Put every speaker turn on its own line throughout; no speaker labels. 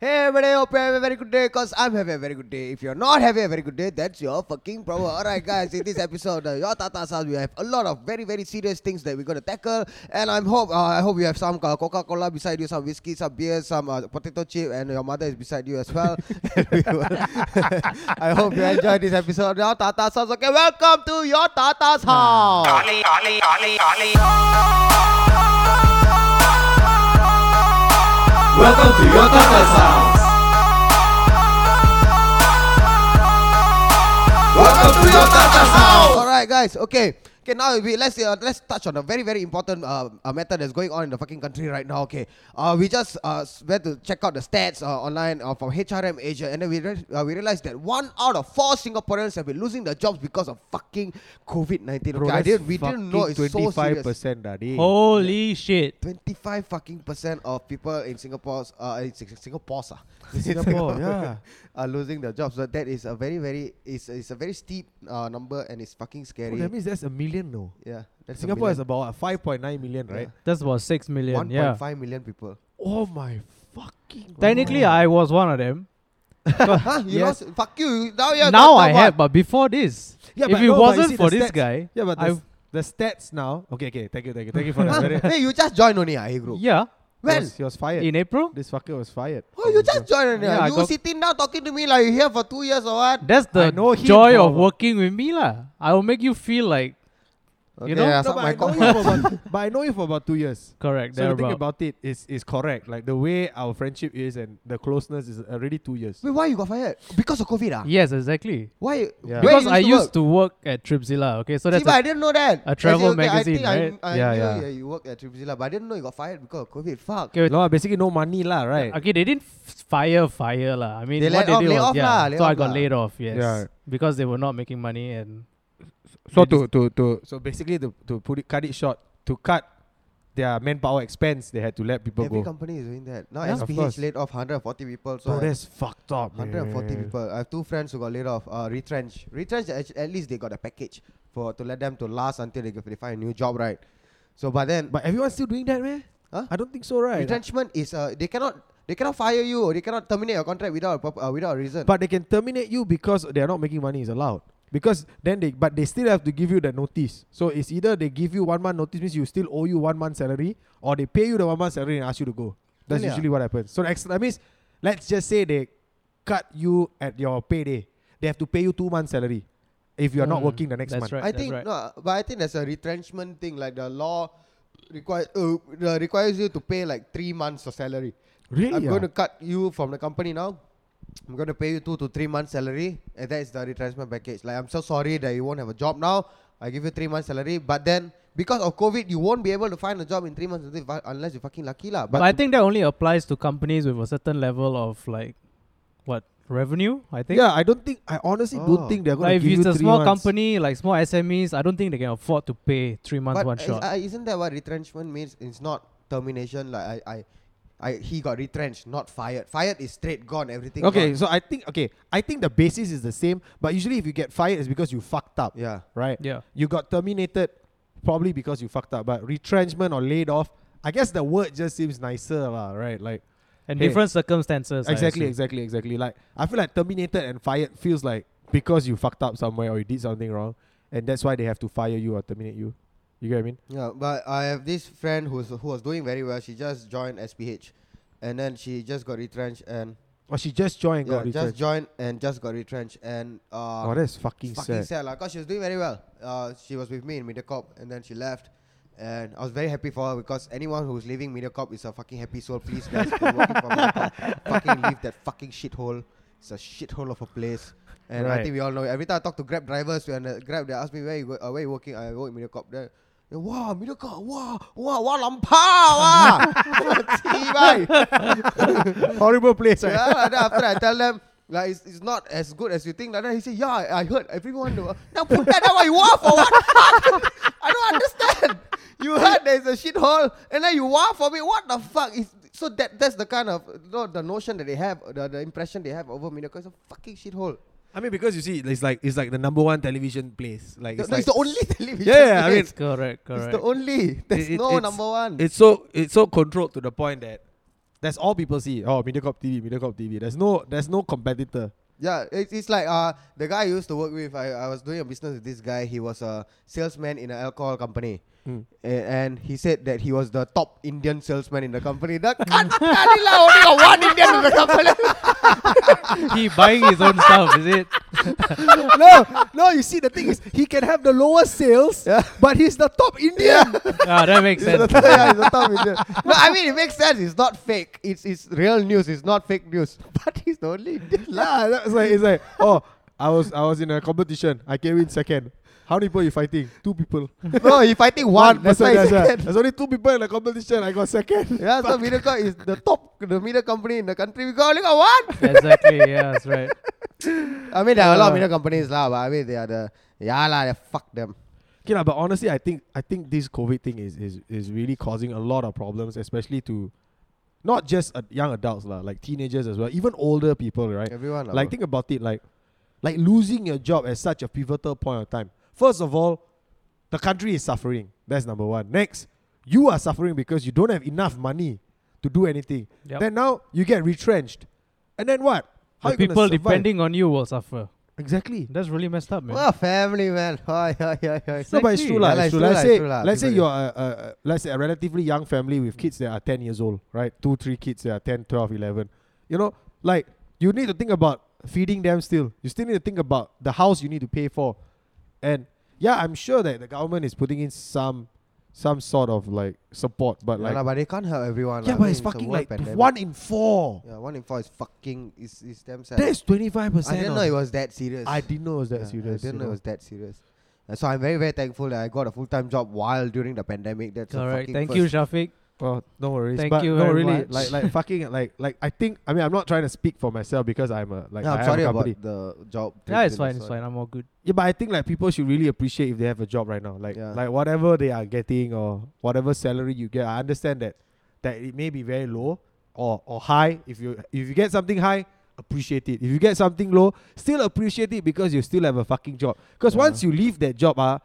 Hey, everybody, hope you're having a very good day because I'm having a very good day. If you're not having a very good day, that's your fucking problem. Alright, guys, in this episode, uh, your Tata Sas, we have a lot of very, very serious things that we're going to tackle. And I'm hope, uh, I hope you have some uh, Coca Cola beside you, some whiskey, some beer, some uh, potato chip, and your mother is beside you as well. And we will- I hope you enjoyed this episode. Your Tata Sas, okay, welcome to your Tata's house.
Ollie, Ollie, Ollie, Ollie.
Welcome to your Tata's house. Welcome to your Tata's house.
All right, guys. Okay. Okay, now we, let's uh, let's touch on a very very important uh, uh, matter that's going on in the fucking country right now. Okay, uh, we just uh, s- went to check out the stats uh, online uh, from HRM Asia, and then we re- uh, we realized that one out of four Singaporeans have been losing their jobs because of fucking COVID nineteen. Okay, I didn't, we didn't know it's so serious.
percent dah, deh.
Holy shit.
25 fucking percent of people in Singapore's uh, in Sing- Singapore's ah.
Singapore, yeah.
are losing their jobs. So that is a very very is is a very steep uh, number and it's fucking
Oh,
scary.
that means that's a million no.
yeah, that's a
Singapore
million.
is about what, 5.9 million, right?
That's about 6 million.
One
yeah.
point five million people.
Oh my fucking.
Technically,
God.
I was one of them.
Huh? You
Yes.
lost, fuck you. Now you
now I have, but before this,
Yeah,
if
but
it
no, but you see
wasn't
the
for this
stats-
guy,
Yeah, but the,
I-
s- the stats now. Okay, okay. Thank you, thank you, thank you for that. Very-
Huh? hey, you just joined only, ah, hey, group.
yeah,
He
When?
was, he was fired.
in April,
this fucker was fired.
Oh, you just joined only.
Yeah,
ah.
I
you
got-
sitting down talking to me like you here for two years or what?
that's the
know him
joy
for
of
a-
working with me, lah. I will make you feel like, you know,
yeah,
No,
suck
but,
my
I know
cock.
you for about, but I know you for about two years.
correct.
So the thing
thereabout.
about it is is correct. Like the way our friendship is and the closeness is already two years.
Wait, why you got fired? Because of COVID, ah?
yes, exactly.
Why?
Yeah.
where
Because
you
I
used to work?
used to work at Tripzilla. Okay, so that's
See, but
a-
I didn't know that.
a travel
Actually, okay,
magazine,
I think
right?
I, I
Yeah,
knew
yeah.
yeah, you worked at Tripzilla, but I didn't know you got fired because of COVID. Fuck.
okay,
No, basically no money lah, right?
okay, they didn't f- fire fire lah. I mean,
They
what
let
they
off-
did
lay
was
off
yeah.
lah, lay
so I
off
got
lah.
laid off. Yes,
Yeah.
because they were not making money and
So
They
to, to, to so basically to, to put it cut it short, to cut their manpower expense, they had to let people
Every
go.
company is doing that. Now
Yeah, of
SPH
course.
laid off 140 people. So
Bro,
I-
that's fucked up.
140
man.
people. I have two friends who got laid off. Uh, retrench. Retrench. At, at least they got a package for to let them to last until they, get- they find a new job, right? So, but then
But everyone's still doing that, man?
Huh?
I don't think so, right?
retrenchment is uh, they cannot they cannot fire you or they cannot terminate your contract without a, purp- uh, without a reason.
But they can terminate you because they are not making money is allowed. Because then they but they still have to give you the notice. So it's either they give you one month notice means you still owe you one month salary, or they pay you the one month salary and ask you to go. That's
Really ah?
usually what happens. So the ex- that means let's just say they cut you at your payday. They have to pay you two months salary if you are not
Mm,
working the next
that's
month.
right.
I think
right.
no, but I think there's a retrenchment thing like the law require uh, uh, requires you to pay like three months of salary.
Really?
I'm
ah?
going to cut you from the company now. I'm going to pay you two to three months salary, and that is the retrenchment package. Like I'm so sorry that you won't have a job now. I give you three months salary, but then because of COVID, you won't be able to find a job in three months until you fi- unless you're fucking lucky lah.
But
But
I think that only applies to companies with a certain level of like what revenue. I think.
yeah, I don't think I honestly
Oh.
don't think they're going
Like if
to give
it's
you
a
three
small
months.
company, like small SMEs, I don't think they can afford to pay three months
but
one
is-
shot.
uh, isn't that what retrenchment means? It's not termination. Like I, I, I he got retrenched, not fired. Fired is straight gone. Everything.
Okay,
gone.
so I think okay, I think the basis is the same, but usually if you get fired, it's because you fucked up.
Yeah.
right?
Yeah.
You got terminated probably because you fucked up, but retrenchment or laid off, I guess the word just seems nicer, lah, right? Like
and
hey,
different circumstances. I
exactly,
assume.
exactly, exactly. Like I feel like terminated and fired feels like because you fucked up somewhere or you did something wrong, and that's why they have to fire you or terminate you. You get what I mean?
Yeah, but I have this friend who's who was doing very well. She just joined SPH, and then she just got retrenched and
Or she just joined,
yeah,
got
just
retrenched.
joined and just got retrenched and uh,
oh, that's fucking,
fucking sad,
sad.
lah, cause she was doing very well. Uh, she was with me in MediaCorp, and then she left. And I was very happy for her because anyone who's leaving MediaCorp is a fucking happy soul. Please, guys, who are working for MediaCorp, fucking leave that fucking shithole. It's a shithole of a place. And I
Right.
think we all know. it. Every time I talk to Grab drivers and uh, Grab, they ask me where you go, uh, where you working. I work in MediaCorp. Then, wow, MediaCorp, wow, wow, wow, lampa, wow.
Horrible place. right?
yeah, and then after that, I tell them like it's, it's not as good as you think. Like that, he said, yeah, I, I heard everyone. do- now put that down what you want for what? I don't understand. You heard there's a shithole, and then you want for me. What the fuck is? So that that's the kind of you know, the notion that they have, the, the impression they have over Minako is a fucking shithole.
I mean, because you see, it's like it's like the number one television place. Like
It's,
it's, like,
the only television.
Yeah, yeah, I
place.
mean,
Correct,
it's
correct.
the only. There's
it-
no
it's-
number one.
It's so it's so controlled to the point that That's all people see. Oh, MediaCorp TV, MediaCorp TV. There's no, there's no competitor.
Yeah, it's, it's like uh the guy I used to work with. I, I was doing a business with this guy. He was a salesman in an alcohol company,
Hmm.
A- and he said that he was the top Indian salesman in the company. The cunt kali lah, only got one Indian in the company.
he buying his own stuff, is it?
no, no. You see, the thing is, he can have the lowest sales,
Yeah.
but he's the top Indian.
Ah, that makes
He's the,
sense.
yeah, he's the top Indian. No, I mean it makes sense. It's not fake. It's it's real news. It's not fake news. But he's the only Indian. lah.
Nah, that's like it's like oh, I was I was in a competition. I came in second. How many people you fighting? Two people.
No, he fighting one. That's why
person,
he's
that's right.
second.
There's only two people in the competition. I got second.
Yeah, so Miracle is the top, the media company in the country. We got only got one.
exactly. Yeah, that's right.
I mean, there are a lot of
Yeah.
media companies lah, but I mean, they are the yeah lah. they Fuck them.
Okay, lah, but honestly, I think I think this COVID thing is is is really causing a lot of problems, especially to not just uh, young adults lah, like teenagers as well, even older people, right?
Everyone lah,
Like
bro.
think about it, like like losing your job at such a pivotal point of time. First of all, the country is suffering. That's number one. Next, you are suffering because you don't have enough money to do anything.
Yep.
Then now you get retrenched, and then what?
The
you gonna
people
survive?
depending on you will suffer.
exactly.
That's really messed up, man.
Well, Oh, family man. Oi, oi, oi, oi.
No, but it's true, lah.
Yeah,
it's true.
lah,
Let's
it's
say,
true lah.
let's say
People
you're a, a, a, let's say a relatively young family with kids that are 10 years old, right? Two, three kids that are 10, 12, 11. You know, like, you need to think about feeding them still. You still need to think about the house you need to pay for. And yeah, I'm sure that the government is putting in some some sort of like support, but
Yeah,
like,
lah, but they can't help everyone.
yeah,
lah. I
but
mean,
it's
a
fucking
world
like
pandemic.
one in four.
Yeah, one in four is fucking. Is is damn sad.
That's
I
25%.
didn't
of-
know it was that serious.
I didn't know it was that
Yeah,
serious.
I didn't
you
know it was that serious. Uh, So I'm very very thankful that I got a full time job while during the pandemic. That's
All
a
right.
fucking
Thank
first.
you, Shafiq.
Well, no worries.
Thank
but
you
no,
very
really,
much.
like like fucking like like I think I mean I'm not trying to speak for myself because I'm a like
yeah,
I
I'm
have
sorry
a
about
company.
the job.
Yeah, it's
thing,
fine. It's
sorry.
fine. I'm all good.
Yeah, but I think like people should really appreciate if they have a job right now. Like
Yeah.
like whatever they are getting or whatever salary you get. I understand that that it may be very low or or high. If you if you get something high, appreciate it. If you get something low, still appreciate it because you still have a fucking job. Because
Yeah.
once you leave that job, ah,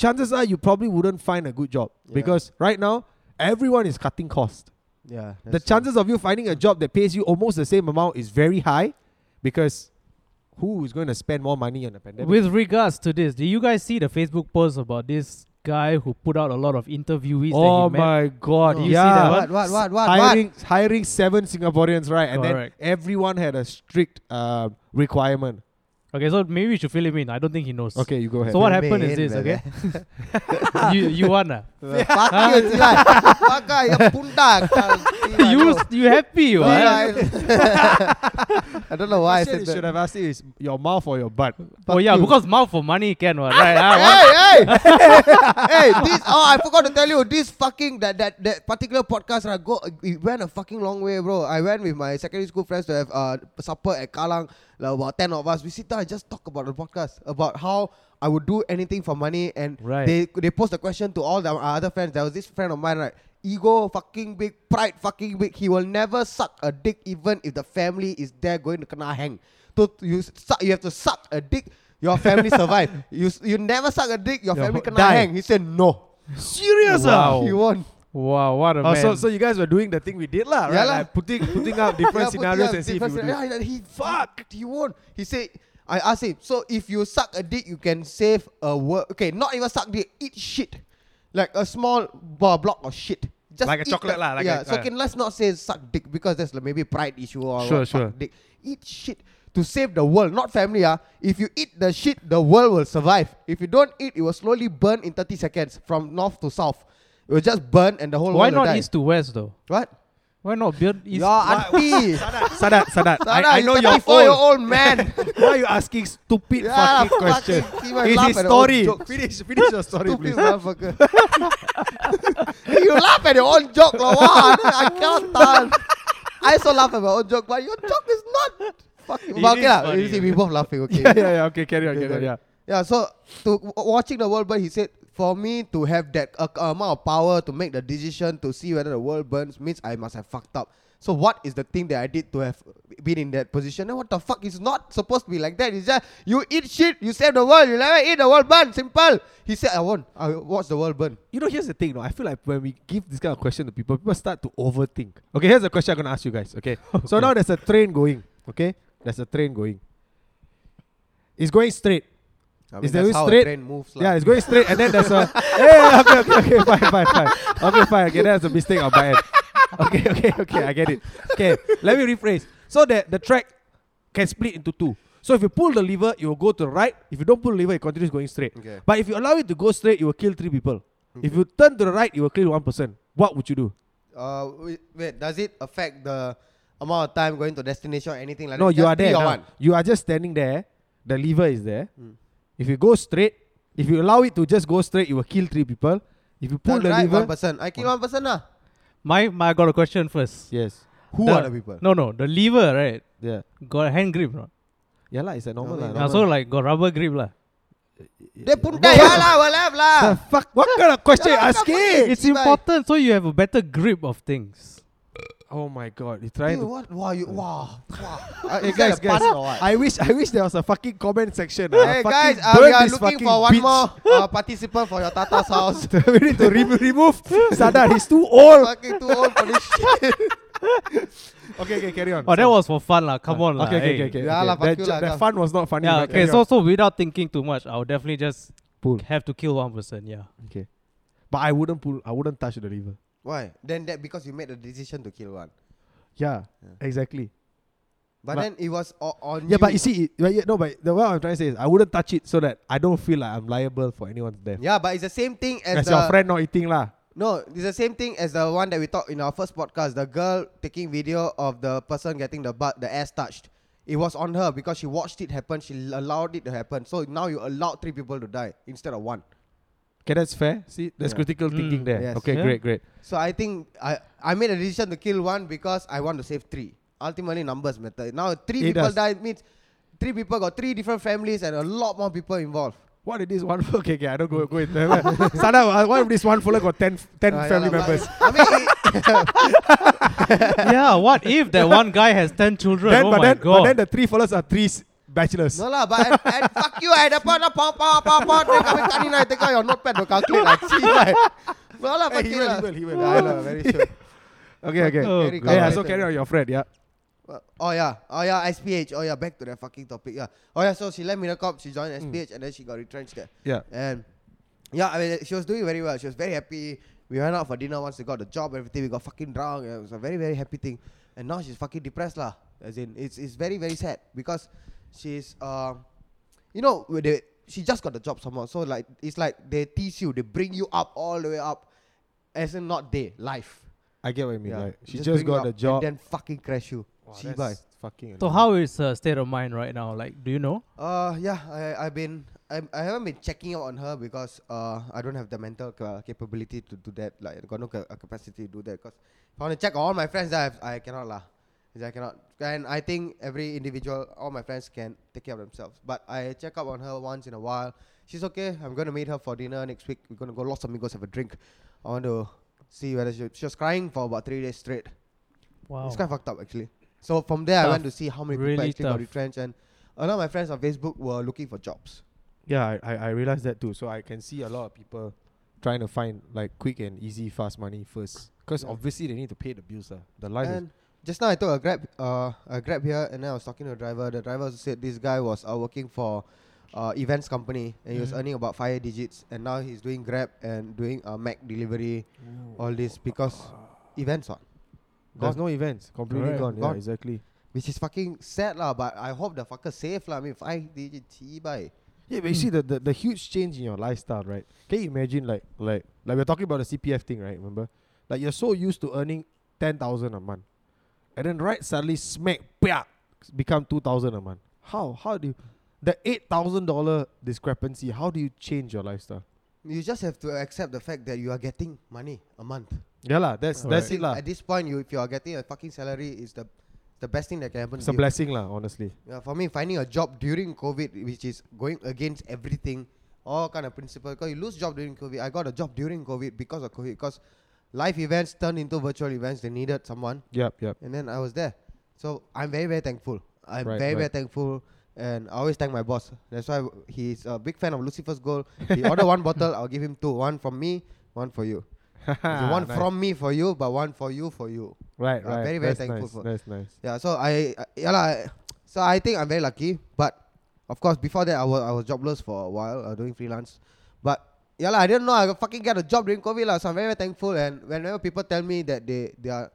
chances are you probably wouldn't find a good job.
Yeah.
Because right now, everyone is cutting costs.
Yeah,
the
that's true.
chances of you finding a job that pays you almost the same amount is very high because who is going to spend more money on a pandemic?
With regards to this, do you guys see the Facebook post about this guy who put out a lot of interviewees?
oh
that he met?
my god,
No.
yeah.
You see that
What what what what what?
hiring hiring seven Singaporeans, right? And
Correct.
then everyone had a strict uh, requirement.
Okay, so maybe we should fill him in. I don't think he knows.
Okay, you go ahead.
So what
Fill
happened
me
is
in,
this,
brother.
okay? you you ah. wanna?
Fuck you, Jilat. Fuck ah, ya pundak.
you you happy? You are?
I don't know why I said
Question you should
that.
have asked is your mouth or your butt.
Oh yeah, because mouth for money can what right? ah, what?
Hey, hey, hey! This oh, I forgot to tell you. This fucking that that that particular podcast, I go, it went a fucking long way, bro. I went with my secondary school friends to have uh supper at Kalang, like about ten of us. We sit down and just talk about the podcast, about how I would do anything for money, and
Right.
they they post a question to all the our other friends. There was this friend of mine, right? Ego fucking big, pride fucking big. He will never suck a dick, even if the family is there going to kena hang. To you suck, you have to suck a dick. Your family survive. You s- you never suck a dick. Your
Your
family
ho-
kena
die.
hang. He said no.
serious
Wow.
He won.
Wow, what ah? a
Oh,
man!
so, so you guys were doing the thing we did lah, right?
Yeah lah.
Like putting putting up different
Yeah, put-
scenarios
yeah,
and see if you
different
would do
scenario.
it.
Yeah, he
Fuck.
He won. He said. I asked him. So if you suck a dick, you can save a word. Okay, not even suck dick. Eat shit, like a small bo- block of shit. Just
Like a
eat
chocolate
the-
lah, like
yeah.
a-
so
uh.
can let's not say suck dick because that's like maybe pride issue or
Sure,
what,
sure.
Suck dick. Eat shit to save the world, not family. Ah, if you eat the shit, the world will survive. If you don't eat, it will slowly burn in thirty seconds from north to south. It will just burn and the whole
why
world will
not
die.
east to west though?
What?
Why not build
Your
east?
auntie.
Sadat, Sadat,
Sana,
I, I know
you're 34
you're
year
old.
old man.
Why are you asking stupid
Yeah,
fucking question?
fucking keep on
It's
laugh
his
at the old
story.
jokes.
Finish, finish your story,
Stupid
please.
motherfucker. you laugh at your own joke, lah. Wow, I cannot tahan. I also laugh at my own joke, but your joke is not fucking.
It
But okay,
is
lah. You
funny.
see, we both laughing. Okay.
yeah, yeah, yeah. Okay, carry on,
Okay,
carry on.
sorry.
Yeah.
Yeah, so to w- watching the world burn, he said, for me to have that ac- amount of power to make the decision to see whether the world burns means I must have fucked up. So what is the thing that I did to have been in that position? And what the fuck is not supposed to be like that? It's just you eat shit, you save the world, you never eat the world burn. Simple. He said, I won't. I will watch the world burn.
You know, here's the thing, though. I feel like when we give this kind of question to people, people start to overthink. Okay, here's a question I'm gonna ask you guys. Okay, so now there's a train going. Okay, there's a train going. It's going straight.
I
Is there a
how
straight-
a train moves. lah.
Yeah, it's going straight, and then there's a. hey, okay, okay, okay, fine, fine, fine. Okay, fine. Okay, that's a mistake on my end. Okay, okay, okay. I get it. Okay, let me rephrase. So that the track can split into two. So if you pull the lever, it will go to the right. If you don't pull the lever, it continues going straight.
Okay.
But if you allow it to go straight, it will kill three people. If you turn to the right, it will kill one person. What would you do?
Uh, wait, wait, does it affect the amount of time going to destination or anything like
no,
that?
you
Just
are there.
three or
now.
one? Hmm.
You are just standing there. The lever is there. If you go straight, if you allow it to just go straight, it will kill three people. If you pull
Turn
the
right, one
lever,
person. I kill one person lah.
My, my I got a question first.
yes,
Who
The-
are the people?
No, no, the lever, right?
yeah.
Got a hand grip, no?
Yeah lah, it's a normal
Normal,
lah.
yeah.
Yeah, so like got rubber grip, lah.
Dia puntai ya lah, walaf lah.
The fuck, what kind of question you
Yeah,
asking?
It's
Right.
important, so you have a better grip of things.
Oh my god, you
Dude,
trying to.
what? Wow, you, wow, wow. Uh,
Hey
is that
guys,
a
guys.
pun or what?
I wish, I wish there was a fucking comment section. ah.
Hey
Fucking
guys, uh,
burn
we are
this
looking
fucking
for one
bitch.
more uh, participant for your Tata's house.
we need to re- remove Sadar. He's too old.
Fucking too old for this shit.
Okay, okay, carry on.
Oh, that was for fun, lah. Come on, lah.
Ah, Okay, okay,
hey.
okay, okay.
Yeah lah,
okay.
fuck
That,
you
ju-
lah,
that
come.
fun was not funny.
Yeah,
but
okay.
carry
So,
on.
so without thinking too much, I'll definitely just
pull.
have to kill one person. Yeah.
Okay, but I wouldn't pull. I wouldn't touch the river.
Why? Then that because you made the decision to kill one.
Yeah, exactly.
But,
But-
then it was o- on
Yeah,
you.
but you see, it, but yeah, no, but the what I'm trying to say is, I wouldn't touch it so that I don't feel like I'm liable for anyone's death.
Yeah, but it's the same thing as,
As
the,
your friend not eating lah.
No, it's the same thing as the one that we talked in our first podcast. The girl taking video of the person getting the butt, the ass touched. It was on her because she watched it happen. She l- allowed it to happen. So now you allowed three people to die instead of one.
Okay, that's fair. See, that's
Yeah.
critical thinking
Mm.
there.
Yes.
Okay,
Yeah.
great, great.
So I think I I made a decision to kill one because I want to save three. Ultimately, numbers matter. Now three
It
people
does.
died means three people got three different families and a lot more people involved.
What if this one? Okay, okay, I don't go go into that. Sadar, what if this one fella got 10,
Ah,
10
yeah
family
lah, but-
members?
I mean, it-
yeah. What if that one guy has ten children?
Then,
oh
but
my
then,
god.
but then the three fellas are three s- bachelors.
no lah, but and, and fuck you, I had a point of pow pow pow pow. Take out my gun in, I take out your notepad to calculate. I see right. No lah, fuck
Hey, he
you
will,
lah.
he will, he will.
Yeah, I know, very sure.
Okay, okay.
Oh,
Very
God.
yeah,
calculated.
so carry on your friend. Yeah.
Uh, Oh yeah, oh yeah, SPH. Oh yeah, back to that fucking topic. Yeah. Oh yeah, so she left Mediacorp, she joined SPH,
Hmm.
and then she got retrenched there.
Yeah.
And yeah, I mean, she was doing very well. She was very happy. We went out for dinner once. We got the job, everything. We got fucking drunk. It was a very very happy thing. And now she's fucking depressed lah. As in, it's it's very very sad because she's uh, you know, with the, she just got the job somehow. So like, it's like they tease you, they bring you up all the way up. As in, not they life.
I get what you mean. Like, she just,
bring you
got
up
a job.
and then fucking crash you. See, bye.
fucking.
so how is her state of mind right now? Like, do you know?
Uh, yeah, I, I've been, I, I haven't been checking out on her because uh, I don't have the mental ca- capability to do that. Like, I got no ca- uh, capacity to do that. Cause if I want to check all my friends, I, have, I cannot lah. Is I cannot. And I think every individual, all my friends can take care of themselves. But I check up on her once in a while. She's okay. I'm gonna meet her for dinner next week. We're gonna go Los Amigos have a drink. I want to see whether she, she was crying for about three days straight.
Wow.
It's kind of fucked up actually. So from there, I
Tough.
went to see how many people
Really
actually got
tough.
retrenched, and a lot of my friends on Facebook were looking for jobs.
Yeah, I, I, I realized that too. So I can see a lot of people trying to find like quick and easy, fast money first. Because
Yeah.
obviously they need to pay the bills. Uh. The life is
and just now, I took a grab, uh, a grab here, and then I was talking to a driver. The driver also said this guy was uh, working for uh, events company, and he was
Mhm.
earning about five digits, and now he's doing grab and doing uh, Mac delivery, all this because events on,
There's no events. Completely
Correct.
gone. Yeah,
Gone.
exactly.
which is fucking sad lah. But I hope the fucker safe lah. I mean, five digits, he buy.
Yeah, but you see the, the, the huge change in your lifestyle, right? Can you imagine like like like we're talking about the CPF thing, right? Remember? Like you're so used to earning ten thousand a month. And then right suddenly smack pia, become two thousand a month. How? How do you the eight thousand dollar discrepancy, how do you change your lifestyle?
You just have to accept the fact that you are getting money a month.
Yeah, lah, that's that's
think
it lah.
At this point, you if you are getting a fucking salary, is the the best thing that can happen.
It's
to
a
you.
blessing lah, honestly.
Yeah, for me, finding a job during COVID, which is going against everything, all kind of principle. Because you lose job during COVID. I got a job during COVID because of COVID. Because live events turned into virtual events. They needed someone,
Yep, yep.
and then I was there. So I'm very very thankful. I'm very
Right,
very
right.
thankful, and I always thank my boss. That's why he's a big fan of Lucifer's Gold. He ordered one bottle. I'll give him two. One from me, one for you. So one
Nice.
from me for you, but one for you for you.
right,
I'm
right.
very, very
That's
thankful
nice,
for-
That's nice.
Yeah, so I I- yeah lah. so I think I'm very lucky, but of course before that I was I was jobless for a while, uh, doing freelance. But yeah lah, I didn't know I could fucking get a job during COVID lah. So I'm very, very thankful. And whenever people tell me that they they are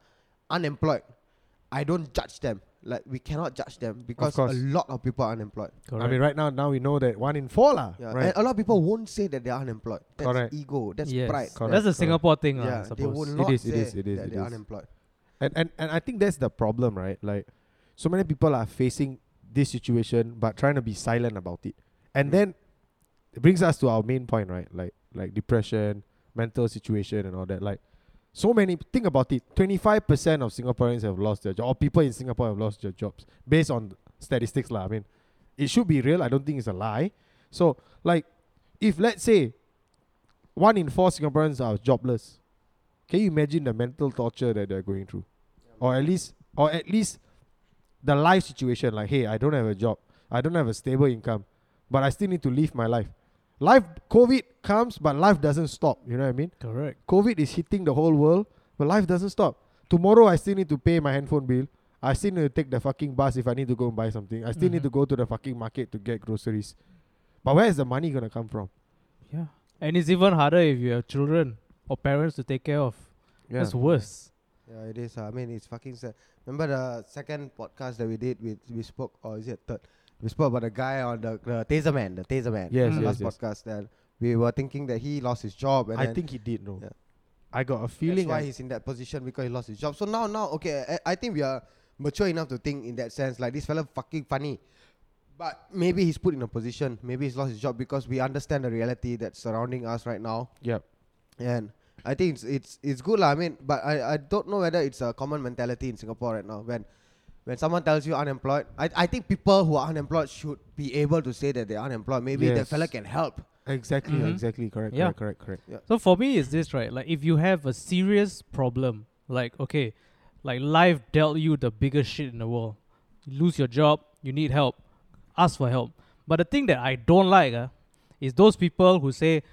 unemployed, I don't judge them. Like we cannot judge them because a
course.
lot of people are unemployed.
Correct.
I mean, right now, now we know that one in four lah.
Yeah,
Right.
and a lot of people won't say that they are unemployed. That's
Correct.
ego. That's
Yes.
pride.
Correct.
That's a
correct.
Singapore thing,
yeah,
lah, I
they will
suppose.
not
is,
say
it is, it is,
that
it
they are
is.
unemployed.
And, and and I think that's the problem, right? Like, so many people are facing this situation but trying to be silent about it. And then it brings us to our main point, right? Like like depression, mental situation, and all that. Like, so many think about it. Twenty five percent of Singaporeans have lost their job, or people in Singapore have lost their jobs, based on statistics, lah. I mean, it should be real. I don't think it's a lie. So like, if let's say one in four Singaporeans are jobless, can you imagine the mental torture that they're going through? Or at least or at least the life situation, like, hey, I don't have a job, I don't have a stable income, but I still need to live my life. Life COVID comes, but life doesn't stop. You know what I mean?
Correct.
COVID is hitting the whole world, but life doesn't stop. Tomorrow I still need to pay my handphone bill. I still need to take the fucking bus if I need to go and buy something. I still need
Mhm.
to go to the fucking market to get groceries. But where is the money gonna come from?
Yeah. And it's even harder if you have children or parents to take care of. That's worse.
Yeah, it is. uh, I mean, it's fucking sad. Remember the second podcast that we did? We we spoke, or is it third? We spoke about the guy on the, the Taser Man, the Taser Man.
Yes,
the
Mm.
last
yes, yes.
podcast that we were thinking that he lost his job, and
I
then
think he did know.
Yeah.
I got a
that's
feeling
why
I-
he's in that position because he lost his job. So now, now, okay, I, I think we are mature enough to think in that sense. Like this fella, fucking funny. But maybe he's put in a position. Maybe he's lost his job because we understand the reality that's surrounding us right now.
Yep.
And I think it's it's it's good lah. I mean, but I, I don't know whether it's a common mentality in Singapore right now. When when someone tells you unemployed, I, I think people who are unemployed should be able to say that they're unemployed. Maybe that
Yes.
fella can help.
Exactly,
Mhm.
exactly, correct,
Yeah.
correct, correct, correct.
So for me, it's this right? Like if you have a serious problem, like okay, like life dealt you the biggest shit in the world. You lose your job, you need help, ask for help. But the thing that I don't like uh, is those people who say,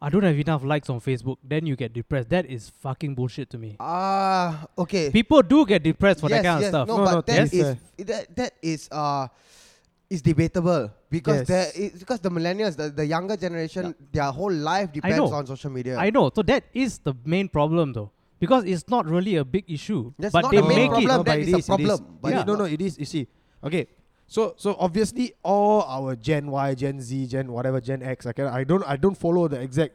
"I don't have enough likes on Facebook," then you get depressed. That is fucking bullshit to me.
Ah, okay.
People do get depressed for that kind of stuff.
No,
No,
but
no,
that
yes,
is that, that is uh is debatable because
Yes.
there is because the millennials, the, the younger generation, their whole life depends
know.
on social media.
I know. So that is the main problem though, because it's not really a big issue.
That's
but
not
they
the main
make
problem.
it.
that is a problem, but
But
it's
no,
not-
no, it is. You see, okay. So, so obviously, all our Gen Y, Gen Z, Gen whatever, Gen X. I can, I don't, I don't follow the exact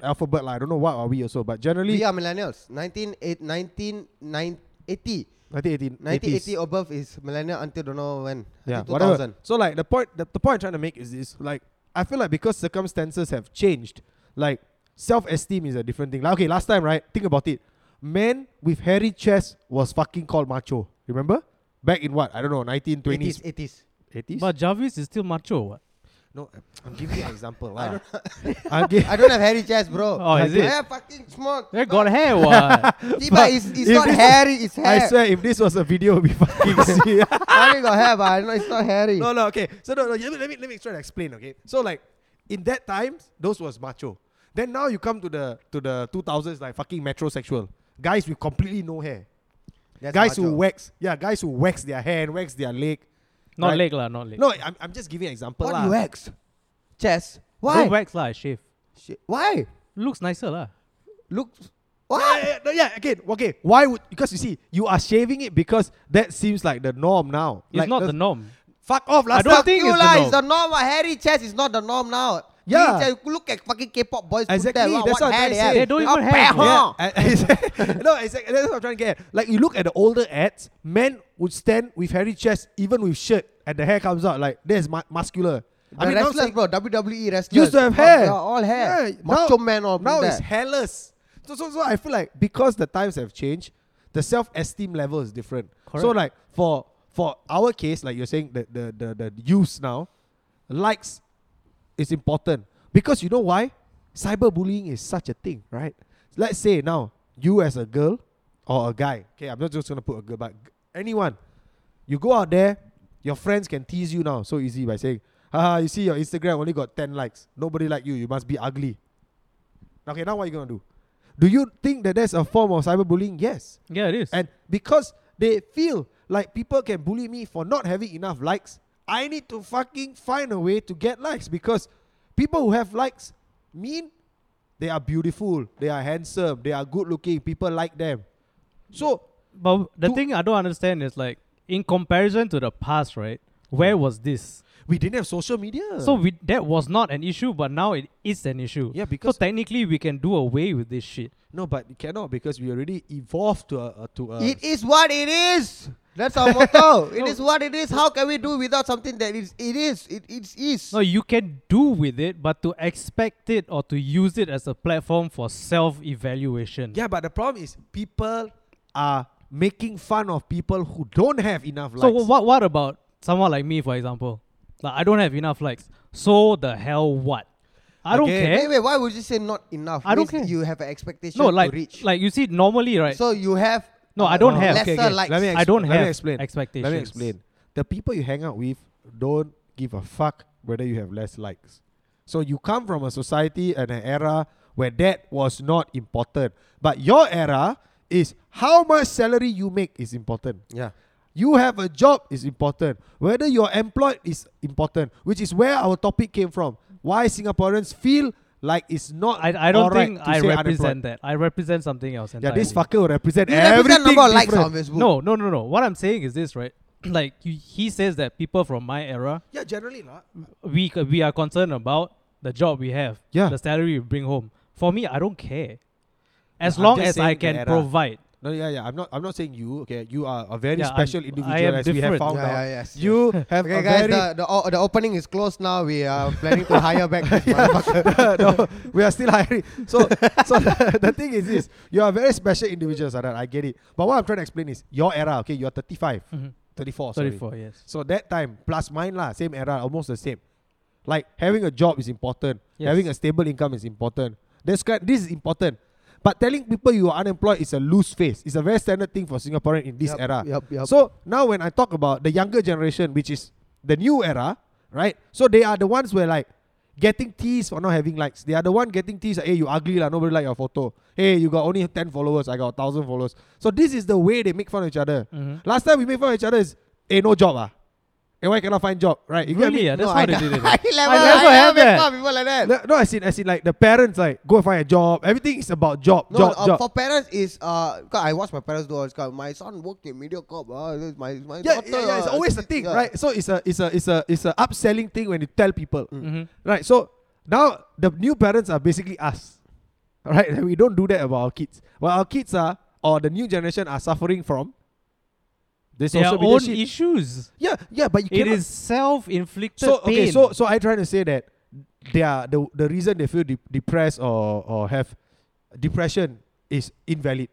alphabet. Like, I don't know what are we also, but generally,
we are millennials. 19, 1980.
1980,
1980 above is millennial until don't know when.
yeah,
until
whatever. So, like, the point, the, the point I'm trying to make is this: like, I feel like because circumstances have changed, like, self-esteem is a different thing. Like, okay, last time, right? Think about it. Men with hairy chest was fucking called macho. Remember? Back in what? I don't know, 1920s,
80s, 80s.
80s.
But Jarvis is still macho. What?
No, I'm- I'm giving you an example. lah. I'm gi-
I don't have hairy chest, bro.
Oh, is
I
it?
have fucking smoke.
They got hair. What?
See, but it's, it's
If
not
this-
hairy, it's hair.
I swear, if this was a video, we fucking see.
I only got hair, but I know it's not hairy.
no, no, okay. So no, no, let me let me let me try to explain. Okay, so like in that time, those was macho. Then now you come to the to the 2000s, like fucking metrosexual guys with completely no hair.
That's
guys who
macho.
wax, yeah, guys who wax their hair and wax their leg.
Not
Right.
leg lah, not leg.
No, I'm, I'm just giving an example.
What
lah.
you wax? Chest.
I
Why?
don't wax lah, I shave.
Shit. Why?
Looks nicer lah.
Look.
Yeah,
Why?
yeah, no, yeah, again, okay. Why would because you see you are shaving it because that seems like the norm now.
It's
Like,
not the
that's-
norm.
Fuck off, last
I don't
time.
think
you
it's the
lah,
norm.
it's the norm. A hairy chest is not the norm now.
Yeah.
Hairy chest, look at fucking K-pop boys. put
Exactly,
That. Wow, what
that's what I'm
hair
trying
they
to
have.
say. They
don't even have,
pair,
yeah.
huh?
I- I- no, exactly. That's what I'm trying to get. at. Like you look at the older ads, men would stand with hairy chest, even with shirt, and the hair comes out. Like there's ma- muscular.
The
now
wrestlers,
saying-
bro. WWE wrestlers
used to have
all-
hair.
they are all hair.
Yeah,
Macho
now-
man all
now
that.
it's hairless. So, so so I feel like because the times have changed, the self esteem level is different. So
Correct.
like for for our case, like you're saying the the the, the use now, likes is important because you know why? Cyberbullying is such a thing, right? Let's say now you as a girl or a guy, okay, I'm not just gonna put a girl, but g- anyone, you go out there, your friends can tease you now so easy by saying, "Haha, you see your Instagram only got ten likes. Nobody like you. You must be ugly." Okay, now what you gonna do? Do you think that that's a form of cyberbullying? Yes.
Yeah, it is.
And because they feel like people can bully me for not having enough likes, I need to fucking find a way to get likes because people who have likes mean they are beautiful, they are handsome, they are good looking, people like them. So,
but the
to-
thing I don't understand is like in comparison to the past, right? Where was this?
we didn't have social media.
So we, that was not an issue, but now it is an issue.
yeah,
So
because
technically, we can do away with this shit.
no, but it cannot because we already evolved to a, a to a
It is what it is. That's our motto. It is what it is. How can we do without something that is it is it it is?
No, you can do with it, but to expect it or to use it as a platform for self-evaluation.
yeah. But the problem is people are making fun of people who don't have enough likes.
So wh- what what about someone like me, for example? Like I don't have enough likes. So the hell what? I don't
Again.
care.
Wait, wait. Why would you say not enough?
I don't
Means
care.
You have an expectation
no, like
to reach.
like you see, normally right.
So you have.
No, I don't
uh,
have.
Lesser
Okay, okay.
likes.
Let me
I don't
let
have
me explain.
expectations.
Let me explain. The people you hang out with don't give a fuck whether you have less likes. So you come from a society and an era where that was not important. But your era is how much salary you make is important.
yeah.
You have a job is important. Whether you're employed is important, which is where our topic came from. Why Singaporeans feel like it's not
I, I don't
alright
think
to
I
say
represent
unemployed.
that. I represent something else.
Yeah,
Entirely.
this fucker will represent
You
everything
represent number of likes
different.
on Facebook.
No, no, no, no. What I'm saying is this, right? like you, he says that people from my era,
Yeah, generally not.
we c- we are concerned about the job we have,
Yeah.
the salary we bring home. For me, I don't care. As
No, I'm
long
just
as I
saying uh, the
can
era.
provide.
No, yeah, yeah. I'm not. I'm not saying you. Okay, you are a very
Yeah, I'm-
special
I
individual,
am
as we have
different.
found
Yeah,
out.
yeah, yes,
you have
Okay,
a
guys.
very.
The, the, o- the opening is closed now. We are planning to hire back. This motherfucker.
no, we are still hiring. So, so the, the thing is this: you are very special individuals, Sadat. I get it. But what I'm trying to explain is your era. Okay, you're 35,
Mhm.
34, sorry.
34, yes.
So that time plus mine lah, same era, almost the same. Like having a job is important.
Yes.
Having a stable income is important. This ki- this is important. But telling people you are unemployed is a loose face. It's a very standard thing for Singaporean in this
Yup,
era.
yup, yup.
So now when I talk about the younger generation, which is the new era, right? So they are the ones where like getting teased for not having likes. They are the one getting teased. Hey, you ugly lah. Nobody like your photo. Hey, you got only ten followers. I got thousand followers. So this is the way they make fun of each other.
Mhm.
Last time we made fun of each other is, hey, no job ah. Hey, why cannot find job? Right? You get
Really?
me?
Yeah, that's
no,
how
I,
they did it.
I never,
I never
I
have
never
that.
met people like that.
No, no, I seen, I seen like the parents like go and find a job. Everything is about job,
No,
job,
uh,
job.
for parents is uh, 'cause I watch my parents do all this. 'cause My son worked in MediaCorp. Uh, this- my my
yeah,
daughter,
yeah, yeah, it's
uh,
always a
this-
thing,
yeah.
right? So it's a, it's a, it's a, it's a upselling thing when you tell people,
Mhm.
right? So now the new parents are basically us, right? And we don't do that about our kids. Well, our kids are, or the new generation are suffering from this
Their
social media
own
shit.
issues.
yeah, yeah, but you
It
cannot,
is self-inflicted
so
pain.
okay so so i trying to say that they are the, the reason they feel de- depressed or or have depression is invalid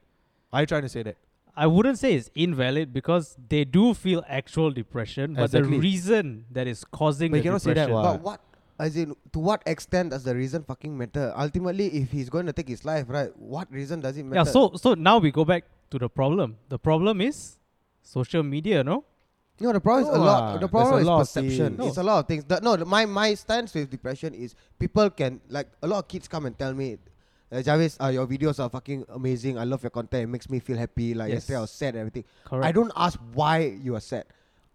i trying to say that
I wouldn't say it's invalid because they do feel actual depression, but
Exactly.
the reason that is causing
But
the
you cannot say
depression.
that,
But what,
what?
as in, to what extent does the reason fucking matter? Ultimately, if he's going to take his life, right? What reason does it matter?
Yeah, so so now we go back to the problem. The problem is social media, no?
no, the problem is a
No,
lot.
ah,
The
there's
problem
a lot of
is perception.
things.
It's a lot of things. The, no, the, my my stance with depression is people can like a lot of kids come and tell me. Uh, Jarvis, uh, your videos are fucking amazing. I love your content. It makes me feel happy. Like
Yes.
yesterday, I was sad and everything.
Correct.
I don't ask why you are sad.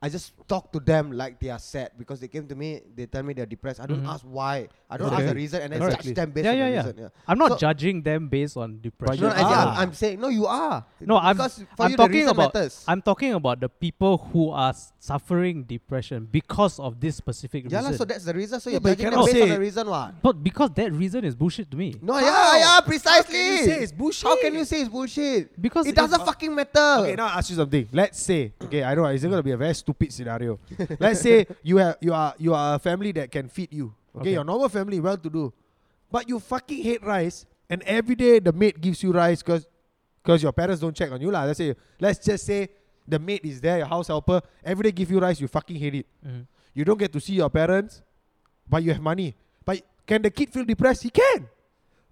I just talk to them like they are sad because they came to me. They tell me they're depressed. I don't
Mhm.
ask why. I don't
Mm-hmm. Okay.
ask the reason, and then
Exactly.
judge them based
Yeah,
on
yeah,
the
yeah.
reason. Yeah.
I'm not
So-
judging them based on depression. Ah.
No,
you
as in, I'm,
are.
I'm saying no. You are
No, I'm,
Because for
I'm
you, the
talking
reason
about
matters.
I'm talking about the people who are s- suffering depression because of this specific
yeah, lah,
reason.
so that's the reason. So
Yeah,
you're
but you
judging them
cannot
based on
say-
the reason why.
but because that reason is bullshit to me.
No,
How?
yeah, yeah, precisely.
How can you say it's bullshit?
How can you say it's bullshit?
Because
it
it's-
doesn't fucking matter.
okay now i ask you something let's say okay i know it's going to be a very stupid scenario let's say you have you are you are a family that can feed you okay,
Okay.
your normal family well to do but you fucking hate rice and every day the maid gives you rice because because your parents don't check on you lah. let's say let's just say the maid is there your house helper every day give you rice you fucking hate it
Mhm.
You don't get to see your parents, but you have money. But can the kid feel depressed? He can.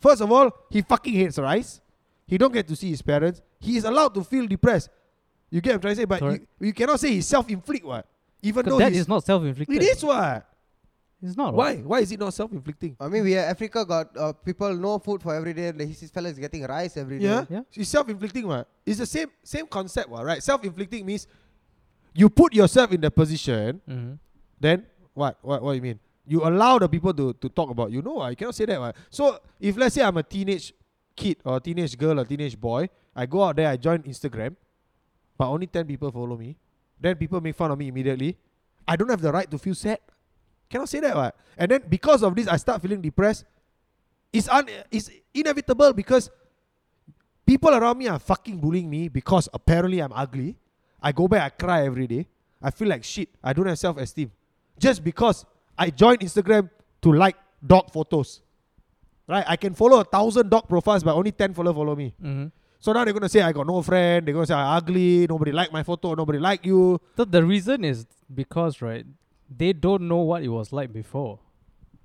First of all, he fucking hates rice. He don't get to see his parents. He is allowed to feel depressed. You get what I'm trying to say? But you,
Correct.
you cannot say he's self-inflict what. Even though
that
he's-
is not Oh. self-inflicted.
it is what.
It's not.
Why? Why is it not self-inflicting?
I mean, we have Africa got uh, people no food for every day. Like, his fella is getting rice every day.
Yeah,
Yeah.
It's self-inflicting what. It's the same same concept what, right? Self-inflicting means you put yourself in the position
Mm-hmm.
Then what? What? What do you mean? You allow the people to, to talk about you. No, I cannot say that. What? So if let's say I'm a teenage kid or teenage girl or teenage boy, I go out there, I join Instagram, but only ten people follow me. Then people make fun of me immediately. I don't have the right to feel sad. Cannot say that. What? And then because of this, I start feeling depressed. It's un. It's inevitable because people around me are fucking bullying me because apparently I'm ugly. I go back, I cry every day. I feel like shit. I don't have self esteem. Just because I joined Instagram to like dog photos. Right? I can follow a thousand dog profiles, but only 10 follow follow me.
Mm-hmm.
So now they're going to say I got no friend. They're going to say I'm ugly. Nobody like my photo. Nobody like you.
So the reason is because right, they don't know what it was like before.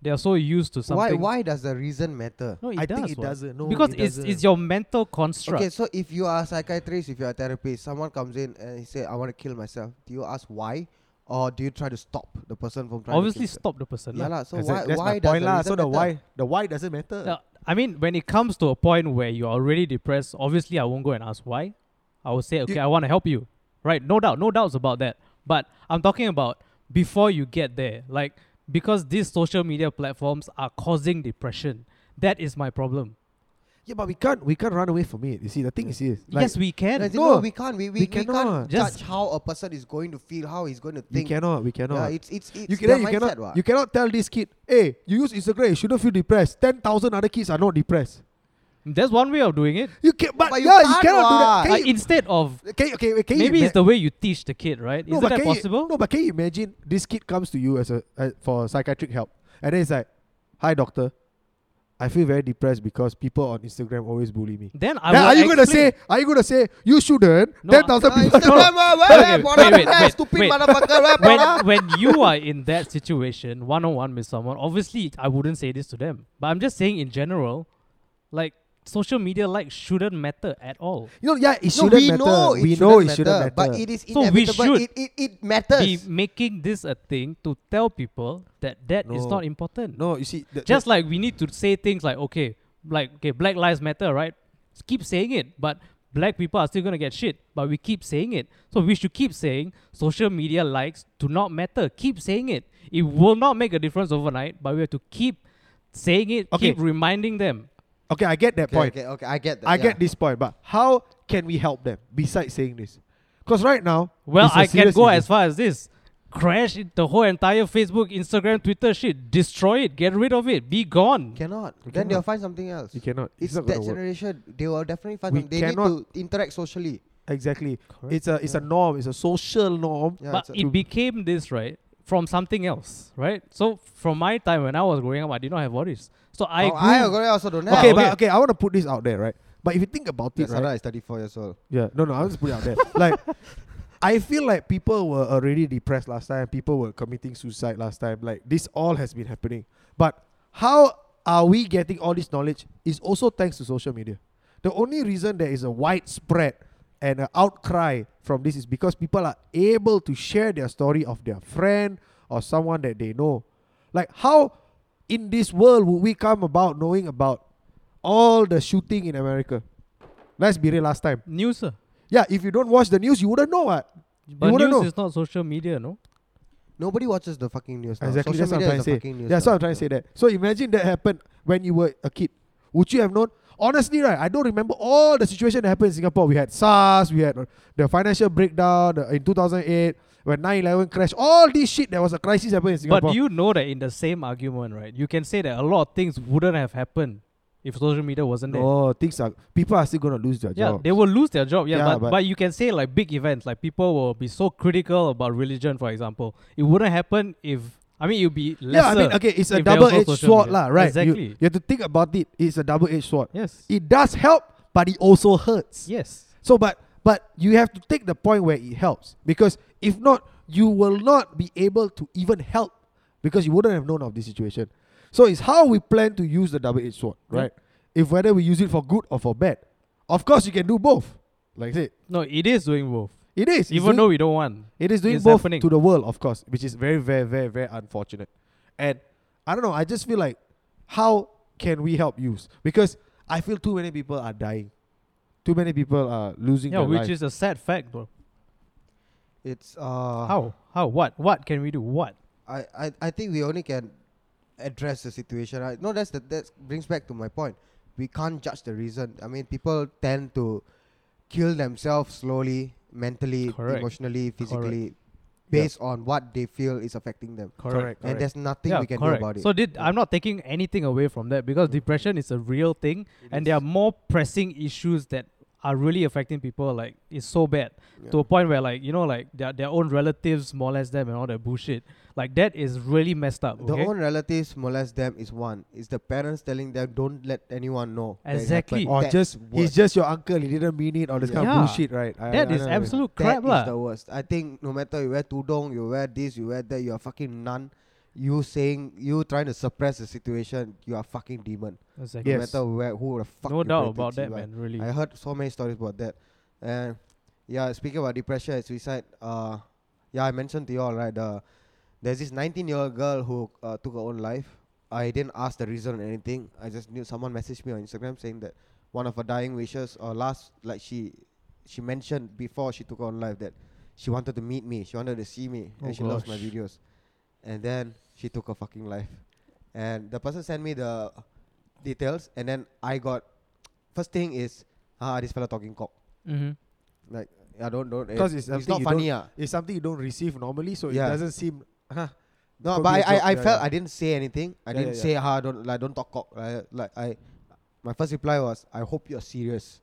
They are so used to
Why?
something.
Why does the reason matter?
No, it
I
does.
think it
what?
doesn't. No,
because
it
it's
doesn't.
it's your mental construct.
Okay, so if you are a psychiatrist, if you are a therapist, someone comes in and he say, "I want to kill myself." Do you ask why, or do you try to stop the person from trying?
Obviously,
to
stop the person.
kill
lah.
yourself? Yeah, lah. So why?
That's it. That's
why
my
does
point
the
lah.
reason
So the
matter?
why the why doesn't matter.
Now, I mean, when it comes to a point where you are already depressed, obviously I won't go and ask why. I will say, okay, I want to help you, right? No doubt, no doubts about that. But I'm talking about before you get there, like because these social media platforms are causing depression. That is my problem.
Yeah, but we can't we can't run away from it. You see, the thing is this. Like,
yes, we can.
As in,
No,
no, we can't. We we,
we
we can't
cannot.
Just-
judge how a person is going to feel, how he's going to
we
think.
cannot. We
Yeah,
cannot.
it's it's it's their
you, cannot, you,
mindset.
cannot,
what?
you cannot tell this kid, hey, you use Instagram, you shouldn't feel depressed. 10,000 other kids are not depressed.
There's one way of doing it.
You can, but,
but you
yeah, you,
can't
cannot
what.
do that.
Like,
Can you,
instead of
can you, okay, wait, can you
maybe it's
ima-
the way you teach the kid, right?
no,
Isn't
but
that
can you-
possible?
no, but can you imagine this kid comes to you as a uh, for psychiatric help, and then it's like, hi doctor, I feel very depressed because people on Instagram always bully me.
Then I
Then
will
are you gonna
explain.
say? Are you gonna say you shouldn't?
No,
Ten thousand
Ah,
people.
Instagram, ah, where,
Okay,
where,
wait,
Borat,
wait,
where,
wait,
stupid
wait.
motherfucker, where, Borat?
when when you are in that situation, one on one with someone, obviously I wouldn't say this to them. But I'm just saying in general, like social media like shouldn't matter at all.
You know, yeah, it
No,
shouldn't
we
matter.
know it
we
shouldn't
know it
matter,
shouldn't matter.
but it is
So we
inevitable.
should
it, it, it
Be
matters.
making this a thing to tell people that that is
No.
not important.
no, you see, the-
Just like we need to say things like okay, like okay, Black Lives Matter, right? S- Keep saying it, but black people are still gonna get shit. But we keep saying it, so we should keep saying social media likes do not matter. Keep saying it. It will not make a difference overnight, but we have to keep saying it.
Okay.
Keep reminding them.
okay, I get that
Okay,
point.
okay, okay, I get that.
I
yeah.
get this point, but how can we help them besides saying this? Because right now,
Well,
it's a
I can
serious
go
issue.
as far as this. Crash it- the whole entire Facebook, Instagram, Twitter shit. Destroy it. Get rid of it. Be gone.
Cannot.
You
Then they'll
cannot.
find something else.
You cannot. It's,
It's
not
that
gonna work.
generation. They will definitely find.
We
something. They need to
cannot-
interact socially.
Exactly.
Correct.
It's a it's a norm. It's a social norm.
Yeah, it's
but
a-
it became this right from something else, right? So from my time when I was growing up, I did not have all this. So I
oh, I
grew-
agree, I also don't have.
okay,
okay.
but okay, I want to put this out there, right? But if you think about it,
That's
right?
right. is 34 years old.
Yeah. No, no. I want to put it out there. like, I feel like people were already depressed last time. People were committing suicide last time. Like this all has been happening. But how are we getting all this knowledge? Is also thanks to social media. The only reason there is a widespread and an outcry from this is because people are able to share their story of their friend or someone that they know. Like how in this world would we come about knowing about all the shooting in America? Let's be real last time.
news, sir.
Yeah, if you don't watch the news, you wouldn't know what.
but news
wouldn't know.
is not social media, no.
Nobody watches the fucking news now.
Exactly,
Social
that's what I'm
media
trying
is
to
the
say.
fucking news.
That's
now.
what I'm trying to say. That. So imagine that happened when you were a kid. Would you have known? Honestly, right, I don't remember all the situation that happened in Singapore. We had SARS, we had uh, the financial breakdown the, in 2008, when 9/11 crashed. All this shit, there was a crisis happened in Singapore.
But do you know that in the same argument, right? You can say that a lot of things wouldn't have happened if social media wasn't there.
no, Oh, things are people are still gonna lose their
Yeah,
job.
they will lose their job. Yeah,
Yeah,
but,
but-
but you can say like big events, like people will be so critical about religion, for example. It wouldn't happen if I mean it'd be lesser.
yeah, I mean, okay, it's a
if there was no
double-edged
social
sword,
media.
lah, right? You-
Exactly.
You, have to think about it. It's a double-edged sword.
Yes.
It does help, but it also hurts.
yes.
So, but but you have to take the point where it helps because if not, you will not be able to even help because you wouldn't have known of this situation. So it's how we plan to use the double-edged sword,
Yeah.
right? If whether we use it for good or for bad, Of course, you can do both. Like I said,
No, it is doing both.
it is. It's
Even
doing-
though we don't want.
It is doing
It's
both
happening.
to the world, of course, which is very, very, very, very unfortunate. And I don't know. I just feel like, how can we help youth? Because I feel too many people are dying, too many people are losing
Yeah,
their
which
life.
is a sad fact, bro.
It's uh
How? How? What? What can we do? What?
I, I, I think we only can address the situation. Right? No, that's the, that brings back to my point. We can't judge the reason. I mean, people tend to kill themselves slowly, mentally,
Correct.
emotionally, physically, based on what they feel is affecting them.
Correct.
And there's nothing we can do about it. Mm.
So did I'm not taking anything away from that because depression is a real thing and there are more pressing issues that are really affecting people like it's so bad
Yeah.
to a point where like you know like their, their own relatives molest them and all that bullshit like that is really messed up
The
okay?
own relatives molest them is one. It's the parents telling them don't let anyone know. that it
Exactly.
happened."
or
That's
just he's
worse.
just your uncle. He didn't mean it. Or this kind
Yeah.
of bullshit, right? I-
That
I
is
know, man.
absolute
That
crap
is
lah.
the worst. I think no matter you wear tudong, you wear this, you wear that, you're a fucking nun. You saying you trying to suppress the situation, you are fucking demon.
Exactly.
No
Yes.
matter where who the fuck.
No
you
doubt
pray
about
to,
that,
you are.
man. Really.
I heard so many stories about that, and yeah, speaking about depression and suicide. Uh, yeah, I mentioned to you all right. Uh, there's this 19 year old girl who uh, took her own life. I didn't ask the reason or anything. I just knew someone messaged me on Instagram saying that one of her dying wishes or last, like she, she mentioned before she took her own life that she wanted to meet me, she wanted to see me,
Oh
and she loves my
gosh.
videos. And then she took her fucking life. And the person sent me the details, and then I got first thing is ah this fella talking cock.
mm-hmm.
Like I don't don't eh,
'Cause it's something
not
you
funny
don't-
ah.
It's something you don't receive normally, so
Yeah.
it doesn't seem. Huh,
No,
could
but
be
I,
a
I,
joke,
I
yeah,
felt
yeah.
I didn't say anything. I
Yeah,
didn't
yeah,
say ha don't like don't talk cock. Like, like I my first reply was I hope you're serious.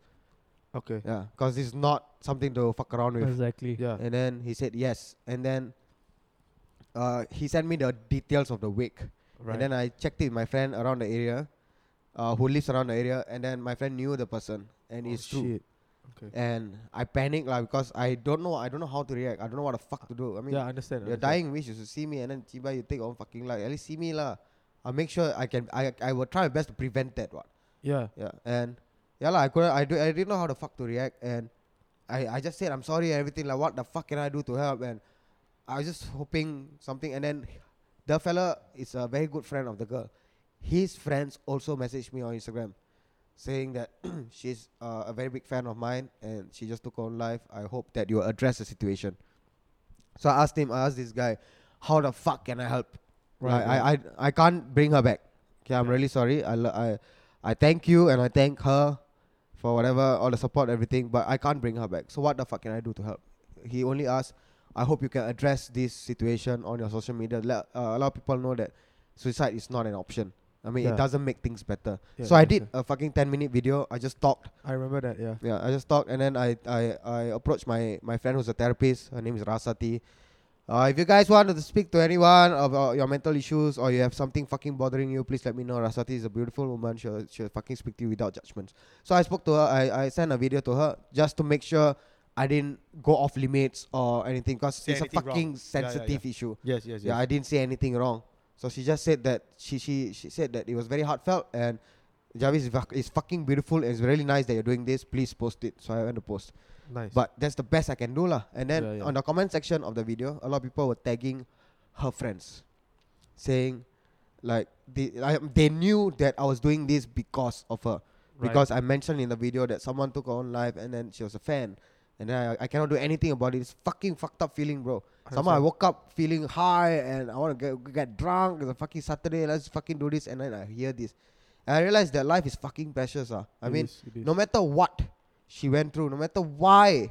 okay.
Yeah, because this is not something to fuck around with.
Exactly.
Yeah.
And then he said yes. And then uh, he sent me the details of the wake.
Right.
And then I checked it with my friend around the area, uh, who lives around the area. And then my friend knew the person, and
Oh,
it's true.
shit. Okay.
And I panicked like, because I don't know. I don't know how to react. I don't know what the fuck to do. I mean,
yeah, I understand.
you're
understand.
dying wish is to see me, and then Chiba, you take on fucking life. At least see me lah. I'll make sure I can. I I will try my best to prevent that one.
Yeah.
Yeah, and yeah lah. I couldn't. I do. I didn't know how the fuck to react, and I I just said I'm sorry and everything. Like what the fuck can I do to help? And I was just hoping something. And then the fella is a very good friend of the girl. His friends also messaged me on Instagram, saying that she's uh, a very big fan of mine and she just took her own life. I hope that you address the situation. So I asked him. I asked this guy, how the fuck can I help?
Right,
I, I, I I can't bring her back. Okay, I'm really sorry. I, lo- I I thank you and I thank her for whatever all the support everything, but I can't bring her back. So what the fuck can I do to help? He only asked, I hope you can address this situation on your social media. Let uh, allow people know that suicide is not an option. I mean, it
Yeah.
doesn't make things better.
Yeah,
so I
yeah,
did a fucking 10 minute video. I just talked.
I remember that. Yeah.
Yeah, I just talked, and then I I, I approached my my friend who's a therapist. Her name is Rasati. Uh, if you guys want to speak to anyone about your mental issues or you have something fucking bothering you, please let me know. Rasati is a beautiful woman. She'll, she'll fucking speak to you without judgments. So I spoke to her. I, I sent a video to her just to make sure I didn't go off limits or anything because
Say
it's a
anything wrong.
fucking
Yeah, yeah,
sensitive issue.
Yes. Yes.
Yeah, I didn't say anything wrong. So she just said that she she she said that it was very heartfelt and Jarvis is, fuck- is fucking beautiful and it's really nice that you're doing this. Please post it. So I went to post.
nice.
But that's the best I can do lah. And then
Yeah, yeah.
on the comment section of the video, a lot of people were tagging her friends, saying like they I, they knew that I was doing this because of her
Right.
because I mentioned in the video that someone took her own life and then she was a fan. And then I, I cannot do anything about it. It's fucking fucked up feeling, bro. Somehow I
understand.
woke up feeling high and I want to get, get drunk. It's a fucking Saturday. Let's fucking do this. And then I hear this. And I realize that life is fucking precious. Ah. I
It
mean,
is, it is.
no matter what she went through, no matter why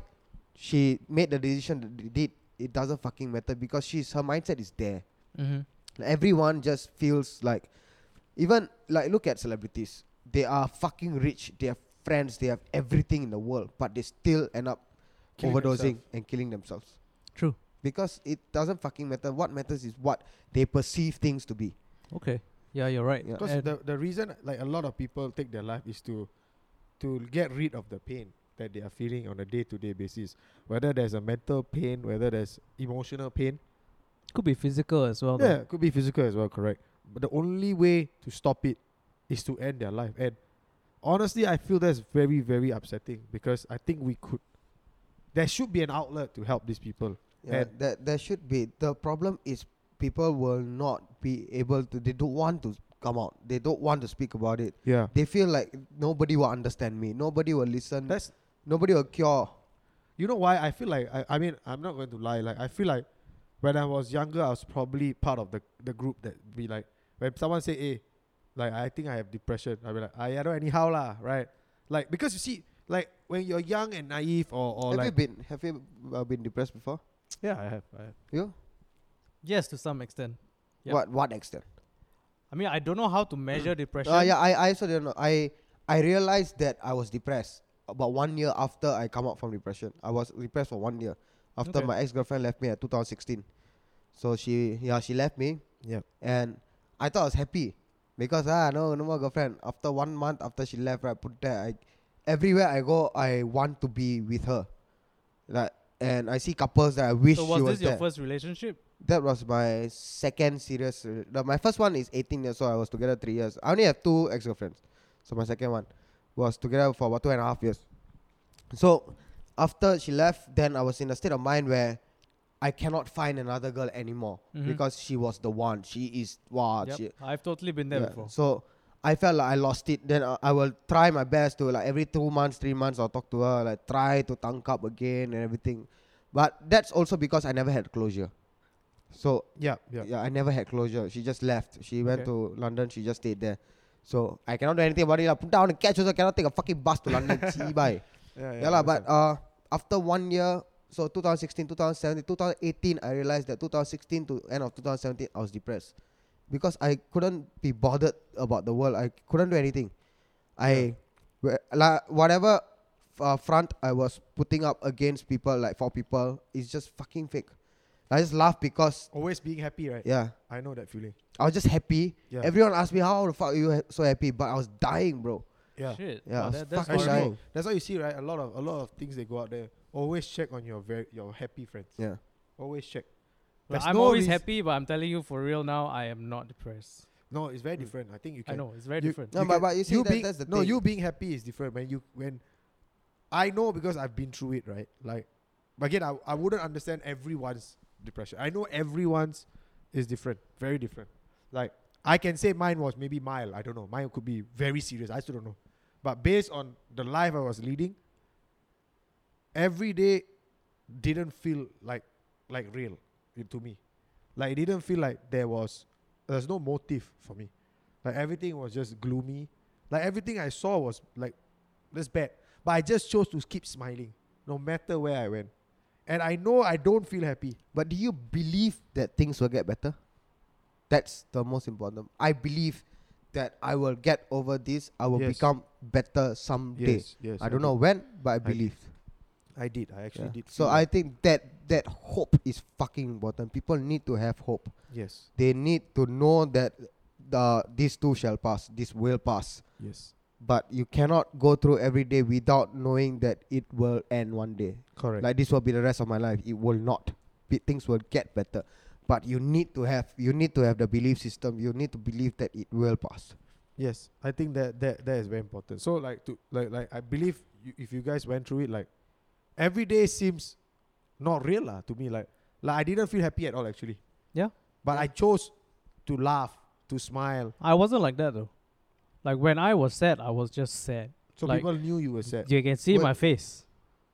she made the decision that she did, it doesn't fucking matter because she's her mindset is there.
Mm-hmm.
Everyone just feels like, even like look at celebrities. They are fucking rich. They have friends. They have everything in the world, but they still end up
Killing
overdosing
themselves.
and killing themselves
True.
because it doesn't fucking matter. What matters is what they perceive things to be.
Okay. Yeah, you're right.
Yeah.
Because
And-
the, the reason like a lot of people take their life is to to get rid of the pain that they are feeling on a day to day basis. Whether there's a mental pain, whether there's emotional pain.
could be physical as well.
Yeah,
though.
it could be physical as well, correct. But the only way to stop it is to end their life. And honestly, I feel that's very, very upsetting because I think we could. There should be an outlet to help these people.
Yeah,
And-
there, there should be. The problem is people will not be able to. They don't want to come out. They don't want to speak about it.
Yeah,
They feel like nobody will understand me. Nobody will listen.
that's
nobody will cure.
you know why I feel like I, I mean I'm not going to lie like I feel like when I was younger I was probably part of the the group that be like when someone say hey like I think I have depression I'll be like I, I don't anyhow lah right like because you see like when you're young and naive or, or
have
like
you been? Have you uh, been depressed before?
yeah I have, I have
You?
Yes, to some extent. Yep.
What? What extent?
I mean, I don't know how to measure depression.
Uh, yeah, I, I also don't know. I I realized that I was depressed about one year after I come out from depression. I was depressed for one year after
Okay.
my ex girlfriend left me at 2016. So she yeah she left me
yeah
and I thought I was happy because ah no no more girlfriend. After one month after she left, right, put there I everywhere I go I want to be with her, like and I see couples that I wish
so
she
was
was
this your
there.
first relationship?
That was my second serious. rela- no, my first one is 18 years old. I was together three years. I only have two ex girlfriends. So my second one was together for about two and a half years. So after she left, then I was in a state of mind where I cannot find another girl anymore
Mhm.
because she was the one. She is wow.
Yep.
She,
I've totally been there
yeah,
before.
So I felt like I lost it. Then uh, I, I will try my best to like every two months, three months, I'll talk to her, like try to tank up again and everything. But that's also because I never had closure. So
yeah yeah,
yeah. I never had closure. She just left. She went
Okay.
to London. She just stayed there. So I cannot do anything about it. lah. Put down the catch also cannot take a fucking bus to London. See bye. Yeah, lah. But uh, after one year, so 2016, 2017, 2018, I realized that 2016 to end of 2017, I was depressed because I couldn't be bothered about the world. I couldn't do anything. I, wh- like whatever uh, front I was putting up against people, like for people, is just fucking fake. I just laugh because
always being happy right
yeah.
I know that feeling
I was just happy.
Yeah.
Everyone asked me how the fuck you ha- so happy, but I was dying, bro.
yeah
Shit.
Yeah,
Wow,
it's
that- that's
fucking
horrible.
dying.
Actually, that's why you see right a lot of a lot of things they go out there always check on your very your happy friends
Yeah.
always check
Well,
There's
I'm
no
always
reas-
happy, but I'm telling you for real now, I am not depressed.
no it's very different I think you can
I know it's very
You-
different.
No, but-
get-
but you see, that-
being,
that's the
no,
thing.
you being happy is different when you when I know because I've been through it, right? Like, but again, I, I wouldn't understand everyone's depression. I know everyone's is different, very different. Like, I can say mine was maybe mild. I don't know. Mine could be very serious. I still don't know. But based on the life I was leading, every day didn't feel like like real to me. Like it didn't feel like there was there's no motive for me. Like everything was just gloomy. Like everything I saw was like this bad. But I just chose to keep smiling no matter where I went. And I know I don't feel happy.
But do you believe that things will get better? That's the most important. I believe that I will get over this. I will
Yes.
become better someday.
yes.
I don't know when, but I believe.
I did. I actually
Yeah.
did.
So
feel
I
that.
think that that hope is fucking important. People need to have hope.
yes,
They need to know that the these two shall pass. This will pass.
yes,
But you cannot go through every day without knowing that it will end one day.
correct.
Like this will be the rest of my life. It will not. Be, things will get better, but you need to have you need to have the belief system. You need to believe that it will pass.
Yes, I think that that that is very important. So like to like like I believe you, if you guys went through it, like every day seems not real lah to me. Like like I didn't feel happy at all actually.
Yeah.
But I chose to laugh, to smile,
I wasn't like that though. Like when I was sad, I was just sad.
so
Like-
people knew you were sad.
You can see
Wait.
my face.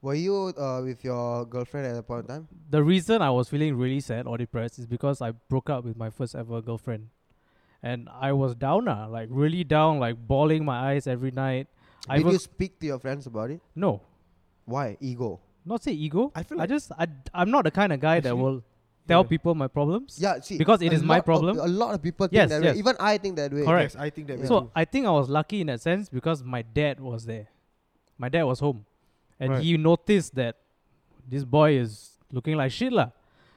Were you uh, with your girlfriend at that point in time?
the reason I was feeling really sad or depressed is because I broke up with my first ever girlfriend. And I was down, ah, like really down, like bawling my eyes every night. I
Did
even-
you speak to your friends about it?
no,
Why ego?
not say ego.
I feel
I
like-
just, I, I'm not the kind of guy that
Actually,
will tell
yeah.
people my problems.
Yeah, see,
Because it
a
is my
lot of-
problem.
a lot of people think
Yes,
that
yes.
way. Even I think that way.
Correct.
Yes, I think that way
Yeah.
So
too.
I think I was lucky in that sense because my dad was there. My dad was home, and
Right.
he noticed that this boy is looking like shit, lah.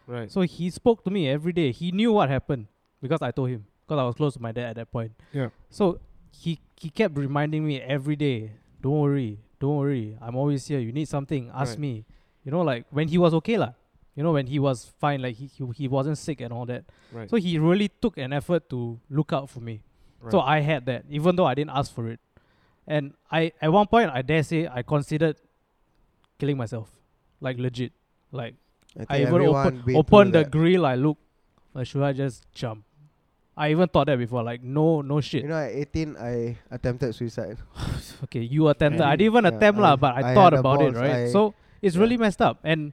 right.
So he spoke to me every day. He knew what happened because I told him because I was close to my dad at that point.
Yeah.
So he he kept reminding me every day, don't worry, don't worry. I'm always here. You need something, ask
Right.
me. You know, like when he was okay lah. You know, when he was fine, like he, he he wasn't sick and all that.
right.
So he really took an effort to look out for me. So I had that, even though I didn't ask for it. And I at one point I dare say I considered killing myself. Like legit. Like I, even open, open the grill, I look like should I just jump? I even thought that before, like no no shit.
You know, at 18, I attempted suicide.
okay, you attempted. I
And-
didn't even
yeah,
attempt
I-
lah, but I,
I
thought
had the
about it,
balls,
right?
I-
so it's
yeah.
really messed up, and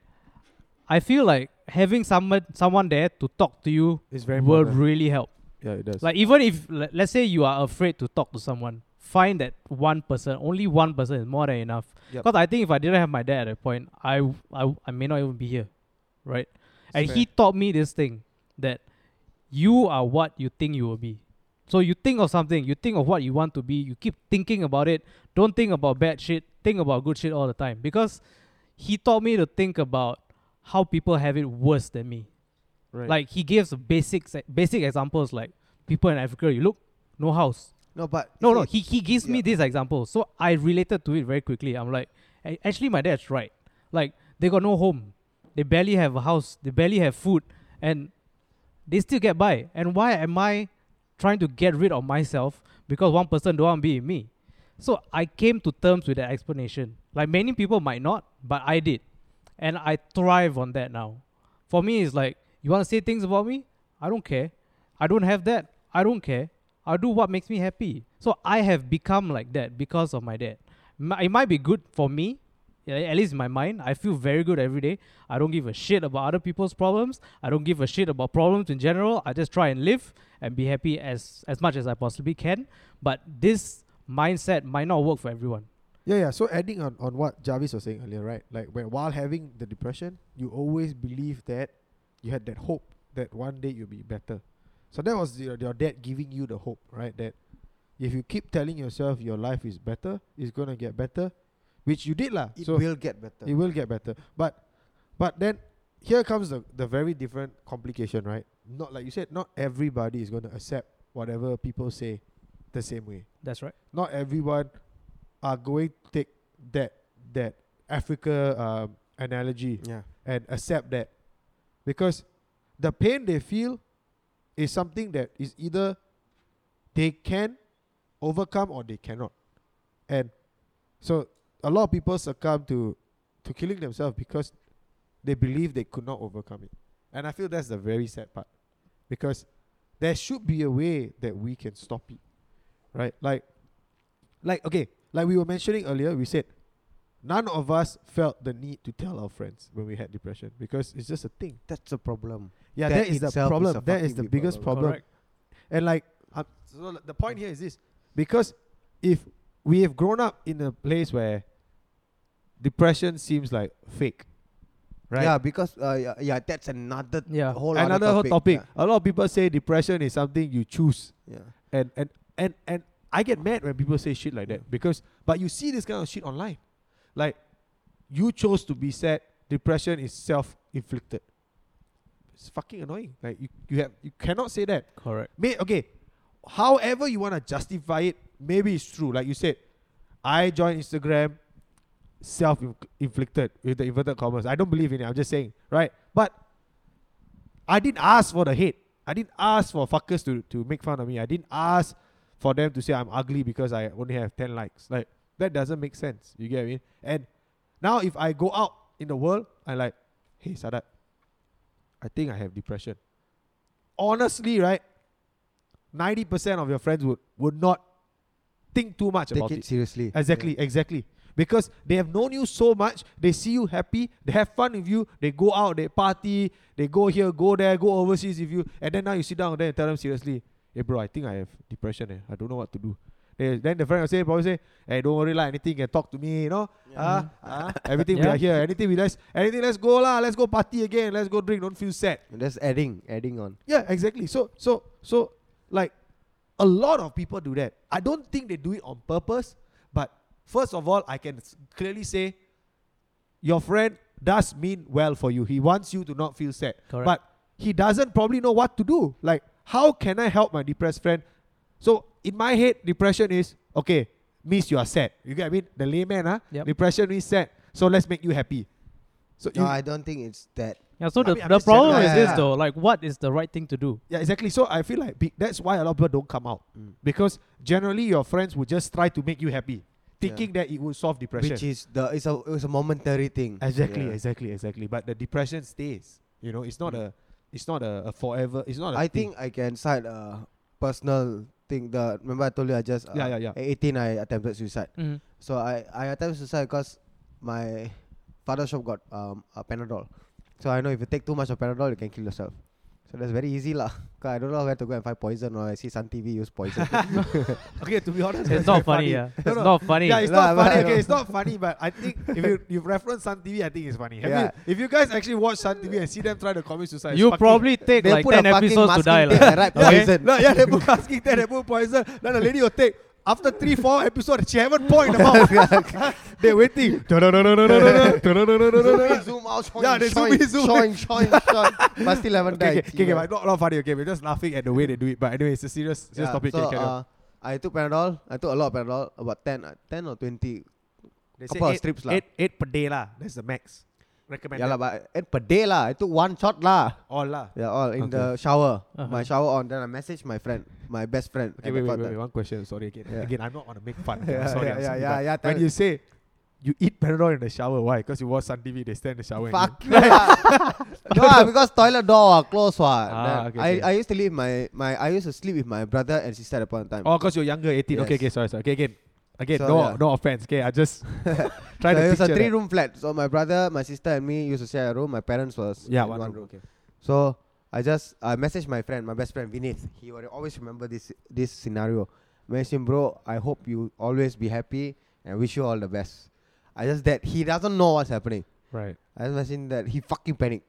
I feel like having someone someone there to talk to you
It's very
will
important.
really help.
Yeah, it does.
Like even if le- let's say you are afraid to talk to someone, find that one person, only one person is more than enough.
Yup.
Because I think if I didn't have my dad at that point, I w- I, w- I may not even be here, right? and
fair.
he taught me this thing that you are what you think you will be. So you think of something, you think of what you want to be, you keep thinking about it. Don't think about bad shit. Think about good shit all the time because he taught me to think about how people have it worse than me.
right.
Like he gives basic basic examples like people in Africa, you look, no house.
No, but
No, no,
see,
he, he gives me
yeah.
this example. So I related to it very quickly. I'm like, "A- actually my dad's right. Like they got no home. They barely have a house, they barely have food, and they still get by. And why am I trying to get rid of myself because one person don't want to be with me? So I came to terms with that explanation. Like many people might not, but I did. And I thrive on that now. For me, it's like, you want to say things about me? I don't care. I don't have that. I don't care. I'll do what makes me happy. So I have become like that because of my dad. M- It might be good for me, yeah, at least in my mind. I feel very good every day. I don't give a shit about other people's problems. I don't give a shit about problems in general. I just try and live and be happy as, as much as I possibly can. But this mindset might not work for everyone.
Yeah, yeah. So adding on, on what Jarvis was saying earlier, right? Like when while having the depression, you always believe that you had that hope that one day you'll be better. So that was your, your dad giving you the hope, right? That if you keep telling yourself your life is better, it's gonna get better, which you did lah.
it
so
will get better.
it will get better. But but then here comes the, the very different complication, right? Not like you said, not everybody is gonna accept whatever people say the same way
That's right.
not everyone are going to take that that Africa um, analogy
yeah.
and accept that because the pain they feel is something that is either they can overcome or they cannot and so a lot of people succumb to to killing themselves because they believe they could not overcome it and i feel that's the very sad part because there should be a way that we can stop it right like like okay like we were mentioning earlier we said none of us felt the need to tell our friends when we had depression because it's just a thing
That's a problem.
yeah
That
that is the
itself is
problem
a
that is
fucking
the
big
biggest problem
Correct.
and like um, so l- the point here is this because if we have grown up in a place where depression seems like fake right
Yeah, because uh, yeah, yeah, that's another
Yeah.
whole other
another hot
topic.
topic a lot of people say depression is something you choose
Yeah. yeah.
and and and and I get mad when people say shit like that because but you see this kind of shit online, like you chose to be sad. Depression is self inflicted. It's fucking annoying. Like you, you have you cannot say that.
Correct.
May okay, however you wanna justify it, maybe it's true. Like you said, I joined Instagram self inflicted with the inverted commas. I don't believe in it. I'm just saying, right? But I didn't ask for the hate. I didn't ask for fuckers to, to make fun of me. I didn't ask for them to say I'm ugly because I only have 10 likes. Like, that doesn't make sense. You get what I mean? And now if I go out in the world, I like, hey, Sadat, I think I have depression. Honestly, right? 90% of your friends would, would not think too much
Take
about
it,
it.
seriously.
Exactly, exactly. Because they have known you so much, they see you happy, they have fun with you, they go out, they party, they go here, go there, go overseas with you, and then now you sit down there and tell them seriously, hey bro, I think I have depression, eh. I don't know what to do. They, then the friend will say, probably say, hey, don't worry lah, anything you can talk to me, you know, ah, ah, everything we
Yeah.
are here, anything we let's, anything let's go lah, let's go party again, let's go drink, don't feel sad.
Just adding, adding on.
Yeah, exactly. So so so like a lot of people do that. I don't think they do it on purpose, but first of all, I can s- clearly say your friend does mean well for you. He wants you to not feel sad.
Correct.
But he doesn't probably know what to do. Like, how can I help my depressed friend? So in my head, depression is okay, means you are sad. You get what I mean? The layman, ah. huh?
Yep.
Depression is sad. So let's make you happy. So
No,
you-
I don't think it's that.
Yeah, so
I
the,
mean, I'm
the
just general-
problem is
Yeah,
this
yeah.
though, like what is the right thing to do?
Yeah, exactly. So I feel like be- that's why a lot of people don't come out
Mm.
because generally your friends would just try to make you happy, thinking that it would solve depression.
Which is the it's a it's a momentary thing.
exactly,
Yeah.
exactly, exactly. But the depression stays. You know, it's not a, it's not a, a forever. It's not. I
I think I can cite a personal thing. The remember I told you I just uh,
Yeah, yeah, yeah.
At 18, I attempted suicide.
Mm-hmm.
So I I attempted suicide because my father shop got um a Panadol. So I know if you take too much of Panadol, you can kill yourself. So that's very easy lah. 'Cause I don't know where to go and find poison or I see Sun TV use poison.
Okay, to be honest,
It's
that's
not
very
funny, yeah.
No,
It's
no.
not funny.
Yeah, it's
Nah,
not
but
funny.
I
Okay,
know.
it's not funny. But I think if you you reference Sun TV, I think it's funny. Have
Yeah.
you, if you guys actually watch Sun TV and see them try to commit suicide, it's
you
fucking-
probably take
they
like
put a
ten
fucking
episodes to
masking
die,
tape
like.
and write
Yeah,
poison.
No, yeah, they put asking that they put poison. Then the lady will take after three, four episodes, she haven't poured in the mouth. They're waiting.
Zoom in,
okay,
zoom out, showing,
Yeah, they zoom in, zoom
showing, showing, showing, but still haven't
okay,
died.
okay, but not, not funny. Okay, we're just laughing at the way they do it. But anyway, it's a serious, serious
Yeah,
topic.
So,
okay, carry on.
uh, I took Panadol. I took a lot of Panadol, about 10, uh, 10 or 20.
They
couple of
eight,
strips lah.
eight, eight per day lah. That's the max recommended.
Yeah, lah, but eight per day lah. I took one shot lah.
All lah.
Yeah, all in
Okay.
the shower.
Uh-huh.
My shower on. Then I messaged my friend, my best friend.
Okay,
at
wait,
the
wait,
point
wait,
of
One question. Sorry again.
Yeah.
Again, I'm not on a make fun. Okay, I'm
Yeah,
sorry.
yeah,
I'm
yeah,
sorry,
yeah,
but
yeah,
When
tell-
you say you eat Panadol in the shower, why? Because you watch Sun TV, they stand in the shower. and
Fuck you lah. No lah, because toilet door are closed what.
Ah, okay,
I,
okay.
I used to live my, my I used to sleep with my brother and sister at the point in time.
Oh, because you're younger, 18. Okay,
Yes.
okay, sorry, sorry. Okay, again. Again,
So,
no
yeah.
no offense. Okay, I just try
so
to
it was
picture
a three
that.
room flat. So my brother, my sister, and me used to share a room. My parents was
Yeah,
in
one, room. Okay.
So I just I messaged my friend, my best friend Vinith. He will always remember this this scenario. Message him, bro. I hope you always be happy and wish you all the best. I just that he doesn't know what's happening.
Right.
I just messaged him that he fucking panicked.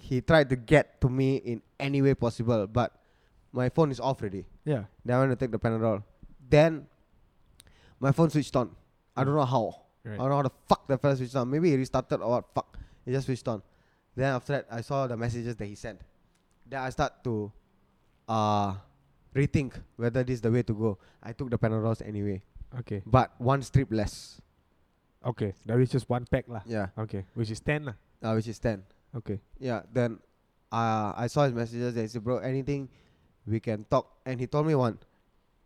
He tried to get to me in any way possible, but my phone is off already.
Yeah.
Then I went to take the Panadol. Then my phone switched on. I don't know how. I
Right.
don't know how the fuck the fella switched on. Maybe he restarted or what fuck. He just switched on. Then after that I saw the messages that he sent. Then I start to uh rethink whether this is the way to go. I took the Panadols anyway.
Okay.
But one strip less.
Okay. That is just one pack lah.
Yeah.
Okay. Which is 10 lah.
Uh, which is ten.
Okay.
Yeah. Then uh I saw his messages and he said, Bro, anything we can talk and he told me one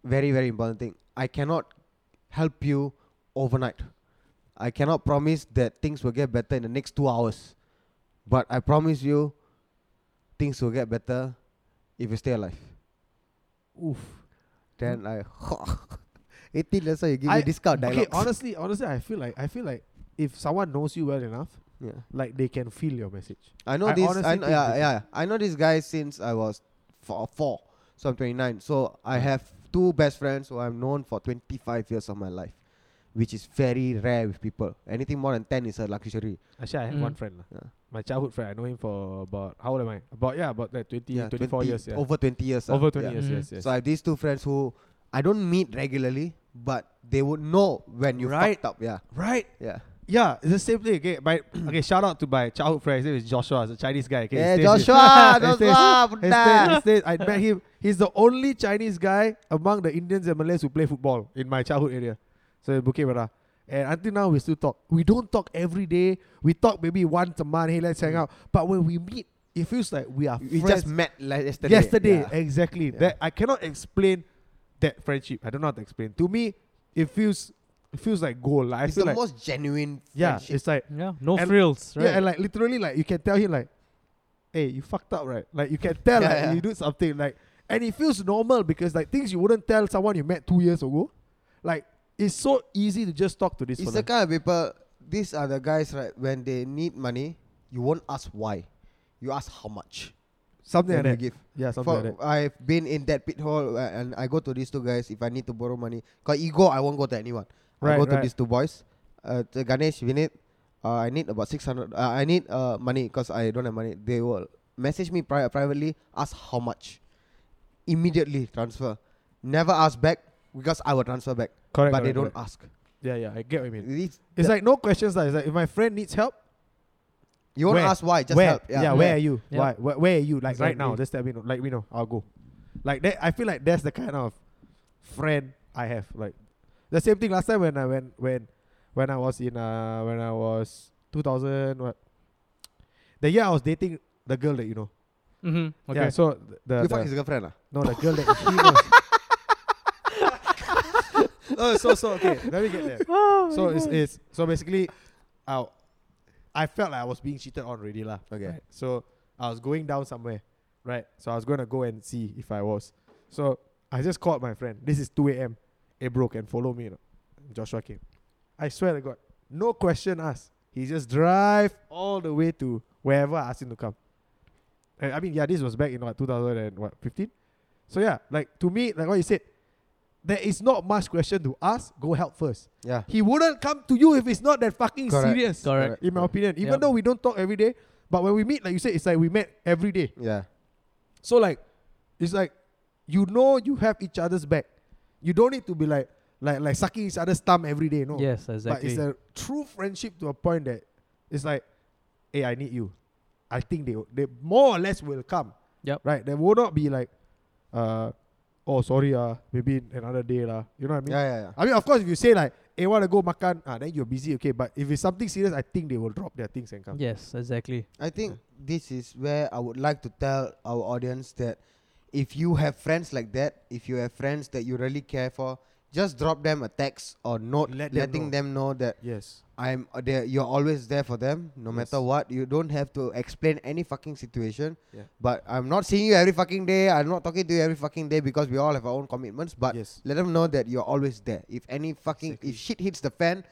very, very important thing. I cannot help you overnight. I cannot promise that things will get better in the next two hours. But I promise you, things will get better if you stay alive.
Oof.
Then I, 18 years old, you give
Hmm. I-
me discount dialogue.
Okay, honestly, honestly, I feel like I feel like if someone knows you well enough,
yeah.
like they can feel your message.
I know
I
this.
honestly
I kn-
think
yeah,
they-
yeah. I know this guy since I was four, four. So I'm 29. So I have two best friends who I've known for 25 years of my life, which is very rare with people. Anything more than 10 is a luxury.
Actually, I have
Mm.
one friend lah.
Yeah.
My childhood friend. I know him for about how old am I? About yeah, about like 20,
Yeah,
24 years. Yeah.
Over 20 years. ah.
Over 20
Yeah.
years.
Mm.
Yes, yes.
So I have these two friends who I don't meet regularly, but they would know when you
Right.
fucked up. Yeah,
right.
yeah.
Yeah, it's the same thing. Okay, my, okay. Shout out to my childhood friend. His name is Joshua. He's a Chinese guy. Okay, he
Hey,
stays with-
Joshua,
He stays-
Joshua,
he
Buddha.
stays- he stays- I met him. He's the only Chinese guy among the Indians and Malays who play football in my childhood area. So in Bukit Merah. And until now, we still talk. We don't talk every day. We talk maybe once a month. Hey, let's hang out. But when we meet, it feels like we are
We
friends.
just met like yesterday.
yesterday.
Yeah.
Exactly.
Yeah.
That I cannot explain that friendship. I don't know how to explain. To me, it feels it feels like gold. Like, I
It's
feel
the
like
most genuine.
yeah,
friendship.
it's like
Yeah, no
And-
frills, right?
yeah, and like literally, like you can tell him like, "Hey, you fucked up, right?" Like you can tell
Yeah,
like
yeah.
you do something like, and it feels normal because like things you wouldn't tell someone you met two years ago, like it's so easy to just talk to this.
It's the
fella.
kind of people. These are the guys, right? When they need money, you won't ask why, you ask how much.
something like
then
that.
you give.
Yeah, something
For-
like that.
I've been in that pit hole, uh, and I go to these two guys if I need to borrow money. Cause ego, I won't go to anyone. I
Right,
go to
right.
these two boys, uh, to Ganesh, Vinit. Uh, I need about six hundred. Uh, I need uh, money because I don't have money. They will message me pri- privately, ask how much, immediately transfer. Never ask back because I will transfer back,
Correct,
but
correct,
they don't
correct.
ask.
Yeah, yeah, I get what you mean.
These-
It's like no questions. Like, it's like if my friend needs help,
you won't
Where?
ask why, just
where?
help.
Yeah, where are you?
Yeah.
Why? Where, where are you? Like right now,
Exactly.
just let me know. Like we know, I'll go. Like that, I feel like that's the kind of friend I have. Like the same thing last time when I when when when I was in uh when I was 2000 what the year I was dating The girl that you know.
Mm-hmm. Okay.
Yeah, so th- the,
You
the-
fuck his girlfriend ah? lah.
no the girl that he knows. no, Oh, so so okay. Let me get there. so it's, it's so basically, I, I felt like I was being cheated on already lah.
Okay.
Right. So I was going down somewhere, right? So I was gonna go and see if I was. So I just called my friend. This is 2 a.m. Hey bro, can follow me? or not? Joshua came. I swear to God, no question asked. He just drive all the way to wherever I asked him to come. And I mean, yeah, this was back in what 2015. So yeah, like to me, like what you said, there is not much question to ask. Go help first.
Yeah.
He wouldn't come to you if it's not that fucking
Correct.
serious.
Correct.
In my opinion, even
Yep.
though we don't talk every day, but when we meet, like you said, it's like we met every day.
Yeah.
So like, it's like you know you have each other's back. You don't need to be like like like sucking each other's thumb every day. No.
Yes, exactly.
But it's a true friendship to a point that it's like, hey, I need you. I think they they more or less will come.
Yup.
Right. There will not be like, uh, oh sorry uh, maybe another day lah. You know what I mean?
Yeah, yeah, yeah.
I mean, of course, if you say like, "Hey, want to go makan?" Ah, then you're busy, okay. But if it's something serious, I think they will drop their things and come.
yes, exactly.
I think this is where I would like to tell our audience that if you have friends like that, if you have friends that you really care for, just drop them a text or note,
Let them
letting
know.
them know that
Yes.
I'm uh, there. You're always there for them, no matter
Yes.
what. You don't have to explain any fucking situation.
Yeah.
But I'm not seeing you every fucking day. I'm not talking to you every fucking day because we all have our own commitments. But
Yes.
let them know that you're always there. If any fucking
Exactly.
if shit hits the fan,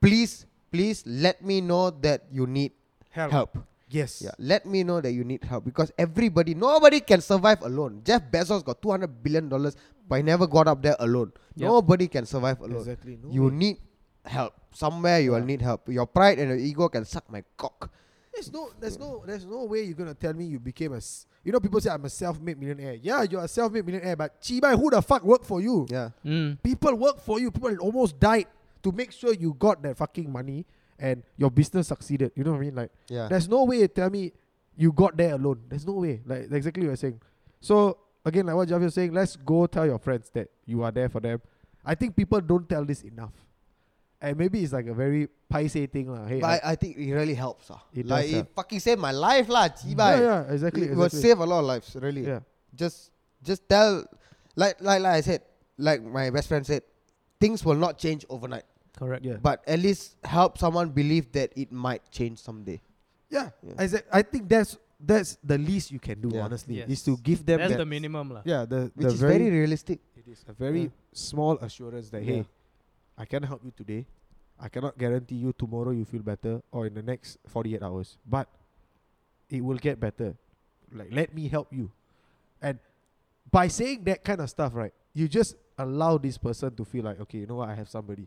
please, please let me know that you need
Help.
help.
Yes.
Yeah, let me know that you need help because everybody, nobody can survive alone. Jeff Bezos got 200 billion dollars, but he never got up there alone.
Yep.
Nobody can survive alone.
Exactly. No
you
way.
need help somewhere. You will
Yeah.
need help. Your pride and your ego can suck my cock.
There's no. There's no. There's no way you're gonna tell me you became a. s- You know, people say I'm a self-made millionaire. Yeah, you're a self-made millionaire, but Chibai, who the fuck worked for you?
Yeah,
Mm.
People work for you. People almost died to make sure you got that fucking money and your business succeeded. You know what I mean? Like.
yeah.
There's no way you tell me you got there alone. There's no way. Like exactly what you're saying. So again, like what Javi was saying, let's go tell your friends that you are there for them. I think people don't tell this enough. And maybe it's like a very paise thing. lah. Hey,
but
I-
I, I think it really helps. ah.
It
like
does,
it
yeah.
fucking saved my life, lah.
yeah,
Chibai.
yeah, exactly.
It will
exactly.
save a lot of lives, really.
Yeah.
Just, just tell, like, like, like I said, like my best friend said, things will not change overnight.
Correct.
Yeah.
But at least help someone believe that it might change someday.
Yeah.
Yeah.
Exac- I think that's that's the least you can do,
Yeah.
honestly,
Yes.
is to give them
That's
that.
the minimum, lah.
yeah, the,
Which
the
is very, realistic.
It is a very
Yeah.
small assurance that
Yeah.
hey, I cannot help you today. I cannot guarantee you tomorrow you feel better or in the next 48 hours, but it will get better. Like let me help you. And by saying that kind of stuff, right? You just allow this person to feel like okay, you know what? I have somebody.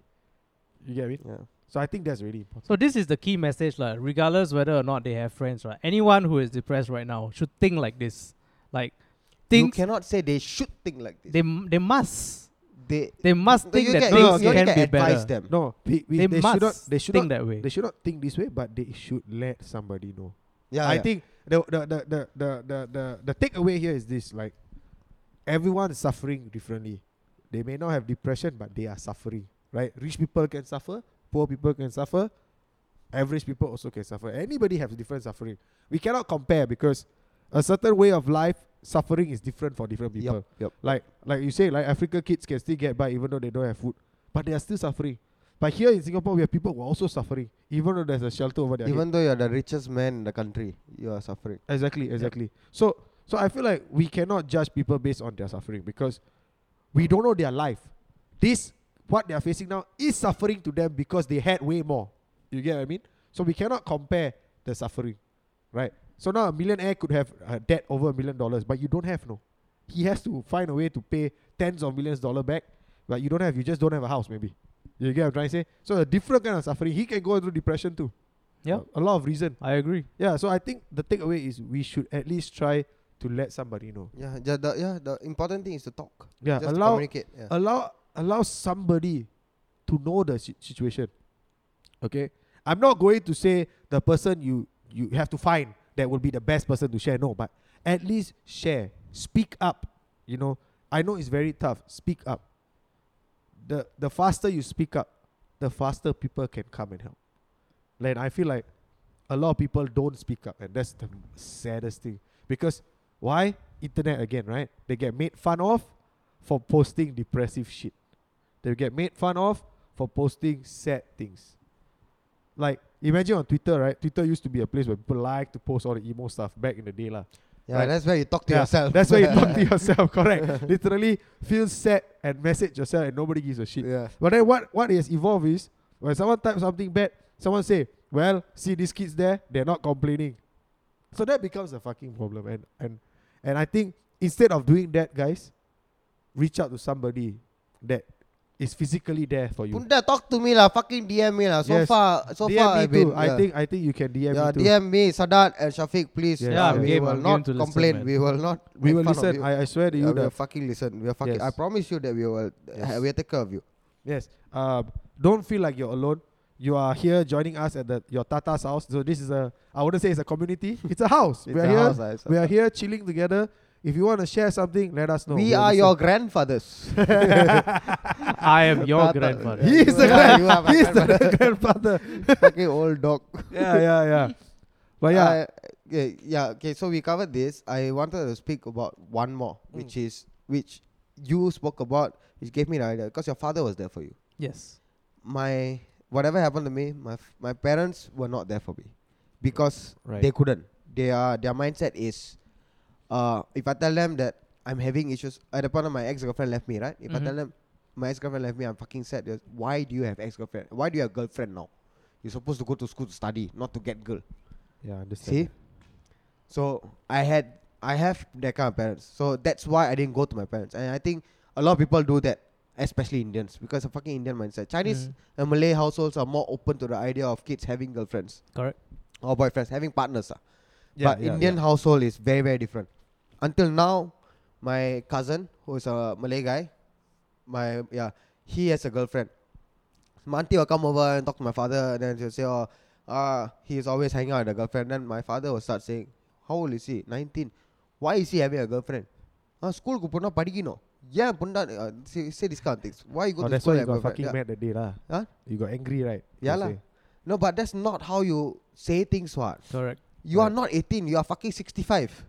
You get me?
Yeah.
So I think that's really important.
So this is the key message, lah. Regardless whether or not they have friends, right? Anyone who is depressed right now should think like this. Like,
You
think
cannot say they should think like this.
they m- they must
They,
they must
No,
think
you
that
can,
things
you only
can, be
advise
better.
them.
No, we, we,
They,
they,
must
should not. They should
think
not.
that way.
They should not think this way, but they should let somebody know.
Yeah,
I
Ah, yeah.
think the the, the the the the the the takeaway here is this: like everyone is suffering differently. They may not have depression, but they are suffering. Right? Rich people can suffer, poor people can suffer, average people also can suffer. Anybody has different suffering. We cannot compare because a certain way of life suffering is different for different people.
Yep, yep.
Like like you say, like Africa kids can still get by even though they don't have food, but they are still suffering. But here in Singapore, we have people who are also suffering, even though there's a shelter over there.
Even though you're the richest man in the country, you are suffering.
Exactly, exactly. So so I feel like we cannot judge people based on their suffering because we don't know their life. This what they are facing now is suffering to them because they had way more. You get what I mean? So we cannot compare the suffering, right? So now a millionaire could have a debt over a million dollars, but you don't have no. He has to find a way to pay tens of millions dollar back, but you don't have. You just don't have a house, maybe. You get what I'm trying to say? So a different kind of suffering. He can go through depression too.
Yeah.
a lot of reason.
I agree.
Yeah, so I think the takeaway is we should at least try to let somebody know.
Yeah, the, the, yeah. The important thing is to talk.
Yeah,
Just
allow
communicate. Yeah.
allow allow somebody to know the si- situation. Okay, I'm not going to say the person you you have to find that will be the best person to share. No, but at least share, speak up. You know, I know it's very tough. Speak up. The the faster you speak up, the faster people can come and help. Like I feel like a lot of people don't speak up, and that's the saddest thing. Because why? Internet again, right? They get made fun of for posting depressive shit. They get made fun of for posting sad things. Like imagine on Twitter, right? Twitter used to be a place where people like to post all the emo stuff back in the day, lah.
Yeah,
Right.
that's where you talk to
Yeah,
yourself.
That's why you talk to yourself, correct? Literally feel sad and message yourself, and nobody gives a shit.
Yeah.
But then what what has evolved is when someone types something bad, someone say, "Well, see these kids there, they're not complaining." So that becomes a fucking problem, and and and I think instead of doing that, guys, reach out to somebody that is physically there for you.
Punda, talk to me lah. Fucking DM me lah. So
Yes.
far, so
DM
far,
me
I've
too.
been,
I
yeah.
think I think you can DM
yeah,
me too.
DM me, Sadat and Shafiq, please.
Yeah,
Uh,
yeah, I'm
we
game,
will
I'm
not
game to listen,
complain.
man.
we will not.
we
make
will
fun of
listen.
you.
I, I swear to
Yeah, we
you
will
that
fucking listen. We are fucking.
Yes.
I promise you that we will.
Yes.
we will take care of you.
Yes. Um, don't feel like you're alone. You are here joining us at the your Tata's house. So this is a I wouldn't say it's a community. It's a house. we
It's
are
a
here.
house, ah, it's a
we are
house.
here chilling together. If you want to share something, let us know.
we
We'll
are
listen.
your grandfathers.
I am your
Tata-
grandfather.
He is the
Yeah,
grand-
you are my
he is the
grandfather.
grandfather.
fucking old dog.
yeah, yeah, yeah. But yeah,
I- yeah, yeah. Okay, so we covered this. I wanted to speak about one more, which
Mm.
is which you spoke about, which gave me an idea because your father was there for you.
Yes.
My whatever happened to me, my f- my parents were not there for me because
Right.
they couldn't. They are their mindset is, uh, if I tell them that I'm having issues, at the point of my ex girlfriend left me, right? If I
Mhm.
tell them my ex girlfriend left me, I'm fucking sad. They're, Why do you have ex girlfriend? Why do you have girlfriend now? You're supposed to go to school to study, not to get girl.
yeah, I understand.
See? So I had I have that kind of parents. So that's why I didn't go to my parents. And I think a lot of people do that, especially Indians, because of fucking Indian mindset. Chinese
Mhm.
and Malay households are more open to the idea of kids having girlfriends
Correct.
or boyfriends, having partners. ah.
Yeah,
but
yeah,
Indian
yeah.
household is very, very different. Until now, my cousin, who is a Malay guy, my yeah, he has a girlfriend. My auntie will come over and talk to my father, and then she'll say, "Oh, uh, he is always hanging out with a girlfriend." Then my father will start saying, "How old is he? 19. Why is he having a girlfriend? Ah, school ku ponna padikino. Yeah, ponna uh, say, say this kind of things. Why you go to
Oh, that's
school?
why
and
you
have
got
girlfriend?
fucking
Yeah.
mad that day, lah.
Huh?
You got angry, right?
Yeah
You
lah.
say.
No, but that's not how you say things. What?
Correct.
You are
Right.
not 18. You are fucking 65.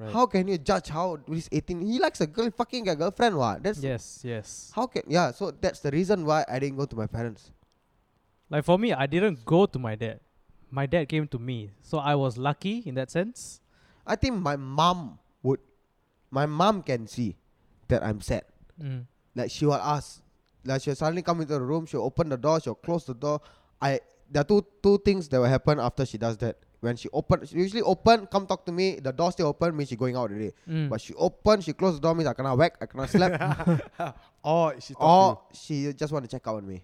Right.
How can you judge how he's 18? He likes a girl, fucking a girlfriend, what? That's
Yes. Yes.
how can yeah. So that's the reason why I didn't go to my parents.
Like for me, I didn't go to my dad. My dad came to me, so I was lucky in that sense.
I think my mom would, my mom can see that I'm sad.
Mm.
Like she will ask, like she'll suddenly come into the room, she'll open the door, she'll close the door. I there are two two things that will happen after she does that. When she open, she usually open, come talk to me. The door still open means she going out already.
Hmm.
Mm.
But she open, she close the door means I cannot whack, I cannot slap.
Oh, she
or
talked
she just want to check out on me.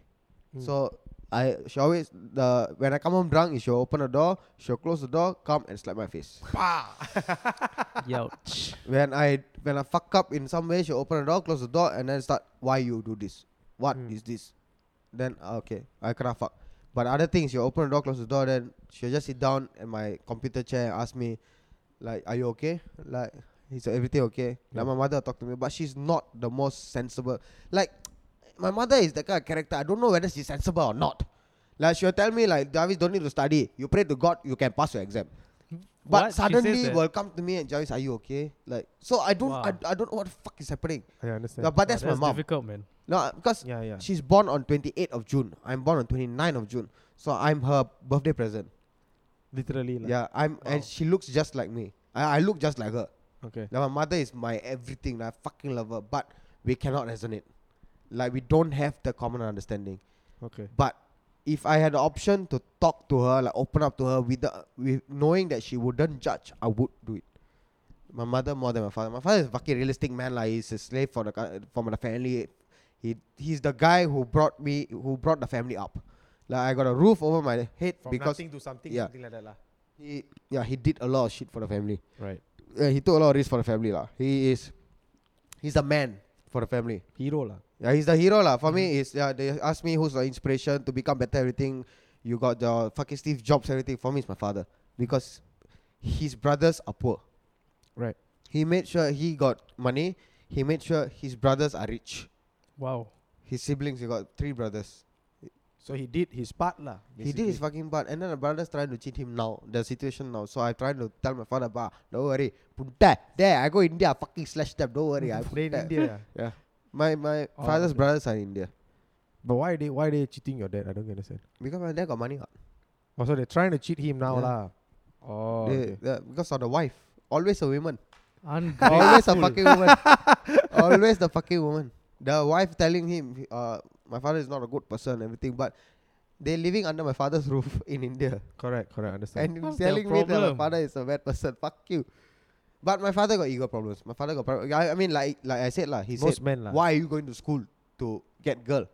Mm.
So I she always the when I come home drunk, she'll open the door, she'll close the door, come and slap my face.
Youch.
when I when I fuck up in some way, she'll open the door, close the door, and then start why you do this? What is
Hmm.
Mm.
this? Then ah, okay, I cannot fuck. But other things, she'll open the door, close the door, then she'll just sit down in my computer chair and ask me, like, are you okay? Like, is everything okay? Like
Mm.
Hmm.
my mother will talk to me, but she's not the most sensible. Like, my mother is the kind of character. I don't know whether she's sensible or not. Like she'll tell me like Jarvis don't need to study. You pray to God, you can pass your exam. But
Hmm. What? She says
suddenly
that?
will Uh, come to me and Jarvis, are you okay? Like so I don't
Wow.
I, I don't know what the fuck is happening.
to you. I
Yeah,
understand.
but that's,
Oh, that's
my mom.
difficult, man.
No, because
Yeah, yeah.
she's born on 28th of June. I'm born on 29th of June. So I'm her birthday present.
Literally, lah.
Yeah, I'm and
Wow.
she looks just like me. I, I look just like her.
Okay.
Now my mother is my everything. I fucking love her, but we cannot resonate. Like we don't have the common understanding.
Okay.
But if I had the option to talk to her, like open up to her with, the, with knowing that she wouldn't judge, I would do it. My mother more than my father. My father is a fucking realistic man. Like he's a slave for the co- for the family. He he's the guy who brought me who brought the family up. Like I got a roof over my head because
to something,
yeah.
something like that, lah.
he yeah he did a lot of shit for the family.
Right.
Yeah, he took a lot of risk for the family lah. He is he's a man for the family.
Hero, lah.
Yeah, he's the hero lah. For me, it's yeah. They ask me who's the inspiration to become better. Everything, you got the fucking Steve Jobs. Everything for me is my father because his brothers are poor.
Right.
He made sure he got money. He made sure his brothers are rich.
Wow.
His siblings, he got three brothers.
So he did his part lah.
He did his
basically.
fucking part, and then the brother's trying to cheat him now. The situation now. So I trying to tell my father, "Bah, don't worry, punta, there I go India, fucking slash them. Don't worry, I
They in
punta."
India.
Yeah, my my
Oh,
father's
okay.
brothers are in India
But why they why they cheating your dad? I don't understand.
because my dad got money. what.
Oh, so they're trying to cheat him now
Yeah.
lah. Oh,
They-
okay.
the- because of the wife, always a woman, always a
Ungrateful.
fucking woman, always the fucking woman. The wife telling him, uh, "My father is not a good person, and everything," but they're living under my father's roof in India.
correct, correct. Understand.
And
What's their
telling me that my
problem?
father is a bad person. Fuck you. But my father got ego problems. My father got problems. I, I mean, like like I said, lah. He
Most
said,
men lah.
"Why are you going to school to get girl?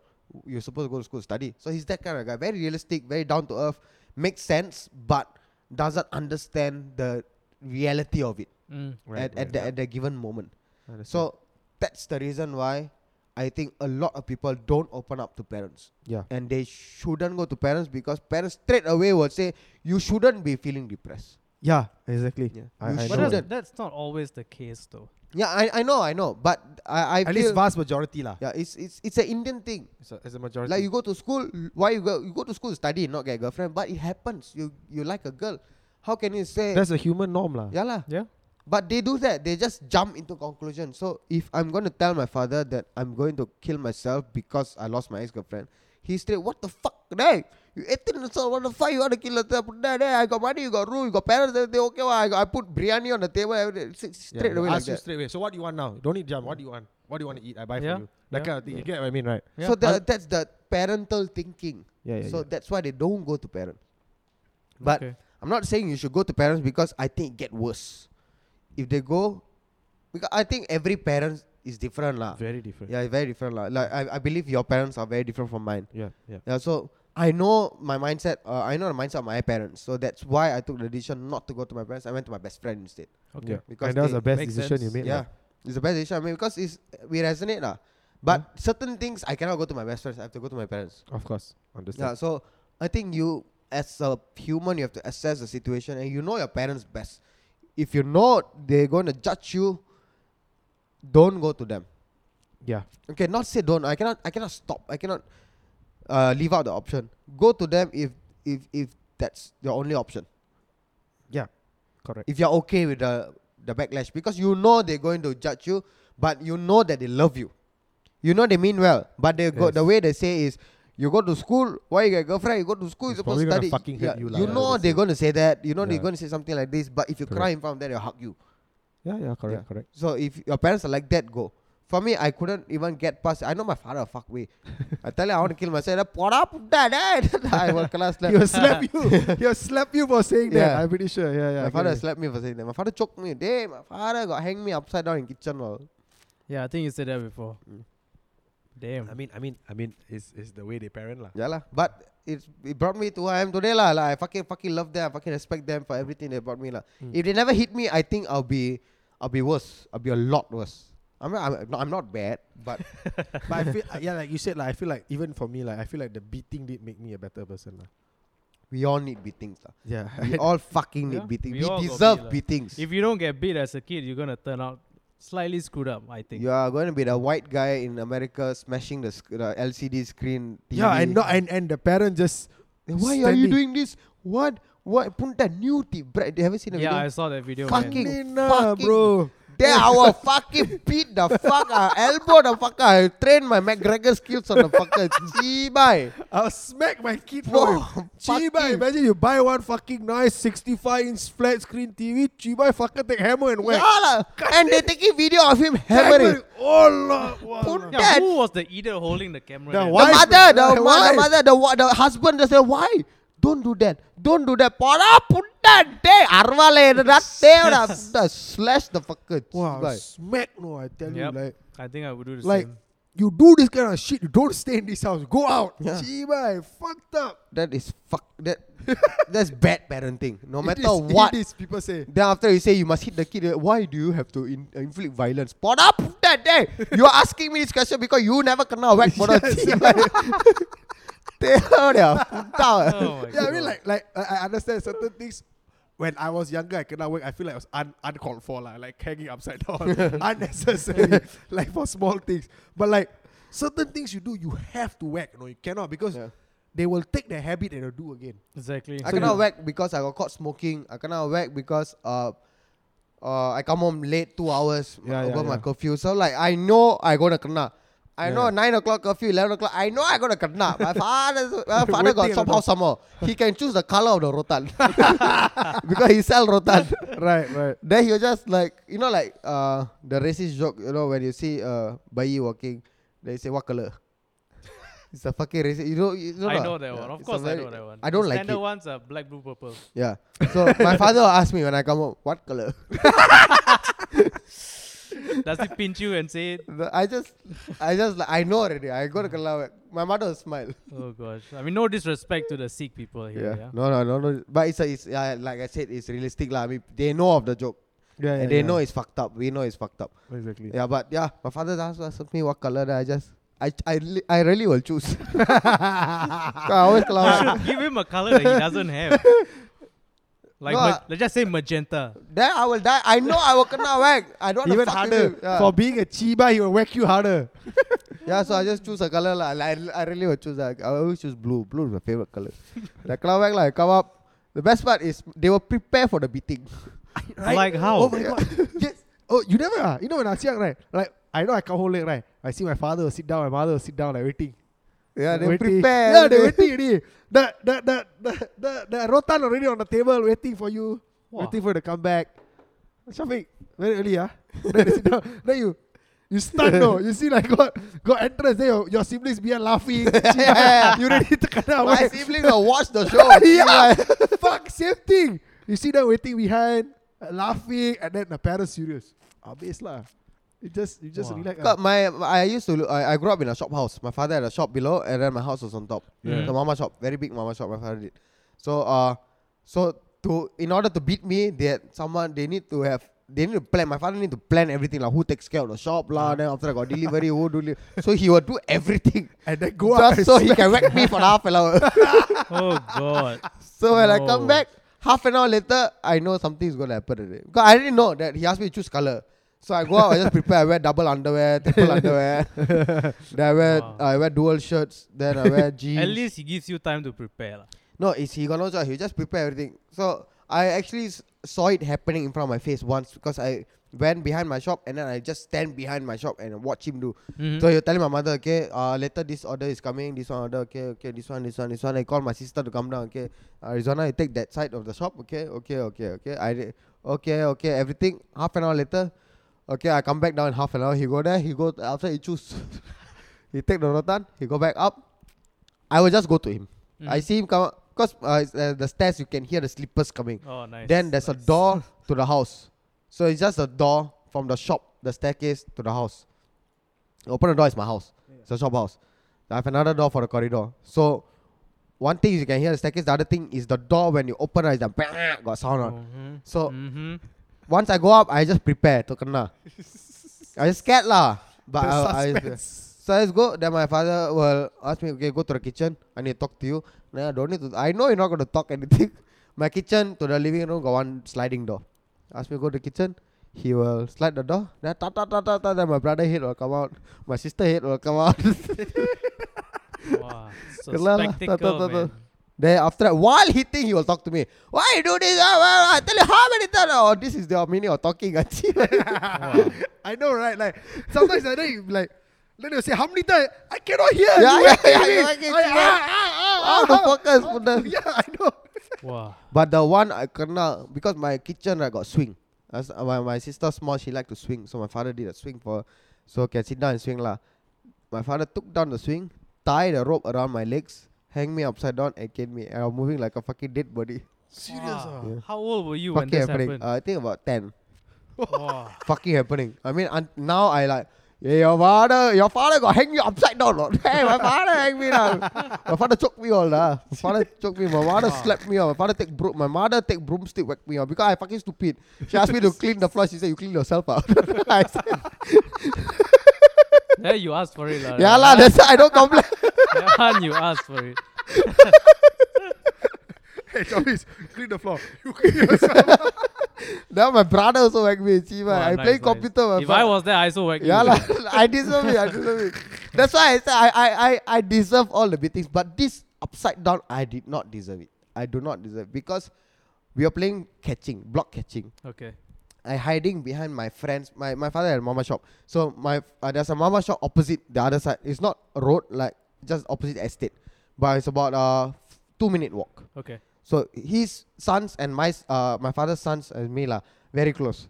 You're supposed to go to school study." So he's that kind of guy. Very realistic, very down to earth. Makes sense, but doesn't understand the reality of it
Mm.
Right,
at,
right.
at the at the given moment.
Understand.
So that's the reason why I think a lot of people don't open up to parents
yeah,
and they shouldn't go to parents because parents straight away will say you shouldn't be feeling depressed.
yeah, exactly.
Yeah.
I,
You
I know
But
shouldn't.
that.
that's, that's not always the case, though.
Yeah, I, I know, I know, but I I
At
feel
least vast majority lah.
yeah, it's it's it's an Indian thing.
It's, a, it's a majority.
Like you go to school, why you go you go to school to study, not get a girlfriend, but it happens. You you like a girl, how can you say
That's a human norm lah.
yeah lah?
Yeah.
But they do that. They just jump into conclusion. So if I'm going to tell my father that I'm going to kill myself because I lost my ex-girlfriend, he's straight, what the fuck, right? You 18 years old, what the fuck, you want to kill yourself? Put that there. I got money, you got room, you got parents, everything, okay, well, I, got, I put biryani on the table, everything. It's- it's
Yeah,
Straight
they
away like
ask you
that.
straight away. So what do you want now? Don't need jump. What do you want? What do you want to eat? I buy
Yeah,
for you. That
yeah.
kind of thing. You get what I mean, right?
Yeah.
So
I'll-
the, that's the parental thinking.
Yeah, yeah.
so
yeah.
that's why they don't go to parents. But
Okay.
I'm not saying you should go to parents because I think it get worse. If they go, because I think every parent is different lah.
very different.
Yeah, it's very different. Like, like I, I believe your parents are very different from mine.
yeah, yeah.
Yeah, so I know my mindset. Uh, I know the mindset of my parents. So that's why I took the decision not to go to my parents. I went to my best friend instead.
Okay.
Yeah.
Because
and that was
they-
the best
Makes
decision you
sense.
made.
yeah,
lah.
it's the best decision. I mean, because it's we resonate lah. But certain things I cannot go to my best friends. I have to go to my parents.
of course.
Yeah,
Understand.
so I think you as a human you have to assess the situation and you know your parents best. If you know they're gonna judge you, don't go to them.
Yeah,
Okay, not say don't. I cannot. I cannot stop. I cannot uh, leave out the option. Go to them if if if that's your only option.
correct.
If you're okay with the the backlash, because you know they're going to judge you, but you know that they love you. You know they mean well, but they go the
Yes.
way they say is. You go to school, why you get girlfriend? You go to school,
It's
you're supposed to study.
probably gonna fucking hurt you lah,
you
yeah,
know
that's
they're
it.
going to say that. You know they're
Yeah.
going to say something like this. But if you
Correct.
cry in front of them, they'll hug you.
Yeah, yeah,
Yeah.
correct, correct.
So if your parents are like that, go. For me, I couldn't even get past. I know my father, fuck way. I tell you, I want to kill myself. Pora putta, dad. I was class slap.
He'll slap you. He'll slap you for saying that.
Yeah.
I'm pretty sure. Yeah, yeah.
my
I
father
get it.
slapped me for saying that. My father choked me. Damn, my father got hang me upside down in kitchen wall.
Yeah, I think you said that before.
Mm.
Damn.
I mean, I mean, I mean, it's it's the way they parent lah.
Yeah lah. But it's, it brought me to where I am today lah. Like, I fucking fucking love them. I fucking respect them for everything they brought me lah.
Mm.
Hmm.
If they never hit me, I think I'll be, I'll be worse. I'll be a lot worse. I'm not, I'm not, I'm not bad, but
but I feel, yeah, like you said, like I feel like even for me, like I feel like the beating did make me a better person lah.
we all need beatings lah.
Yeah,
We all fucking
Yeah,
need beatings.
we
We,
all got
deserve
beat lah.
beatings.
If you don't get beat as a kid, you're gonna turn out slightly screwed up. I think.
You are going to be the white guy in America smashing the, sc- the LCD screen. TV.
yeah, and no, and and the parent just
Then why are you
standing.
doing this? What? What? Punta new TV. Bro, have you seen the
yeah, I
video?
saw that video. man.
Fucking-
Nina,
fucking-
bro.
They I will fucking beat the fucker, elbow the fucker. I train my McGregor skills on the fucker. Gee, bye.
I'll smack my kid for
Bro,
him.
fucking-
Chiba, imagine you buy one fucking nice 65 inch flat screen TV. Chiba, fucker take hammer and whack.
Yeah, lah. and they taking video of him
Hammering.
hammering.
Oh, Lord.
Put
Wallah.
that-
Yeah, who was the idiot holding the camera?
The
The
there?
Wife,
mother, the,
the
mo- the
wife.
mother, the, wa- the husband just said, why? Don't do that. Don't do that. Pora punta de arvale the slash the fucker.
Wow,
Bye.
smack no, I tell
Yep.
you, like,
I think I would do the
like
same.
you do this kind of shit, you don't stay in this house. Go out.
Yeah.
Chiba, fucked up.
That is fuck. That that's bad parenting. No
It
matter
is- it
what.
is, people say.
Then after you say you must hit the kid, uh, why do you have to in, uh, inflict violence? Put up that day. You are asking me this question because you never kena whack for the
oh my
Yeah, I mean,
God.
like, like I I understand certain things. When I was younger, I cannot work. I feel like I was un- uncalled for, like, like hanging upside down, unnecessary, like for small things. But like certain things you do, you have to whack. You know, you cannot because
Yeah.
they will take their habit and they'll do again.
Exactly.
I
So
cannot
you-
whack because I got caught smoking. I cannot whack because uh, uh, I come home late two hours
Yeah, yeah,
over my
yeah.
curfew. So like I know I gonna kena. I
Yeah,
know
yeah.
nine o'clock curfew, eleven o'clock. I know I gonna kena. My father, my father got
Waiting
somehow
around.
somehow. He can choose the color of the rotan because he sell rotan.
right, right.
Then he was just like you know like uh the racist joke you know when you see uh bayi walking they say what color. It's a fucking racist. You know, you know
I
not?
know that
Yeah,
one. Of
it's a
course, I
very-
know that one.
I don't
the
like
standard
it.
ones are black, blue, purple.
Yeah. So my father will ask me when I come home, what color?
Does it pinch you and say,
I just, I just, like, I know already. I
Hmm.
go to Kalawak. My mother will smile.
"Oh gosh"? I mean, no disrespect to the Sikh people here. Yeah.
No, no, no, no. But it's, a, it's yeah, like I said, it's realistic lah. I mean, they know of the joke.
Yeah, yeah
and they
yeah.
know it's fucked up. We know it's fucked up.
exactly.
Yeah, but yeah, my father asked, asked me what color. Then I just, I, I, li- I really will choose. I always
You
Kalawak.
should give him a color that he doesn't have. Like,
No,
ma-
I-
let's just say magenta.
Then I will die. I know I will Kalawak. I don't
Even
want to
harder
Yeah.
for being a chiba, he will whack you harder.
Yeah, so I just choose a color lah. Like, I, I really would choose. Like, I always choose blue. Blue is my favorite color. the clown bag like come up. The best part is they were prepared for the beating.
Right?
Like how?
Oh my god. yes. Oh, you never ah. You know when I was young, right? Like I know I come home late, right? I see my father will sit down, my mother will sit down, like waiting.
Yeah, they
waiting.
prepared.
Yeah, they waiting already. The the the the the, the rotan already on the table waiting for you,
Wah.
waiting for the comeback. Shafiq, very early ah. then they sit down. Then you. You stun no. You see like got got entrance. Then your, your siblings behind laughing.
Yeah.
you ready to kena
My
whack.
siblings will watch the show.
yeah. Fuck, same thing. You see them waiting behind, uh, laughing, and then the parents serious. Obvious lah. You just you just
Wah.
relax.
Cause
ah.
my I used to look, I, I grew up in a shop house. My father had a shop below, and then my house was on top.
Yeah.
The mama shop, very big mama shop. My father did. So uh, so to in order to beat me, they had someone they need to have. They need to plan. My father need to plan everything like who takes care of the shop lah. Then after I got delivery, who do li- so he will do everything
And then go up.
just
and
so he
smack.
can whack me for half an hour.
Oh god.
So when I come
No.
back, half an hour later, I know something's gonna happen today. Because I didn't know that he asked me to choose color. So I go out, I just prepare. I wear double underwear, triple underwear. then I wear
Wow.
I wear dual shirts. Then I wear jeans.
At least he gives you time to prepare. lah.
no, is he gonna choose? He just prepare everything. So I actually s- saw it happening in front of my face once because I went behind my shop and then I just stand behind my shop and watch him do.
Mhm.
So you're telling my mother, okay, uh, later this order is coming, this one order, okay, okay, this one, this one, this one. I call my sister to come down, okay. Uh, Rizwana, you take that side of the shop, okay, okay, okay, okay. I did- okay, okay, everything. Half an hour later, okay, I come back down in half an hour. He go there, he go after he choose. he take the rotan, he go back up. I will just go to him. I
Mhm.
see him come up because uh, it's, uh, the stairs you can hear the slippers coming.
Oh nice.
Then there's a
nice.
door to the house. So it's just a door from the shop, the staircase to the house. Open the door is my house. It's a shop house. I have another door for the corridor. So one thing is you can hear the staircase. The other thing is the door when you open it, it's the bang, got sound on.
Mhm.
So
Mhm.
once I go up, I just prepare to kena. I just scared lah. But
The
I, I,
suspense.
so I just go. Then my father will ask me, okay, go to the kitchen. I need to talk to you. Nah, I don't need to. I know you're not going to talk anything. My kitchen to the living room got one sliding door. Ask me to go to the kitchen. He will slide the door. Then ta ta ta ta ta. Then my brother head will come out. My sister head will come out.
Wow. So
Kela lah. Ta- ta-
spectacle,
ta- ta.
man.
then after that, while hitting, he will talk to me. Why you do this? Ah, ah, ah, I tell you how many times. Oh, this is the meaning of talking.
Wow.
I know, right? Like sometimes I know you like then they'll say, How many times? I cannot hear.
Yeah, yeah,
you whacking
yeah,
me."
you whacking
I-
me.
ah, ah, ah,
How to
ah, ah.
focus, Buddha?
Yeah, I know.
Wow.
But the one I kena because my kitchen I got swing. As uh, my my sister small, she like to swing, so my father did a swing for, her. so can sit down and swing lah. My father took down the swing, tied a rope around my legs, hang me upside down, and killed me. And I'm moving like a fucking dead body.
Serious.
Wow.
ah.
Yeah.
How old were you when
fucking
this
happening.
happened?
Uh, I think about ten.
Wow.
fucking happening. I mean, un- now I like. "Hey, your father, your father got hang you upside down. Lord. Hey, my father hang me down. My father choked me all lah. My father choked me. My mother slapped me. Up. My father take bro- my mother take broomstick whack me up because I fucking stupid. She asked me to clean the floor. She said you clean yourself out. I said,
Yeah, you asked for it, lah.
yeah lah. That's why I don't complain.
Yeah, you asked for it.
Hey, Jarvis, clean the floor. You
now my brother also whack me. See, man,
Wow,
I
nice,
play
nice.
computer. My
If
father-
I was there, I also whack
Yeah,
you.
lah. I deserve it. I deserve it. That's why I say I, I, I, I deserve all the beatings. But this upside down. I did not deserve it. I do not deserve because we are playing catching, block catching.
Okay.
I hiding behind my friends. My my father had a mama shop, so my uh, there's a mama shop opposite the other side. It's not a road like just opposite estate, but it's about uh two minute walk.
Okay.
So his sons and my s- uh, my father's sons and me lah very close.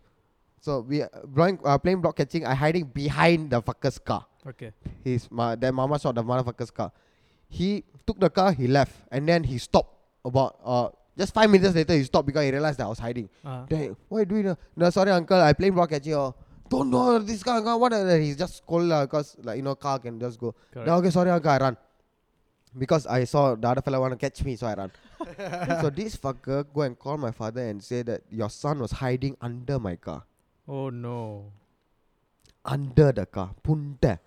So we uh, blowing, uh, playing block catching. I hiding behind the fucker's car.
Okay.
His ma- that mama shot the motherfucker's car. He took the car, he left, and then he stopped about uh just five minutes later. He stopped because he realized that I was hiding.
Uh,
Then, why do you know? No, sorry, uncle. I playing block catching. Oh, don't know this car. car, What? And He's just cold lah because like you know car can just go.
correct.
No, okay, sorry, uncle, I run. Because I saw the other fella want to catch me, so I run. so this fucker go and call my father and say that your son was hiding under my car.
Oh no.
Under the car. Punta.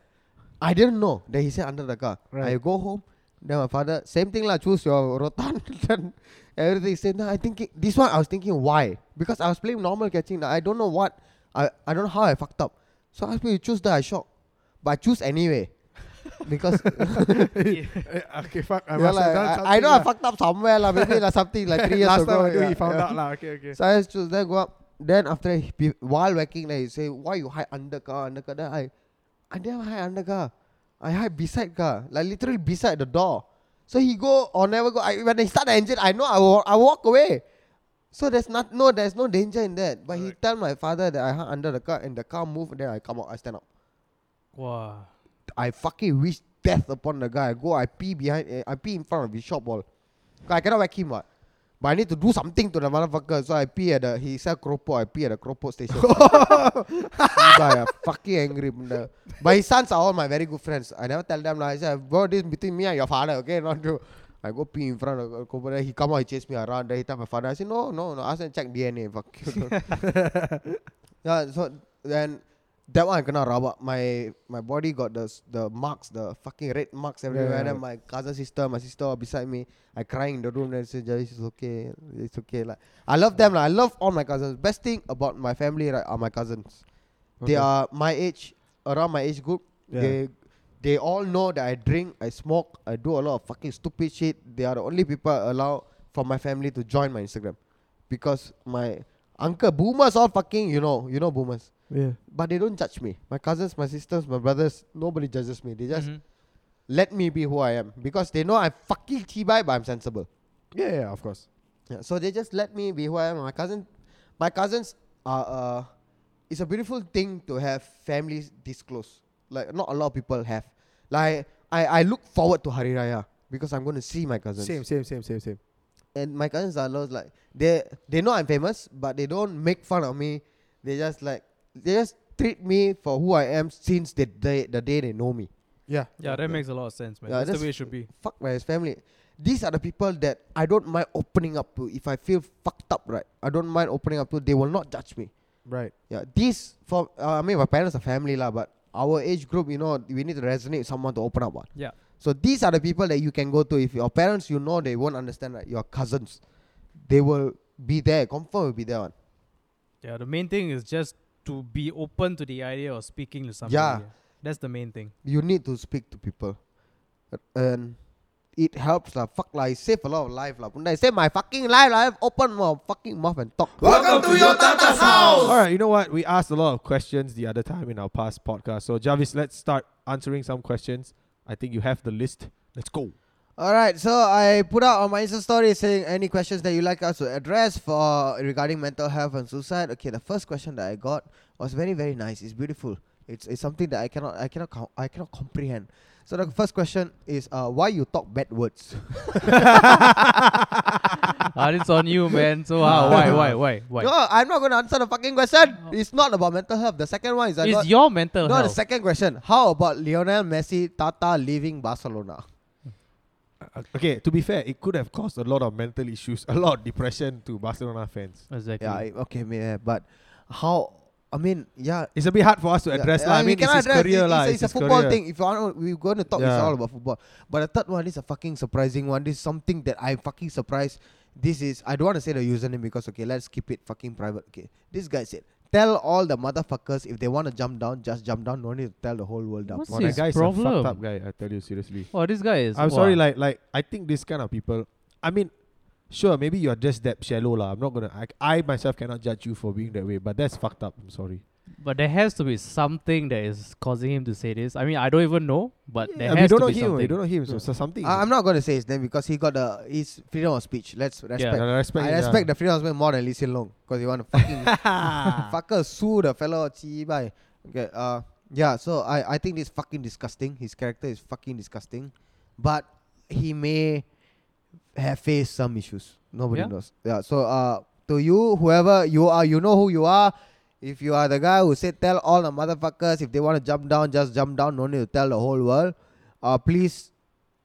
I didn't know that he said under the car.
Right.
I go home. Then my father, same thing lah, choose your rotan and everything. Same thing. I think this one I was thinking why? Because I was playing normal catching. I don't know what I, I don't know how I fucked up. So I asked me to choose that I shock. But I choose anyway. because
okay, fuck. I
Yeah,
must
like,
have done
I- I,
something
know I
lah.
fucked up somewhere, like, maybe like something like three years
Last
ago.
time I do,
yeah,
he found
yeah.
out lah. Okay, okay.
So I used to then go up. Then after that, he- while whacking, like, he say, Why you hide under car? Under car? Then I, I never hide under car. I hide beside car, like literally beside the door. So he go or never go. I, when he start the engine, I know I wa- I walk away. So there's not no there's no danger in that. But he tell my father that I hide under the car and the car move. Then I come out. I stand up.
Wow.
I fucking wish death upon the guy. I go, I pee behind, eh, I pee in front of his shop wall. 'Cause I cannot whack him, what? But I need to do something to the motherfucker. So I pee at the, he sell Kropo, I pee at the Kropo station. guy, I'm fucking angry. bunda. But his sons are all my very good friends. I never tell them, lah. I say, bro, this between me and your father, okay? Not you. I go pee in front of the Kropo, then he come out, he chase me around, then he tell my father, I say, no, no, no, ask them check DNA, fuck you. yeah, so then that one I cannot rub up. My my body got the s- the marks, the fucking red marks everywhere.
yeah,
Then my cousin sister, my sister were beside me, I crying in the room. Then say, "Javish, it's okay, it's okay." Like I love them. Like, I love all my cousins. Best thing about my family right, are my cousins. They
Okay.
are my age, around my age group.
Yeah.
They they all know that I drink, I smoke, I do a lot of fucking stupid shit. They are the only people I allow from my family to join my Instagram, because my uncle boomers all fucking you know you know boomers
yeah.
but they don't judge me. My cousins, my sisters, my brothers, nobody judges me. They just
Mhm.
Mm-hmm.
let me be who I am because they know I'm fucking chibai, but I'm sensible.
Yeah, yeah, of course.
Yeah, so they just let me be who I am. My cousin, my cousins are. Uh, it's a beautiful thing to have families this close. Like not a lot of people have. Like I, I look forward to Hari Raya because I'm going to see my cousins.
Same, same, same, same, same.
And my cousins are lost. Like they they know I'm famous, but they don't make fun of me. They just like they just treat me for who I am since the day the day they know me.
Yeah.
Yeah, that makes a lot of sense, man.
Yeah,
that's,
that's-
the way it should be.
fuck my family. These are the people that I don't mind opening up to. If I feel fucked up, right? I don't mind opening up to. They will not judge me.
Right.
Yeah. These for uh, I mean my parents are family lah, but our age group, you know, we need to resonate with someone to open up. What?
Yeah.
So these are the people that you can go to. If your parents, you know, they won't understand. Right? Your cousins, they will be there. Confirm will be there. One.
Yeah, the main thing is just to be open to the idea of speaking to somebody.
Yeah.
That's the main thing.
You need to speak to people, and it helps lah. Fuck lah, it save a lot of life lah. Punda, it save my fucking life lah. Open my fucking mouth and talk.
Welcome to your Tata's house.
All right. You know what? We asked a lot of questions the other time in our past podcast. So Jarvis, let's start answering some questions. I think you have the list. Let's go.
All right, so I put out on my Insta story saying any questions that you like us to address for regarding mental health and suicide. Okay, the first question that I got was very very nice. It's beautiful. It's, it's something that I cannot I cannot com- I cannot comprehend. So the first question is uh, why you talk bad words?
ah, it's on you, man. So ah, why, why, why, why? Oh.
No, I'm not going to answer the fucking question. It's not about mental health. The second one is I got,
it's your mental
no. The
health.
second question. How about Lionel Messi Tata leaving Barcelona?
Uh, Okay. To be fair, it could have caused a lot of mental issues, a lot of depression to Barcelona fans.
exactly.
Yeah, I- okay, yeah, but how? I mean, yeah,
It's a bit hard for us to
Yeah,
address.
yeah,
lah. I
we
mean, it's
cannot
his
address.
career.
It-
lah,
it's, it's
it's
a
his
football
career.
thing. If you want, we're going to talk. It's
Yeah.
all about football. But the third one is a fucking surprising one. This is something that I'm fucking surprised. This is I don't want to say the username because okay, let's keep it fucking private. Okay, this guy said Tell all the motherfuckers if they want to jump down, just jump down. No need to tell the whole world up.
What's
Wow,
his
Oh, that guy is a
problem?
fucked up guy. I tell you seriously.
Wow, this guy is.
I'm sorry,
wow.
like like I think this kind of people. I mean, sure, maybe you're just that shallow lah. I'm not gonna. I, I myself cannot judge you for being that way, but that's fucked up. I'm sorry.
But there has to be something that is causing him to say this. I mean, I don't even know, but there
And we
has
don't
to
know
be
him.
something.
We don't know him. So, so something.
I, am not going to say his name because he got the his freedom of speech. Let's respect.
Yeah,
I respect.
I
yeah.
respect the freedom of speech more than Lee Hsien Long because he want to fucking fucker sue the fellow Chi Bai. Okay, uh, yeah. So I I think this fucking disgusting. His character is fucking disgusting, but he may have faced some issues. Nobody
Yeah.
knows. Yeah. So uh, to you, whoever you are, you know who you are. If you are the guy who said tell all the motherfuckers if they want to jump down, just jump down. No need to tell the whole world. Uh, please.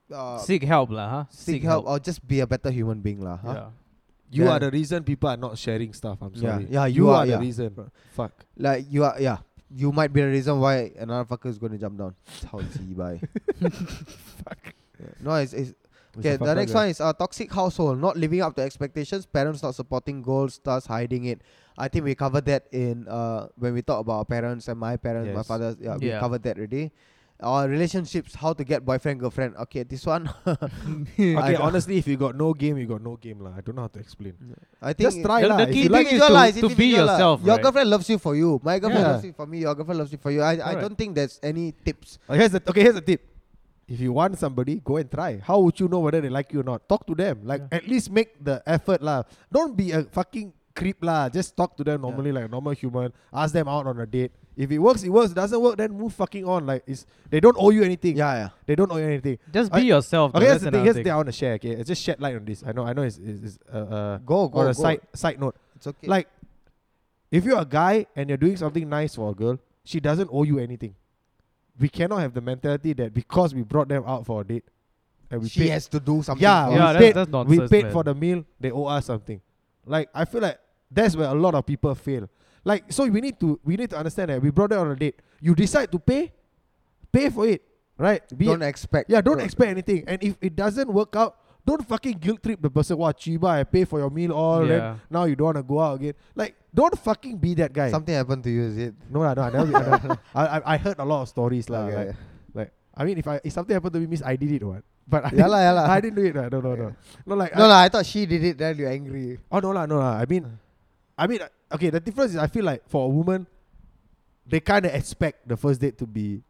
Uh,
Seek help, lah. Huh?
seek, help, or just be a better human being lah. Huh?
Yeah.
You
Yeah.
are the reason people are not sharing stuff. I'm
Yeah.
sorry.
Yeah, you are,
the
yeah.
reason. Fuck.
Like you are, yeah. You might be the reason why another fucker is going to jump down. How bye. No, it's, it's
It's a
okay. The
fucked
next
up guy.
one is a toxic household not living up to expectations. Parents not supporting goals, thus hiding it. I think we covered that in uh when we talk about our parents and my parents, my
Yes.
father. Yeah, we
Yeah.
covered that already. Our relationships, how to get boyfriend girlfriend. Okay, this one. I
Okay,
don't-
honestly, if you got no game, you got no game lah. I don't know how to explain.
I think
Just try
The-
lah.
the
If
key
you like
thing is
it,
individual
to-
lah, it's
to be
individual lah.
yourself,
Your
right?
girlfriend loves you for you. My girlfriend
Yeah.
loves you for me. Your girlfriend loves you for you. I, I
Correct.
don't think there's any tips.
Uh, here's the okay. Here's the tip. If you want somebody, go and try. How would you know whether they like you or not? Talk to them. Like
Yeah.
at least make the effort lah. Don't be a fucking creep lah. Just talk to them normally like a normal human. Ask them out on a date. If it works, it works. Doesn't work, then move fucking on. Like it's they don't owe you anything.
Yeah, yeah.
They don't owe you anything.
Just
I-
be yourself. though.
Okay, here's
That's
the
another
thing. Here's the
thing.
thing I want to share. Okay, I just shed light on this. I know. I know. It's, it's, it's uh, uh
Go, go,
on a
go.
side side note.
It's okay.
Like, if you're a guy and you're doing something nice for a girl, she doesn't owe you anything. We cannot have the mentality that because we brought them out for a date, and we
she
paid,
has to do something.
yeah,
for us.
Yeah,
we
that's-
paid,
that's
we
nonsense,
paid
man.
for the meal, they owe us something. Like I feel like that's where a lot of people fail. Like so, we need to we need to understand that we brought them on a date. You decide to pay, pay for it, right? Be
don't expect.
yeah, don't expect anything. And if it doesn't work out, don't fucking guilt trip the person. Wow, Chiba, I pay for your meal all. then
Yeah.
now you don't want to go out again. Like, don't fucking be that guy.
Something happened to you, is it?
no, lah, no, I, never, I, never- I, I- I heard a lot of stories lah.
Okay,
like,
yeah.
like, I mean, if I if something happened to me, means I did it, what? But I,
Yeah lah, yeah lah.
I didn't do it. lah. No, no, no, no. Like,
No,
I,
lah. I thought she did it. Then you're angry.
Oh no lah, no lah. I mean, I mean, uh, okay. The difference is, I feel like for a woman, they kind of expect the first date to be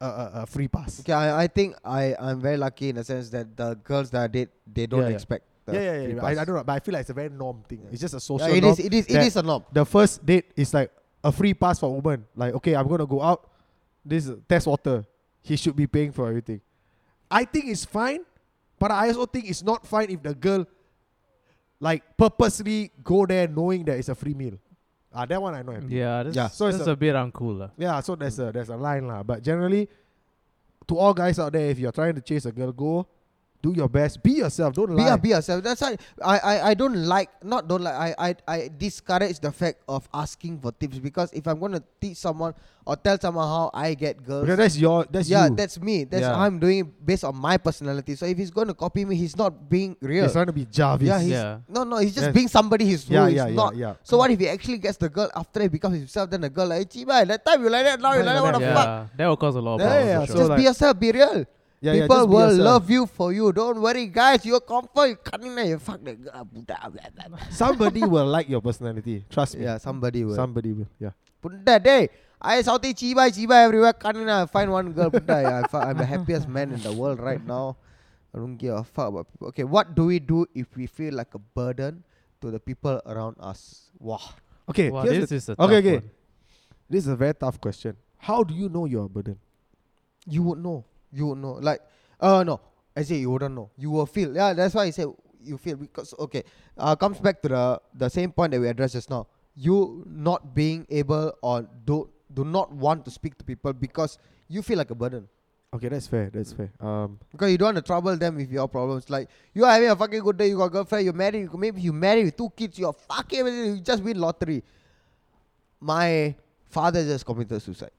a, a, a free pass.
Okay, I, I think I I'm very lucky in the sense that the girls that I date they don't
Yeah, yeah.
expect. the
Yeah, yeah, yeah.
free
I,
pass.
I don't know, but I feel like it's a very norm thing. It's just a social.
Yeah, it
norm
is. It is. It
that-
is a norm.
the first date is like a free pass for women. Like, okay, I'm gonna go out. This is test water. He should be paying for everything. I think it's fine, but I also think it's not fine if the girl like purposely go there knowing that it's a free meal. Ah, that one I know. Yeah.
Yeah, that's,
Yeah, so it's
that's
a-
a, bit uncool. lah.
yeah, so there's a there's a line lah. But generally, to all guys out there, if you're trying to chase a girl, go do your best. Be yourself. Don't
Be,
lie.
yeah, be yourself. That's why I, I, I don't like not don't like I, I I discourage the fact of asking for tips because if I'm gonna teach someone or tell someone how I get girls,
because that's your that's
yeah,
you.
that's me. That's
Yeah.
I'm doing it based on my personality. So if he's gonna copy me, he's not being real.
He's trying to be Jarvis.
yeah, he's,
Yeah.
no, no, he's just
Yes.
being somebody he's,
Yeah,
who he's
yeah, yeah,
not.
yeah.
So what if he actually gets the girl after he becomes himself? Then the girl like, "Chee, bhai, that time you like that, now you
Now
like
you
that. What the
like
fuck?
Yeah, that will cause a lot of
Yeah,
problems.
yeah,
for
so
sure.
just
like-
be yourself. Be real.
Yeah, yeah,
People
just be
will
yourself.
love you for you. Don't worry, guys. You're confirmed. You cunning. eh, You fuck the girl. Buddha, blah, blah, blah.
Somebody will like your personality. Trust me.
Yeah, somebody will.
Somebody will. Yeah.
Punta day. I Southie chiba chiba everywhere. Kanina, find one girl. Punta, yeah, I fi- I'm the happiest man in the world right now. I don't give a fuck about people. Okay, what do we do if we feel like a burden to the people around us? Wow.
Okay.
Wow,
here's
this
the-
is a
okay.
tough
okay.
one.
This is a very tough question. How do you know you're a burden?
You would know. You would know. Like, uh, no. I say you wouldn't know. You will feel. Yeah, that's why I say you feel because okay. Uh, comes back to the the same point that we addressed just now. You not being able or do do not want to speak to people because you feel like a burden.
Okay, that's fair. That's fair. Um,
Because you don't want to trouble them with your problems. Like you are having a fucking good day, you got girlfriend, you're married, you- maybe you married with two kids, you're fucking you just win lottery. My father just committed suicide.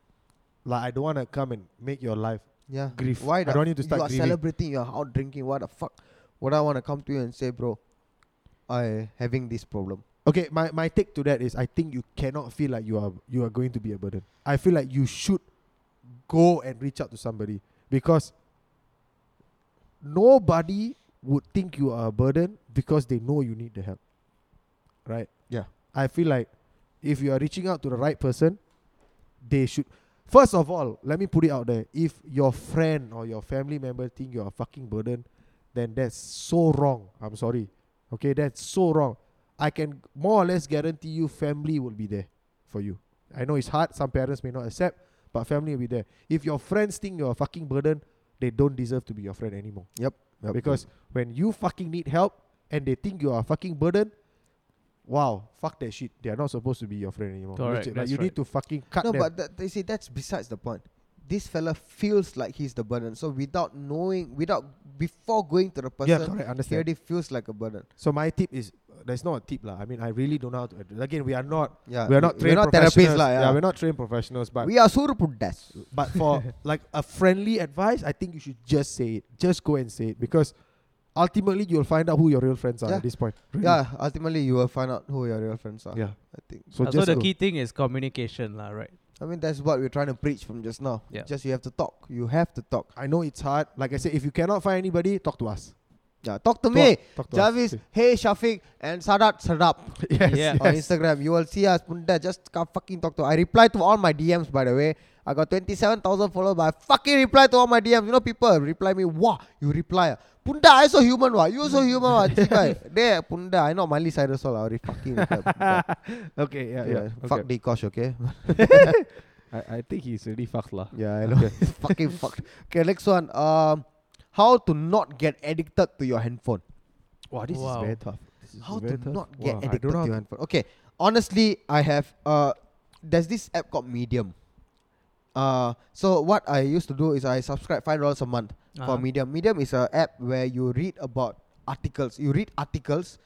like I don't want to come and make your life.
Yeah.
Grief.
Why
I
the-
don't need to start
You are
grieving.
celebrating, you're out drinking, what the fuck? What I wanna come to you and say, bro, I having this problem.
Okay, my, my take to that is I think you cannot feel like you are you are going to be a burden. I feel like you should go and reach out to somebody because nobody would think you are a burden because they know you need the help. Right?
Yeah.
I feel like if you are reaching out to the right person, they should first of all, let me put it out there. If your friend or your family member think you're a fucking burden, then that's so wrong. I'm sorry. Okay, that's so wrong. I can more or less guarantee you family will be there for you. I know it's hard, some parents may not accept, but family will be there. If your friends think you're a fucking burden, they don't deserve to be your friend anymore.
Yep. Yep.
Because when you fucking need help and they think you are a fucking burden, wow, fuck that shit. They are not supposed to be your friend anymore.
Correct,
Like,
that's
you
right.
need to fucking cut
no,
them.
but that, you see, that's besides the point. This fella feels like he's the burden. So without knowing, without before going to the
yeah,
person,
correct,
he
understand.
already feels like a burden.
So my tip is there's not a tip lah. I mean, I really don't know how to. address- Again, we are not
Yeah,
we are not
Uh, we're
trained
not
professionals.
therapists lah. Yeah,
we're not trained professionals, but
we are surpudas.
but for like a friendly advice, I think you should just say it. Just go and say it because ultimately you'll find out who your real friends are
Yeah.
at this point. Really.
Yeah, ultimately you will find out who your real friends are.
yeah.
I think.
So
Uh, so
just
the
go.
key thing is communication, lah, right?
I mean, that's what we're trying to preach from just now.
Yeah.
Just you have to talk. You have to talk.
I know it's hard. Like I said, if you cannot find anybody, talk to us.
Yeah, talk to
Talk-
me.
talk to us.
Jarvis, hey Shafiq, and Sadat Sadap
yes,
Yeah.
yes.
on Instagram. You will see us, Punda. Just come fucking talk to. I reply to all my DMs, by the way. I got 27,000 followers, but I fucking reply to all my DMs. You know, people reply me, wow, you reply. ah. Punda, I so human, wah. You so human, wah. Cik, wah. There, Punda, I know Miley Cyrus, all. I already fucking reply. Punda.
Okay, yeah, yeah.
Yeah, Fuck
okay.
Dikosh, okay?
I, I think he's really fucked lah.
Yeah, I know. It's fucking fucked. Okay, next one. Um, how to not get addicted to your handphone?
Wow, this
Wow.
is very tough. This is
How
very
to
tough.
not get
Wow, I don't
addicted
know
to
how
your handphone? Okay, honestly, I have. Uh, there's this app called Medium. Uh, so what I used to do is I subscribe five dollars a month for
Uh-huh.
Medium. Medium is an app where you read about articles. You read articles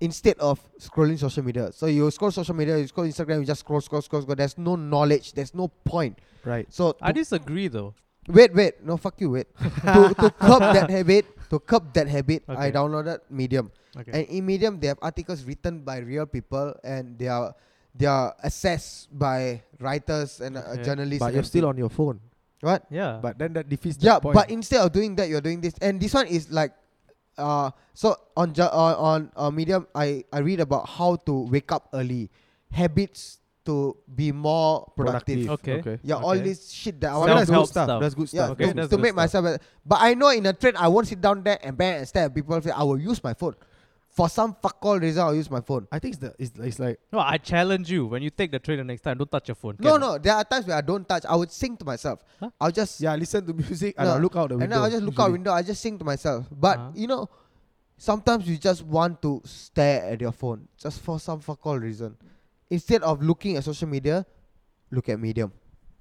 instead of scrolling social media. So you scroll social media, you scroll Instagram, you just scroll, scroll, scroll, scroll. There's no knowledge. There's no point.
Right.
So
I disagree, though.
Wait, wait. No, fuck you, wait. to, to curb that habit, to curb that habit, I
Okay.
downloaded Medium.
Okay.
And in Medium, they have articles written by real people and they are they are assessed by writers and uh,
Okay.
journalists.
But
and
you're still
everything.
on your phone.
what?
yeah.
But then that defeats
Yeah,
the point.
but instead of doing that, you're doing this. And this one is like, uh, so on ju- on on uh, Medium, I I read about how to wake up early, habits to be more productive.
Okay.
Yeah, all
Okay.
this shit that I want
Self-help
to
Oh, that's good stuff.
stuff.
That's good
Yeah,
stuff.
Okay,
to-
that's
to
good
make
stuff.
myself better. But I know in a trade, I won't sit down there and bang and stare at people. I will use my phone. For some fuck all reason, I'll use my phone.
I think it's the it's, it's like
No, I challenge you. When you take the trailer next time, don't touch your phone.
No,
Can-
no, there are times where I don't touch. I would sing to myself.
Huh?
I'll just
yeah, listen to music and
No,
I'll look out the window.
and then I'll just look out
usually.
window. I just sing to myself. But
Uh-huh.
you know, sometimes you just want to stare at your phone just for some fuck all reason. Instead of looking at social media, look at Medium.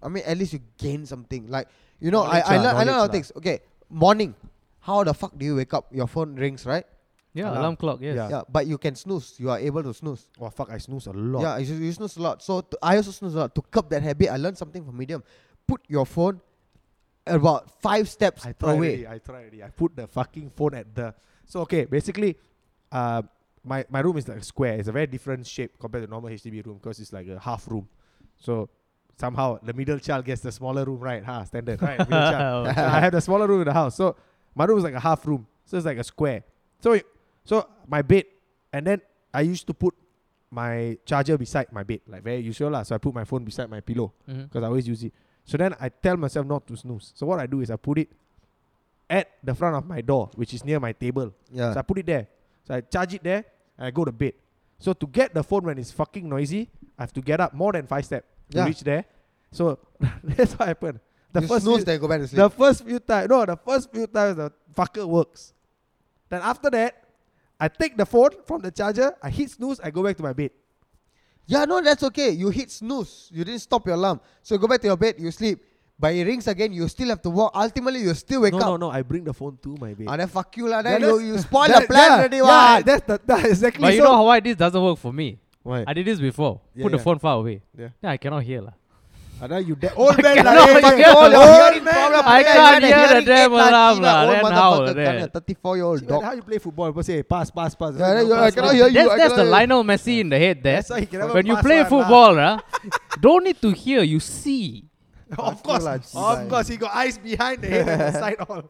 I mean, at least you gain something. Like you know, I
Knowledge
I
lah,
learn I learn a lot
knowledge
of things. Okay, morning. How the fuck do you wake up? Your phone rings, right?
Yeah,
Alarm.
alarm, clock. Yes.
Uh-huh. Yeah.
Yeah, but you can snooze. You are able to snooze.
Wow, fuck! I snooze a lot.
Yeah, you, you snooze a lot. So to, I also snooze a lot. To curb that habit, I learned something from Medium. Put your phone about five steps
I tried
away.
already. I tried already. I put the fucking phone at the. So okay, basically, uh, my my room is like a square. It's a very different shape compared to normal HDB room because it's like a half room. So somehow the middle child gets the smaller room, right? Ha, standard, right? Middle child. So I have the smaller room in the house. So my room is like a half room. So it's like a square. So it- so my bed, and then I used to put my charger beside my bed, like very usual lah. So I put my phone beside my pillow
Mhm.
because I always use it. So then I tell myself not to snooze. So what I do is I put it at the front of my door, which is near my table.
Yeah.
So I put it there. So I charge it there and I go to bed. So to get the phone when it's fucking noisy, I have to get up more than five steps
Yeah.
to reach there. So that's what happened. The
you
first
snooze,
few-
then you go back to sleep.
the first few times, no, the first few times the fucker works. Then after that, I take the phone from the charger, I hit snooze, I go back to my bed.
Yeah, no, that's okay. You hit snooze. You didn't stop your alarm. So you go back to your bed, you sleep. But it rings again, you still have to walk. Ultimately, you still wake
no,
up.
no, no, I bring the phone to my bed.
And then fuck you lah.
Yeah,
Then you,
that's-
you spoil
That-
the plan
yeah,
already.
Yeah,
what?
that's the that exactly.
But you
so
know how why this doesn't work for me.
why?
I did this before.
Yeah,
Put the
yeah.
phone far away.
Yeah.
I cannot hear lah.
Adah, Ah, you dead.
Old man
cannot
lah, eh,
hear
fucking old
the
man.
hearing
problem.
I
Yeah, you got
can't
a
hear the
hearing aid
damn alarm
lah,
lah,
old
then
motherfucker,
how then?
kinda 34 year
See,
old
man,
dog.
how you play football? People say pass, pass, pass.
Yeah,
No,
you- I
pass,
cannot
pass.
hear you.
That's,
I
that's the
cannot-
Lionel Messi in the head there.
That's why he can never
When you
pass
play
one lah.
football, lah, don't need to hear, you see.
Of course,
lah,
of
Jibai.
course, he got eyes behind the head and the side all.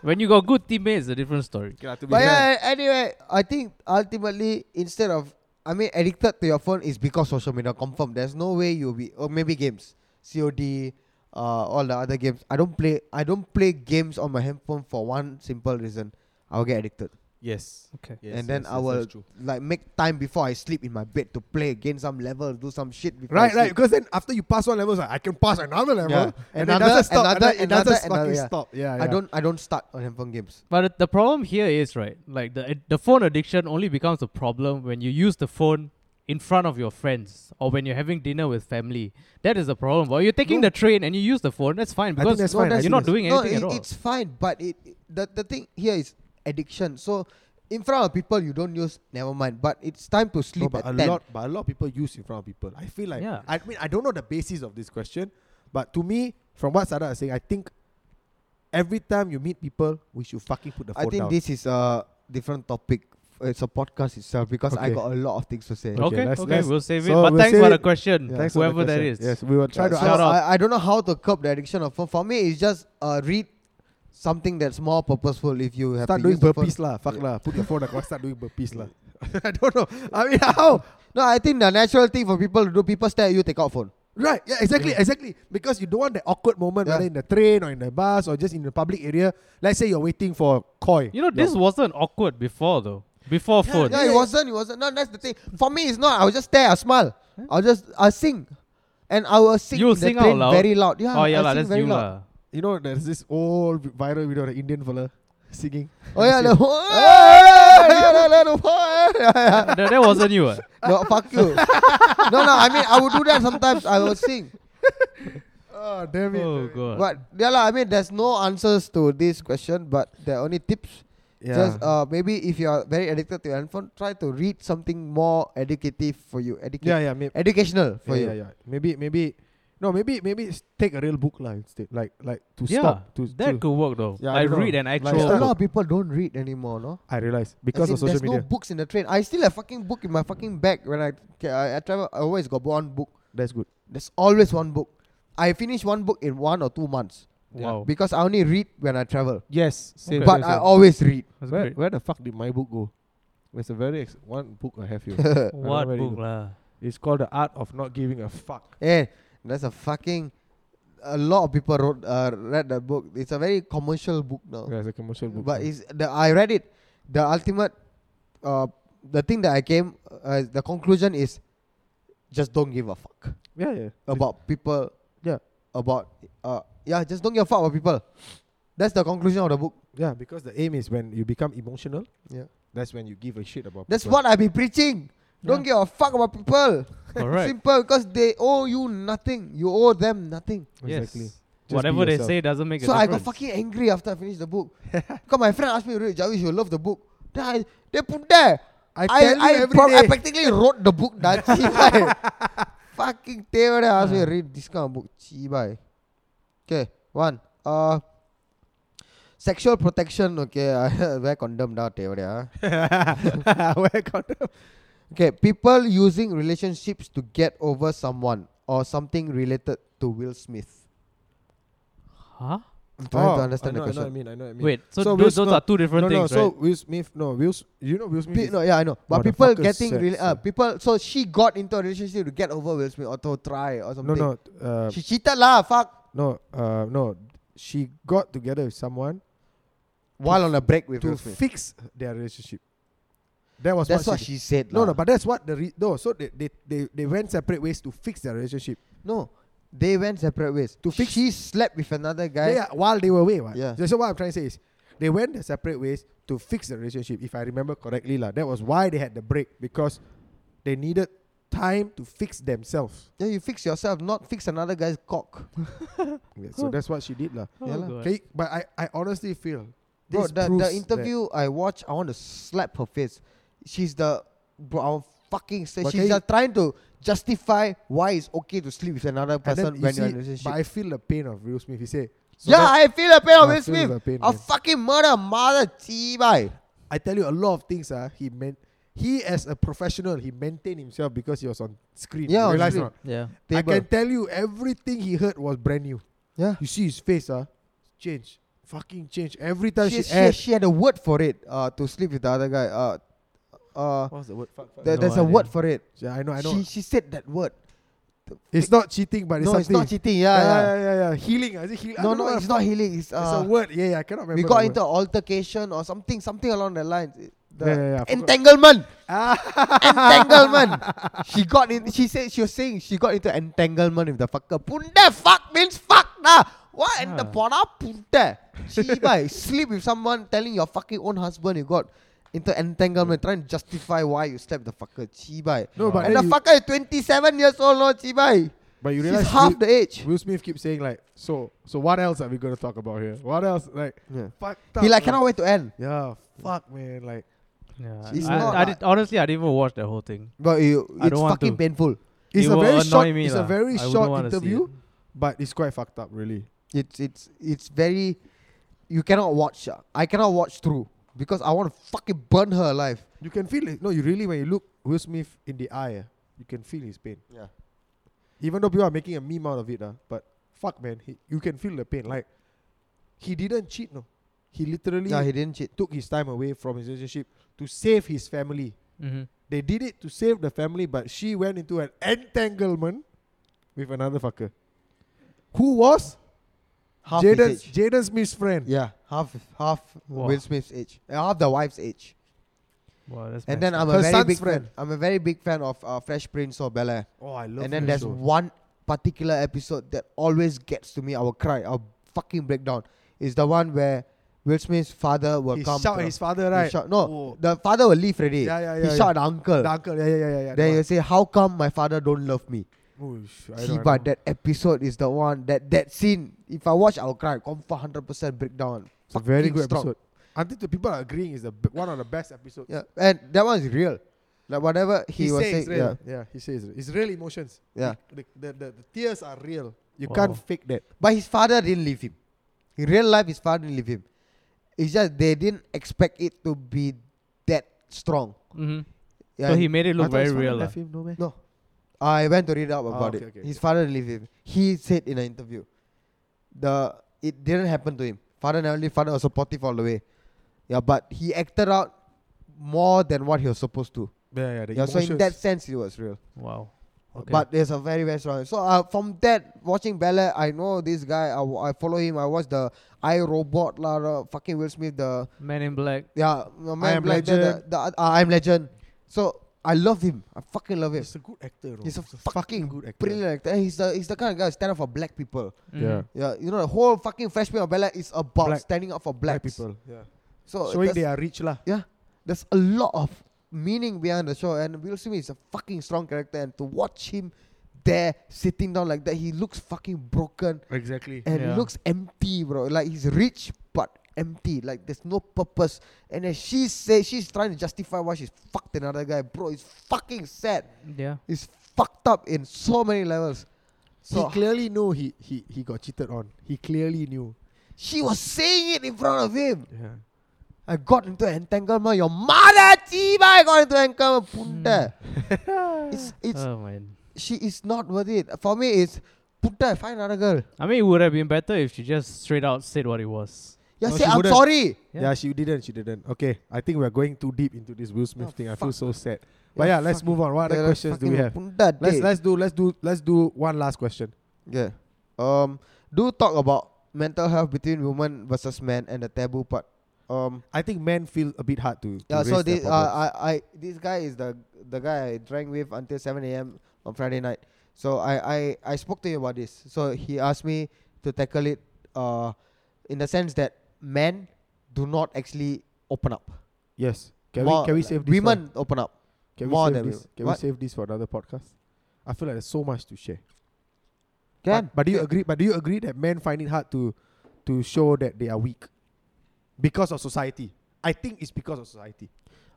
When you got good teammates, it's a different story.
Okay, lah, to be
But
fair.
yeah, anyway, I think ultimately, instead of, I mean, addicted to your phone is because social media, confirm. There's no way you'll be, or maybe games, COD, uh, all the other games. I don't play, I don't play games on my handphone for one simple reason. I'll get addicted.
Yes.
Okay.
Yes,
and then
yes,
I
yes,
will
that's true.
like make time before I sleep in my bed to play, gain some level, do some shit. Before I
Right, right.
sleep.
Because then after you pass one level, it's like, I can pass another level,
Yeah.
and
Another-
it doesn't stop.
another-
and then it doesn't
another-
fucking
another, yeah.
stop. Yeah,
I
yeah.
don't, I don't start on handphone games.
But it- the problem here is right, like the ad- the phone addiction only becomes a problem when you use the phone in front of your friends or when you're having dinner with family. That is the problem. Or you're taking
No.
the train and you use the phone. That's
I
fine
think
because
that's
No,
fine. I
that's-
you're
think that's-
not doing
no,
anything
it-
at all.
It's fine, but it, it- the the thing here is addiction. So in front of people you don't use, never mind. But it's time to
No,
sleep
but
at
a
ten.
lot, but a lot of people use in front of people. I feel like,
Yeah.
I mean, I don't know the basis of this question, but to me, from what Sada is saying, I think every time you meet people, we should fucking put the phone
I think
down.
this is a different topic. It's a podcast itself because I
Okay.
got a lot of things to say.
Okay,
Okay, okay,
let's- let's-
we'll save it.
so
but
we'll
thanks
save
for the
it.
question,
Yeah.
Thanks for the
whoever that
question.
is.
Yes, we will try to
so
shout
answer.
out.
I, I don't know how to curb the addiction of phone. For me, it's just uh, read something that's more purposeful. If you have
start
to
doing
use the phone.
burpees lah. Fuck lah. Put your phone across. Start doing burpees lah. I don't know. I mean, how?
No, I think the natural thing for people to do, people stare at you, take out phone.
Right. Yeah. Exactly. Exactly. Because you don't want that awkward moment,
Yeah.
whether in the train or in the bus or just in the public area. Let's say you're waiting for koi.
You know,
Your-
this wasn't awkward before though. Before phone.
Yeah, it wasn't. It wasn't. No, that's the thing. For me, it's not. I'll just stare. I'll smile. I'll just. I'll sing, and I will sing.
You'll
in the
sing out
train
loud?
Very loud. Yeah.
oh yeah,
I'll
lah,
sing
that's
very
you
loud.
lah.
You know, there's this old viral video of an Indian fella singing.
Oh yeah. The,
that, that wasn't you. ah.
no, fuck you. no, no. I mean, I would do that sometimes. I will sing.
Oh damn it.
Oh god.
But yeah, lah. I mean, there's no answers to this question, but there are only tips.
Yeah.
Just uh, maybe if you are very addicted to your handphone, try to read something more educative for you. Educate.
yeah, yeah, maybe.
Educational for
Yeah,
you.
yeah, yeah. Maybe, maybe, no, maybe, maybe s- take a real book lah instead. Like, like to
yeah,
stop. To
that
to-
could work though.
Yeah, I
I
don't know.
read an
Like,
actual.
Just a
Yeah.
lot of people don't read anymore, no?
I realize
As
because
in,
of social
there's
media.
no books in the train. I still have fucking book in my fucking bag when I, ca- I, I travel. I always got one book.
That's good.
There's always one book. I finish one book in one or two months
wow.
because I only read when I travel.
Yes,
Okay.
But I always read.
That's
where,
great.
where the fuck did my book go? There's a very ex- one book I have here. don't
What
know where it
book
is.
lah?
it's called The Art of Not Giving a Fuck.
Eh, that's a fucking. A lot of people wrote, uh, read that book. It's a very commercial book now.
Yeah, Oh. it's a commercial book.
But
yeah.
it's the I read it. The ultimate, uh, the thing that I came, uh, the conclusion is, just don't give a fuck.
yeah, yeah.
about people.
Yeah.
About uh yeah, just don't give a fuck about people. That's the conclusion of the book.
Yeah, because the aim is when you become emotional,
Yeah.
that's when you give a shit about
That's
people.
what I've been preaching. Don't give a fuck about people.
Correct.
Simple, because they owe you nothing. You owe them nothing.
Exactly.
Yes.
be
Whatever they
yourself.
say doesn't make a
so I
difference.
got fucking angry after I finished the book. Because my friend asked me, "Ray, Javish, you love the book. Then I, they put there.
I
I,
tell you
I,
every
prob- I
day.
practically wrote the book. That fucking day when they asked me to read this kind of book. Chibai. Okay, one. Uh, sexual protection. Okay, wear condom now. Tevada. ah.
Wear condom.
Okay, people using relationships to get over someone or something related to Will Smith.
huh?
I'm trying
Oh,
to understand
I
the
know, I know what I
question.
mean, I know what I mean.
Wait. So,
So
tho-
Will
those
Smith-
are two different
no, no,
things,
so
right?
Will Smith, no, Will, S- you know Will Smith
Pe-
is-
no, yeah, I know. But people
Motherfucker
getting
sex,
rela- uh,
yeah.
people. So she got into a relationship to get over Will Smith or to try or
no,
something.
no, uh,
She cheated lah. Fuck.
no, uh, no. She got together with someone
While on a break with
to
Will Smith.
fix their relationship. That was
That's
what,
what
she.
she said.
did. no,
lah.
no, but that's what the re- no. So they, they they they went separate ways to fix their relationship.
no. They went separate ways. To
fix-
she slept with another
Yeah,
guy.
yeah, while they were away, what?
Yeah.
So, so what I'm trying to say is, they went their separate ways to fix the relationship. If I remember correctly, lah, that was why they had the break because they needed time to fix themselves.
Yeah, you fix yourself, not fix another guy's cock.
Yeah, so that's what she did, lah.
Oh,
yeah lah.
God.
Okay, but I, I honestly feel
Bro,
this
the,
proves
the
that-
interview I watched, I want to slap her face. She's the bro, I'm fucking say
But
she's
can you-
just trying to justify why it's okay to sleep with another
And
person
then you
when you're in a
see, but
relationship.
I feel the pain of Will Smith. He said, so
yeah,
that-
I feel the pain of
I
Will
feel the
Smith.
pain,
I'll
man.
fucking murder mother T bye.
I tell you a lot of things. Uh, he meant he as a professional, he maintained himself because he was on screen.
Yeah,
you
on
realize
screen.
not?
Yeah.
I
Table.
can tell you everything he heard was brand new.
Yeah.
You see his face, uh, change, fucking change every time
She,
she,
she,
adds.
she had a word for it uh, to sleep with the other guy. Uh, uh,
What's the word? Fuck, fuck.
there,
No
there's a
idea.
word for it.
Yeah, I know, I know.
She, she said that word.
it's not cheating, but it's
no, it's
something.
not cheating. Yeah, yeah.
yeah, yeah, yeah, yeah. Healing. uh, Is it healing? I
No,
don't know
no,
what
it's
the
not healing. It's,
fuck-
uh,
it's a word. Yeah, yeah. I cannot
we
remember.
got
the
into
word.
altercation or something, something along the lines. It- The
Yeah, yeah, yeah, I forgot.
entanglement. entanglement. She got in. She said she was saying she got into entanglement with the fucker. Punta fuck means fuck na. What in the
Ah.
pona punta? Chibai, sleep with someone telling your fucking own husband you got into entanglement, trying to justify why you slept the fucker. Chibai.
No, but
And the
then you,
fucker is 27 years old, no Chibai.
but you
She's
realize
half
Will,
the age.
Will Smith keeps saying like, so, so what else are we gonna talk about here? What else? Like,
Yeah.
fuck.
He like cannot wait to end.
Yeah, fuck, man. Like,
Yeah.
It's
I,
not
I
like-
did, honestly, I didn't even watch the whole thing.
But you,
I
it's
don't want
fucking
to.
painful.
it's
It
a
will
very
annoy
short.
me
It's a
lah. I
very
wouldn't
short
wanna see
interview,
it.
but it's quite fucked up, really.
It's it's it's very. You cannot watch. ah. I cannot watch through because I want to fucking burn her alive.
You can feel it. No, you really when you look Will Smith in the eye, eh, you can feel his pain.
Yeah.
Even though people are making a meme out of it, uh, but fuck, man, he, you can feel the pain. Like, he didn't cheat, no. He literally
Yeah, he didn't cheat.
took his time away from his relationship to save his family.
Mm-hmm.
They did it to save the family, but she went into an entanglement with another fucker. Who was
Half his
Jaden
age.
Jaden Smith's friend?
Yeah, half half
Wow.
Will Smith's age, Uh, half the wife's age.
Wow, that's
And
messed
then I'm
Her
a very
son's
big
friend.
fan. I'm a very big fan of uh, Fresh Prince of Bel Air.
Oh, I love
And then
that
there's
show.
one particular episode that always gets to me. I will cry. I'll fucking break down. Is the one where Will Smith's father will
he
come.
shout
to
at
the-
his father,
he
right?
shout- no,
Oh.
the father will leave already.
Yeah, yeah,
he
yeah,
shout
yeah.
at the uncle.
The uncle, yeah, yeah, yeah, yeah.
Then
that
you say, "How come my father don't love me?"
one. Oh, sh- I know, I
See,
know.
but that episode is the one that that scene. If I watch, I'll cry. Come for hundred percent breakdown.
It's a very
Fucking
good
strong.
episode. I think the people are agreeing is the b- one of the best episodes.
Yeah, and that one is real. Like whatever he, was
says
saying. Yeah,
real. yeah, he says real. it's real emotions.
yeah.
The, the, the, the tears are real. Oh. You
Wow.
can't fake that.
But his father didn't leave him. In real life, his father didn't leave him. It's just they didn't expect it to be that strong.
hmm
Yeah,
so he made it
I
look
thought his
very
father
real. ah. lah.
left him, no, man.
no. I went to read up about
okay,
it.
okay,
his father didn't leave him. He said in an interview, the it didn't happen to him. Father never leave. Father was supportive all the way. Yeah, but he acted out more than what he was supposed to.
Yeah, yeah, the
yeah, so in
emotions.
that sense, it was real.
Wow. Okay.
But there's a very very strong. So uh, from that watching Bel Air, I know this guy. I, wa- I follow him. I watch the I Robot lah, the fucking Will Smith. The
Men in Black.
yeah, no, man
Am
Black, the-
Legend.
The, the, uh, I'm Legend. So I love him. I fucking love him.
He's a good actor. bro.
He's a
He's
fucking
good actor.
Brilliant actor. And He's the he's the kind of guy who stand up for black people.
Yeah.
Mhm.
Yeah, you know the whole fucking Fresh Prince of Bel Air is about
Black-
standing up for
Black
blacks.
people. Yeah.
So
Showing
there's,
they are rich lah.
there's a lot of meaning behind the show, and Will Smith is a fucking strong character, and to watch him there sitting down like that, he looks fucking broken.
Exactly.
and
Yeah.
he looks empty, bro. Like he's rich but empty. Like there's no purpose. And then she says she's trying to justify why she's fucked another guy, bro. It's fucking sad.
Yeah.
It's fucked up in so many levels. So
he clearly knew he, he, he got cheated on. He clearly knew.
she was saying it in front of him.
Yeah.
I got into an entanglement. Your mother, Chiba, I got into entanglement. Punta.
Hmm.
it's it's
Uh.
oh man.
she is not worth it. For me, it's Punta. Find another girl.
I mean, it would have been better if she just straight out said what it was.
Yeah,
No,
say
she
I'm
wouldn't.
sorry.
Yeah.
Yeah. she didn't. She didn't. Okay, I think we're going too deep into this Will Smith
Oh,
thing. I
fuck.
feel so sad. But yeah, let's
fuck.
move on. What
Yeah,
other questions do we
fucking
have?
Punta
Let's
date.
let's do let's do let's do one last question.
Yeah. Um. Do talk about mental health between women versus men and the taboo part. Um.
I think men feel a bit hard to. to
Yeah.
raise
So
their
this, uh,
problems.
I, I, this guy is the the guy I drank with until seven a.m. on Friday night. So I, I, I spoke to him about this. So he asked me to tackle it. Uh, in the sense that men do not actually open up.
yes. Can
More
we can we
like
save this
women
For,
open up?
can
more
we
than
save
we-
this? Can
what?
we save this for another podcast? I feel like there's so much to share.
Can
But, but do you agree? But do you agree that men find it hard to to show that they are weak because of society? I think it's because of society.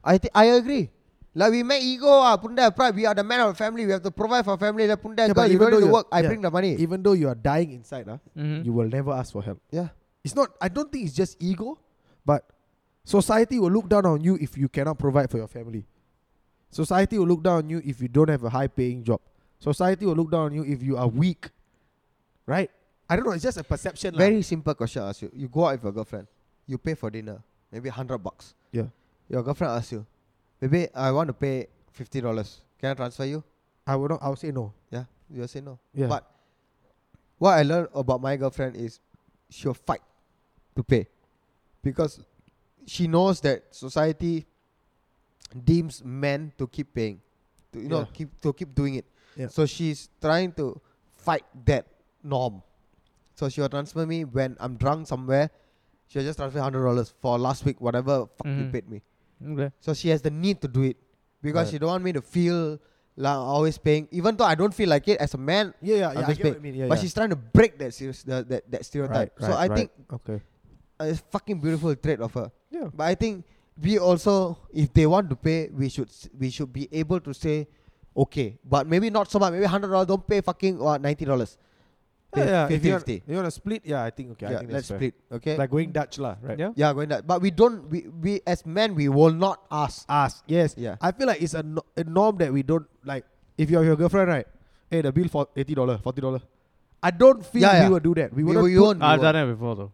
I th- I agree. Like we make ego, ah, Punda pride. We are the man of the family. We have to provide for family. The Punda,
Yeah,
girl,
but
you
even
don't need
though
to
you-
work. I
yeah.
bring the money.
Even though you are dying inside, ah,
Mhm.
you will never ask for help.
yeah.
It's not. I don't think it's just ego, but society will look down on you if you cannot provide for your family. Society will look down on you if you don't have a high-paying job. Society will look down on you if you are weak. Right? I don't know. It's just a perception. lah.
Very simple question I ask you. You go out with your girlfriend. You pay for dinner. Maybe 100 bucks.
Yeah.
Your girlfriend asks you, Baby, I want to pay $50. Can I transfer you?
I will not. I will say no.
Yeah. You'll say no.
Yeah.
But what I learned about my girlfriend is she'll fight to pay because she knows that society deems men to keep paying, to, you know,
Yeah.
keep to keep doing it.
Yeah.
So she's trying to fight that norm. So she'll transfer me when I'm drunk somewhere. She'll just transfer hundred dollars for last week, whatever fuck you
Mm-hmm.
Mhm.
paid me.
Okay.
So she has the need to do it because
Right.
she don't want me to feel like I'm always paying, even though I don't feel like it as a man.
Yeah, yeah,
I'll
yeah. I
just
get
pay.
what you mean. Yeah,
but
yeah.
she's trying to break that serious, the, that that
right,
stereotype.
right,
so I
right.
think
okay.
uh, it's fucking beautiful trait of her.
Yeah.
But I think we also, if they want to pay, we should s- we should be able to say, okay, but maybe not so much. Maybe hundred dollars. Don't pay fucking uh, ninety dollars.
Yeah, yeah. if you want,
50.
you want to split? Yeah, I think okay. I
yeah,
think
let's
that's fair. Eh,
split. Okay.
Like going Dutch lah, right?
Yeah.
yeah, going that. But we don't. We we as men, we will not ask.
Ask. Yes.
Yeah.
I feel like it's a, no- a norm that we don't like. If you're with your girlfriend, right? Hey, the bill for eighty dollar, forty dollar. I don't feel
Yeah, yeah.
we will do that. We,
We
wouldn't
will- you
put
won't.
I've
We won't.
done it before though.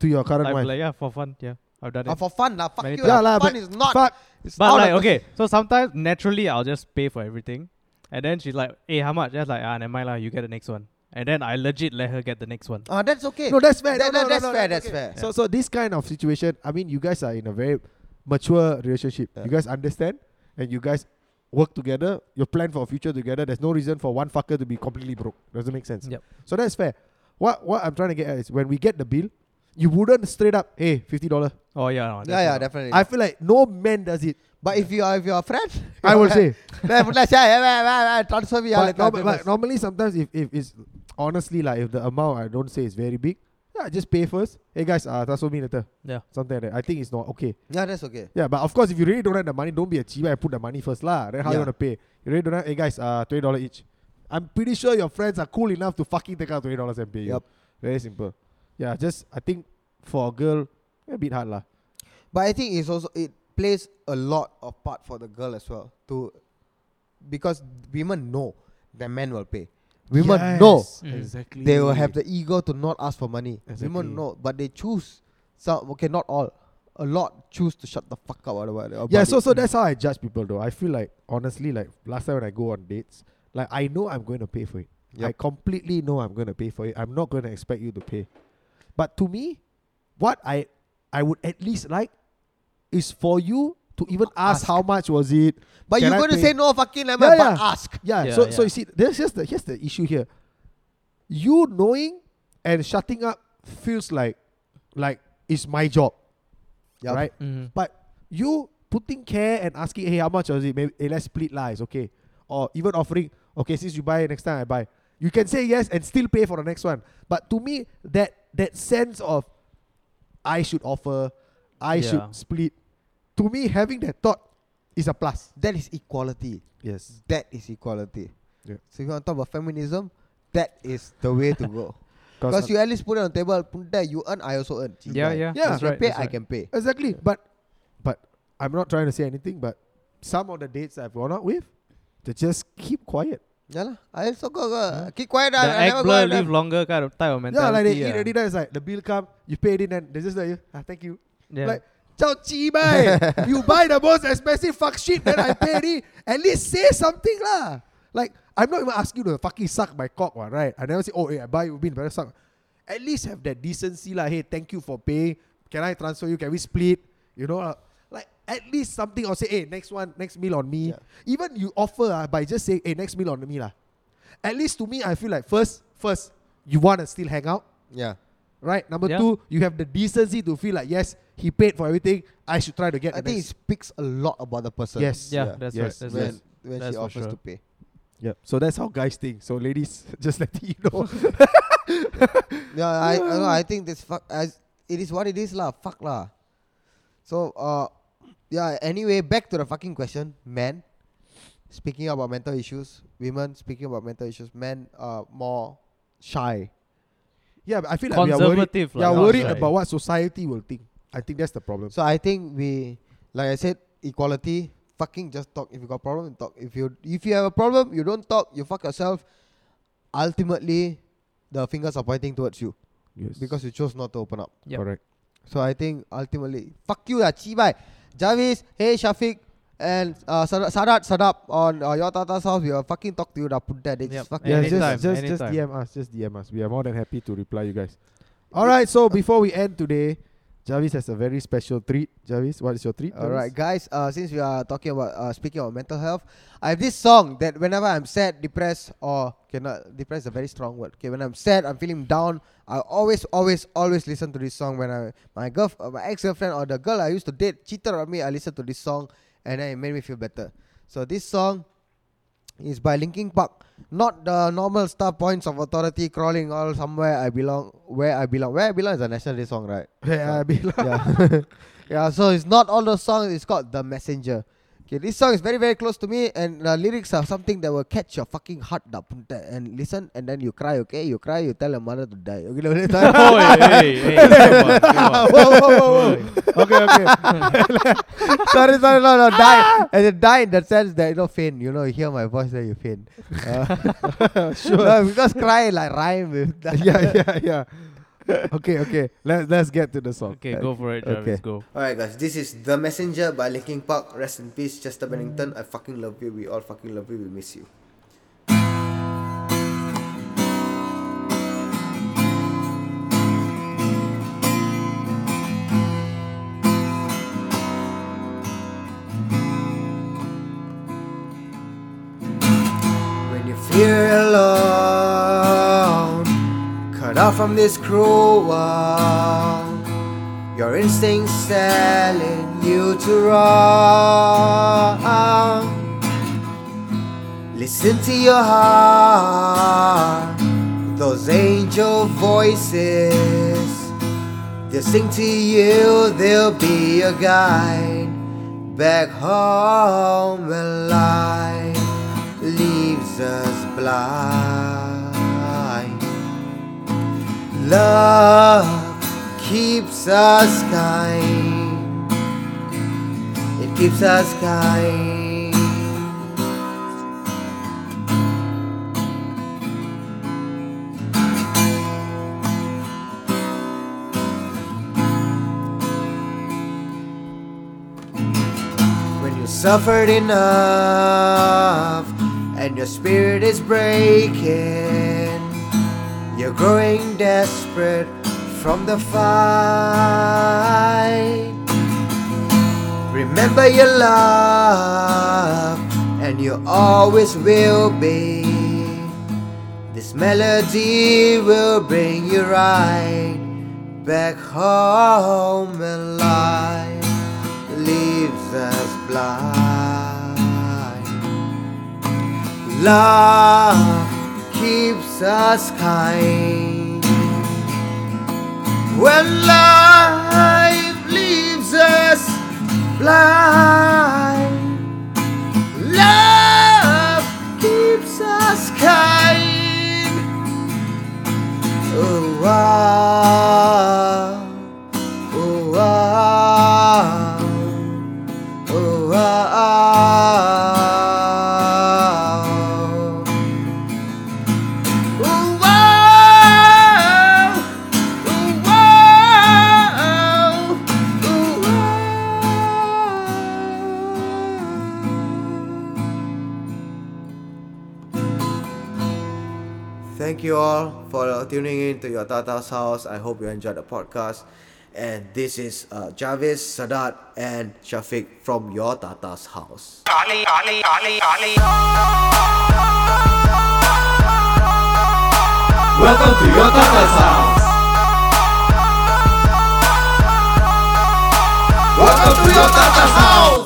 to your current
I've
wife.
like yeah for fun. Yeah, I've done
Ah,
it.
for fun, lah. Fuck
Many
you.
times.
lah.
Yeah, lah,
fun
but-
is not.
Fuck.
It's
But
Oh,
out
like
of-
okay, so sometimes naturally I'll just pay for everything, and then she's like, "Hey, how much?" That's like, "Ah, never mind lah. You get the next one." And then I legit let her get the next one.
Ah, that's okay.
No, that's fair.
That-
no,
that-
no,
that's
no, no,
fair.
that's
That's fair.
So, so this kind of situation, I mean, you guys are in a very mature relationship.
Yeah.
You guys understand, and you guys work together. You plan for a future together. There's no reason for one fucker to be completely broke. Doesn't make sense.
Yep.
So that's fair. What what I'm trying to get at is when we get the bill, you wouldn't straight up, hey, fifty dollar.
Oh yeah, no,
Yeah, yeah,
definitely not.
definitely.
I feel like no man does it.
but if you are if you are friend,
I will say.
Then let's say, "Hey, man, man, man, transfer me. I'll
But, norm-
transfer
but
first."
normally, sometimes if, if it's honestly like if the amount I don't say is very big, yeah, I just pay first. Hey guys, uh, that's me later.
Yeah.
Something like that. I think it's not okay.
Yeah, that's okay.
Yeah, but of course, if you really don't have the money, don't be a cheater and put the money first, lah. Then how you
Yeah.
gonna pay? You really don't have, hey guys, uh, twenty dollar each. I'm pretty sure your friends are cool enough to fucking take out twenty dollars and pay you.
Yup.
Very simple. Yeah, just I think for a girl, a bit hard, lah.
But I think it's also it plays a lot of part for the girl as well to because women know that men will pay. Women know
Mm-hmm.
Mm.
exactly.
they will have the ego to not ask for money. Women
Exactly.
know, but they choose. Some okay, not all. A lot choose to shut the fuck up or whatever. about
Yeah, so
it.
so that's how I judge people though. I feel like honestly, like last time when I go on dates, like I know I'm going to pay for it.
Yup.
I completely know I'm going to pay for it. I'm not going to expect you to pay. But to me, what I I would at least like is for you to even ask,
Ask.
how much was it.
but
Can
you're
I
going to
pay?
say no fucking never,
Yeah,
but
yeah.
ask.
Yeah.
Yeah,
so so
yeah.
you see, there's just the here's the issue here. You knowing and shutting up feels like like it's my job,
Yup.
right?
Mhm.
But you putting care and asking, hey, how much was it? Maybe hey, let's split lies, okay? Or even offering, okay, since you buy next time I buy. You can say yes and still pay for the next one. But to me, that that sense of I should offer, I
Yeah.
should split. To me, having that thought is a plus.
That is equality.
Yes.
That is equality.
Yeah.
So if you want to talk about feminism, that is the way to go. Because
uh,
you at least put it on the table, put that you earn, I also earn.
Yeah,
Cheebye.
yeah,
Yeah.
If
that's
you
right.
pay,
that's
I
right.
can pay.
Exactly. But but I'm not trying to say anything, but some of the dates I've gone out with, they just keep quiet.
Yeah, lah. I also go, go. keep quiet. uh,
The
I, I
act
never
blur
go.
live longer kind of type of
Yeah, like
mentality.
they eat already, then it's like the bill come, you pay it in, and they just like, ah, thank you.
yeah.
Like, Chao Chi Bai, you buy the most expensive fuck shit, then I pay it. At least say something lah. Like, I'm not even asking you to fucking suck my cock one, right? I never say, oh, hey, I buy you bean, better suck. At least have that decency lah. Hey, thank you for paying. Can I transfer you? Can we split? You know, uh, like at least something or say, hey, next one, next meal on me.
Yeah.
Even you offer uh, by just saying, hey, next meal on me lah. At least to me, I feel like first, first, you want to still hang out
Yeah.
right? Number
Yeah.
two, you have the decency to feel like yes, he paid for everything. I should try to get.
I
the
think it
next.
speaks a lot about the person.
yes,
yeah,
yeah.
that's
Yes.
right. That's
When,
right.
when
That's
she
for
offers
sure.
to pay.
Yep. So that's how guys think. So ladies, just let you know.
Yeah, I, I, know, I think this fuck as it is what it is lah. Fuck lah. So uh, Yeah. Anyway, back to the fucking question, man. Speaking about mental issues, women speaking about mental issues, men are more shy.
Yeah, but I feel like we are worried.
Conservative
We
lah,
are
not
worried
shy.
about what society will think. I think that's the problem.
So I think we, like I said, equality. Fucking just talk. If you got problem, you talk. If you if you have a problem, you don't talk. You fuck yourself. Ultimately, the fingers are pointing towards you
Yes.
because you chose not to open up.
Yep.
correct.
So I think ultimately, fuck you lah, Chibai. Javis, hey Shafiq, and uh, Sar- Sarat Sadap on uh, your Tata's house, we will fucking talk to you. Lah, put that. They just
Yep.
fucking
Yeah,
Anytime,
just just, just
anytime.
DM us. Just DM us. We are more than happy to reply you guys. All right. So before we end today, Javis has a very special treat. Javis, what is your treat?
All right, guys. Uh, since we are talking about uh, speaking about mental health, I have this song that whenever I'm sad, depressed, or okay, not depressed is a very strong word. Okay, when I'm sad, I'm feeling down. I always, always, always listen to this song. When I my girl, uh, my ex girlfriend, or the girl I used to date cheated on me, I listened to this song, and then it made me feel better. So this song is by Linkin Park. Not the normal stuff. Points of authority, crawling all somewhere I belong, where I belong, where I belong is a national day song, right?
Yeah, I be like-
yeah. yeah, so it's not all those songs, it's called The Messenger. Okay, this song is very, very close to me, and the lyrics are something that will catch your fucking heart up and listen, and then you cry, okay? You cry, you tell your mother to die. Okay, no, that's not-
Oh, hey, hey, hey, come on, come on.
Whoa, whoa, whoa, whoa. okay, okay. sorry, sorry, no, no,
Ah!
die. And then die in the sense that, you know, faint. You know, you hear my voice, then you faint. Uh, sure. No, because cry, like, rhyme with that.
yeah, yeah, yeah. okay, okay. Let's let's get to the song.
Okay, go for it, Jarvis.
Okay.
Go.
Alright guys, this is The Messenger by Linkin Park. Rest in peace, Chester Bennington. I fucking love you. We all fucking love you. We miss you. When you feel alone, cut off from this cruel world. Your instincts telling you to run. Listen to your heart, those angel voices. They'll sing to you, they'll be your guide. Back home when life leaves us blind. Love keeps us kind. It keeps us kind. When you suffered enough and your spirit is breaking. You're growing desperate from the fight. Remember your love, and you always will be. This melody will bring you right back home, and life leaves us blind. Love keeps us kind. When life leaves us blind, love keeps us kind. Oh, wow. Oh, ah. wow. Oh, wow. Oh, wow. Oh, wow. Oh, wow. Thank you all for tuning in to your Tata's house. I hope you enjoyed the podcast. And this is uh, Javis, Sadat, and Shafiq from your Tata's house.
Welcome to your Tata's house. Welcome to your Tata's house.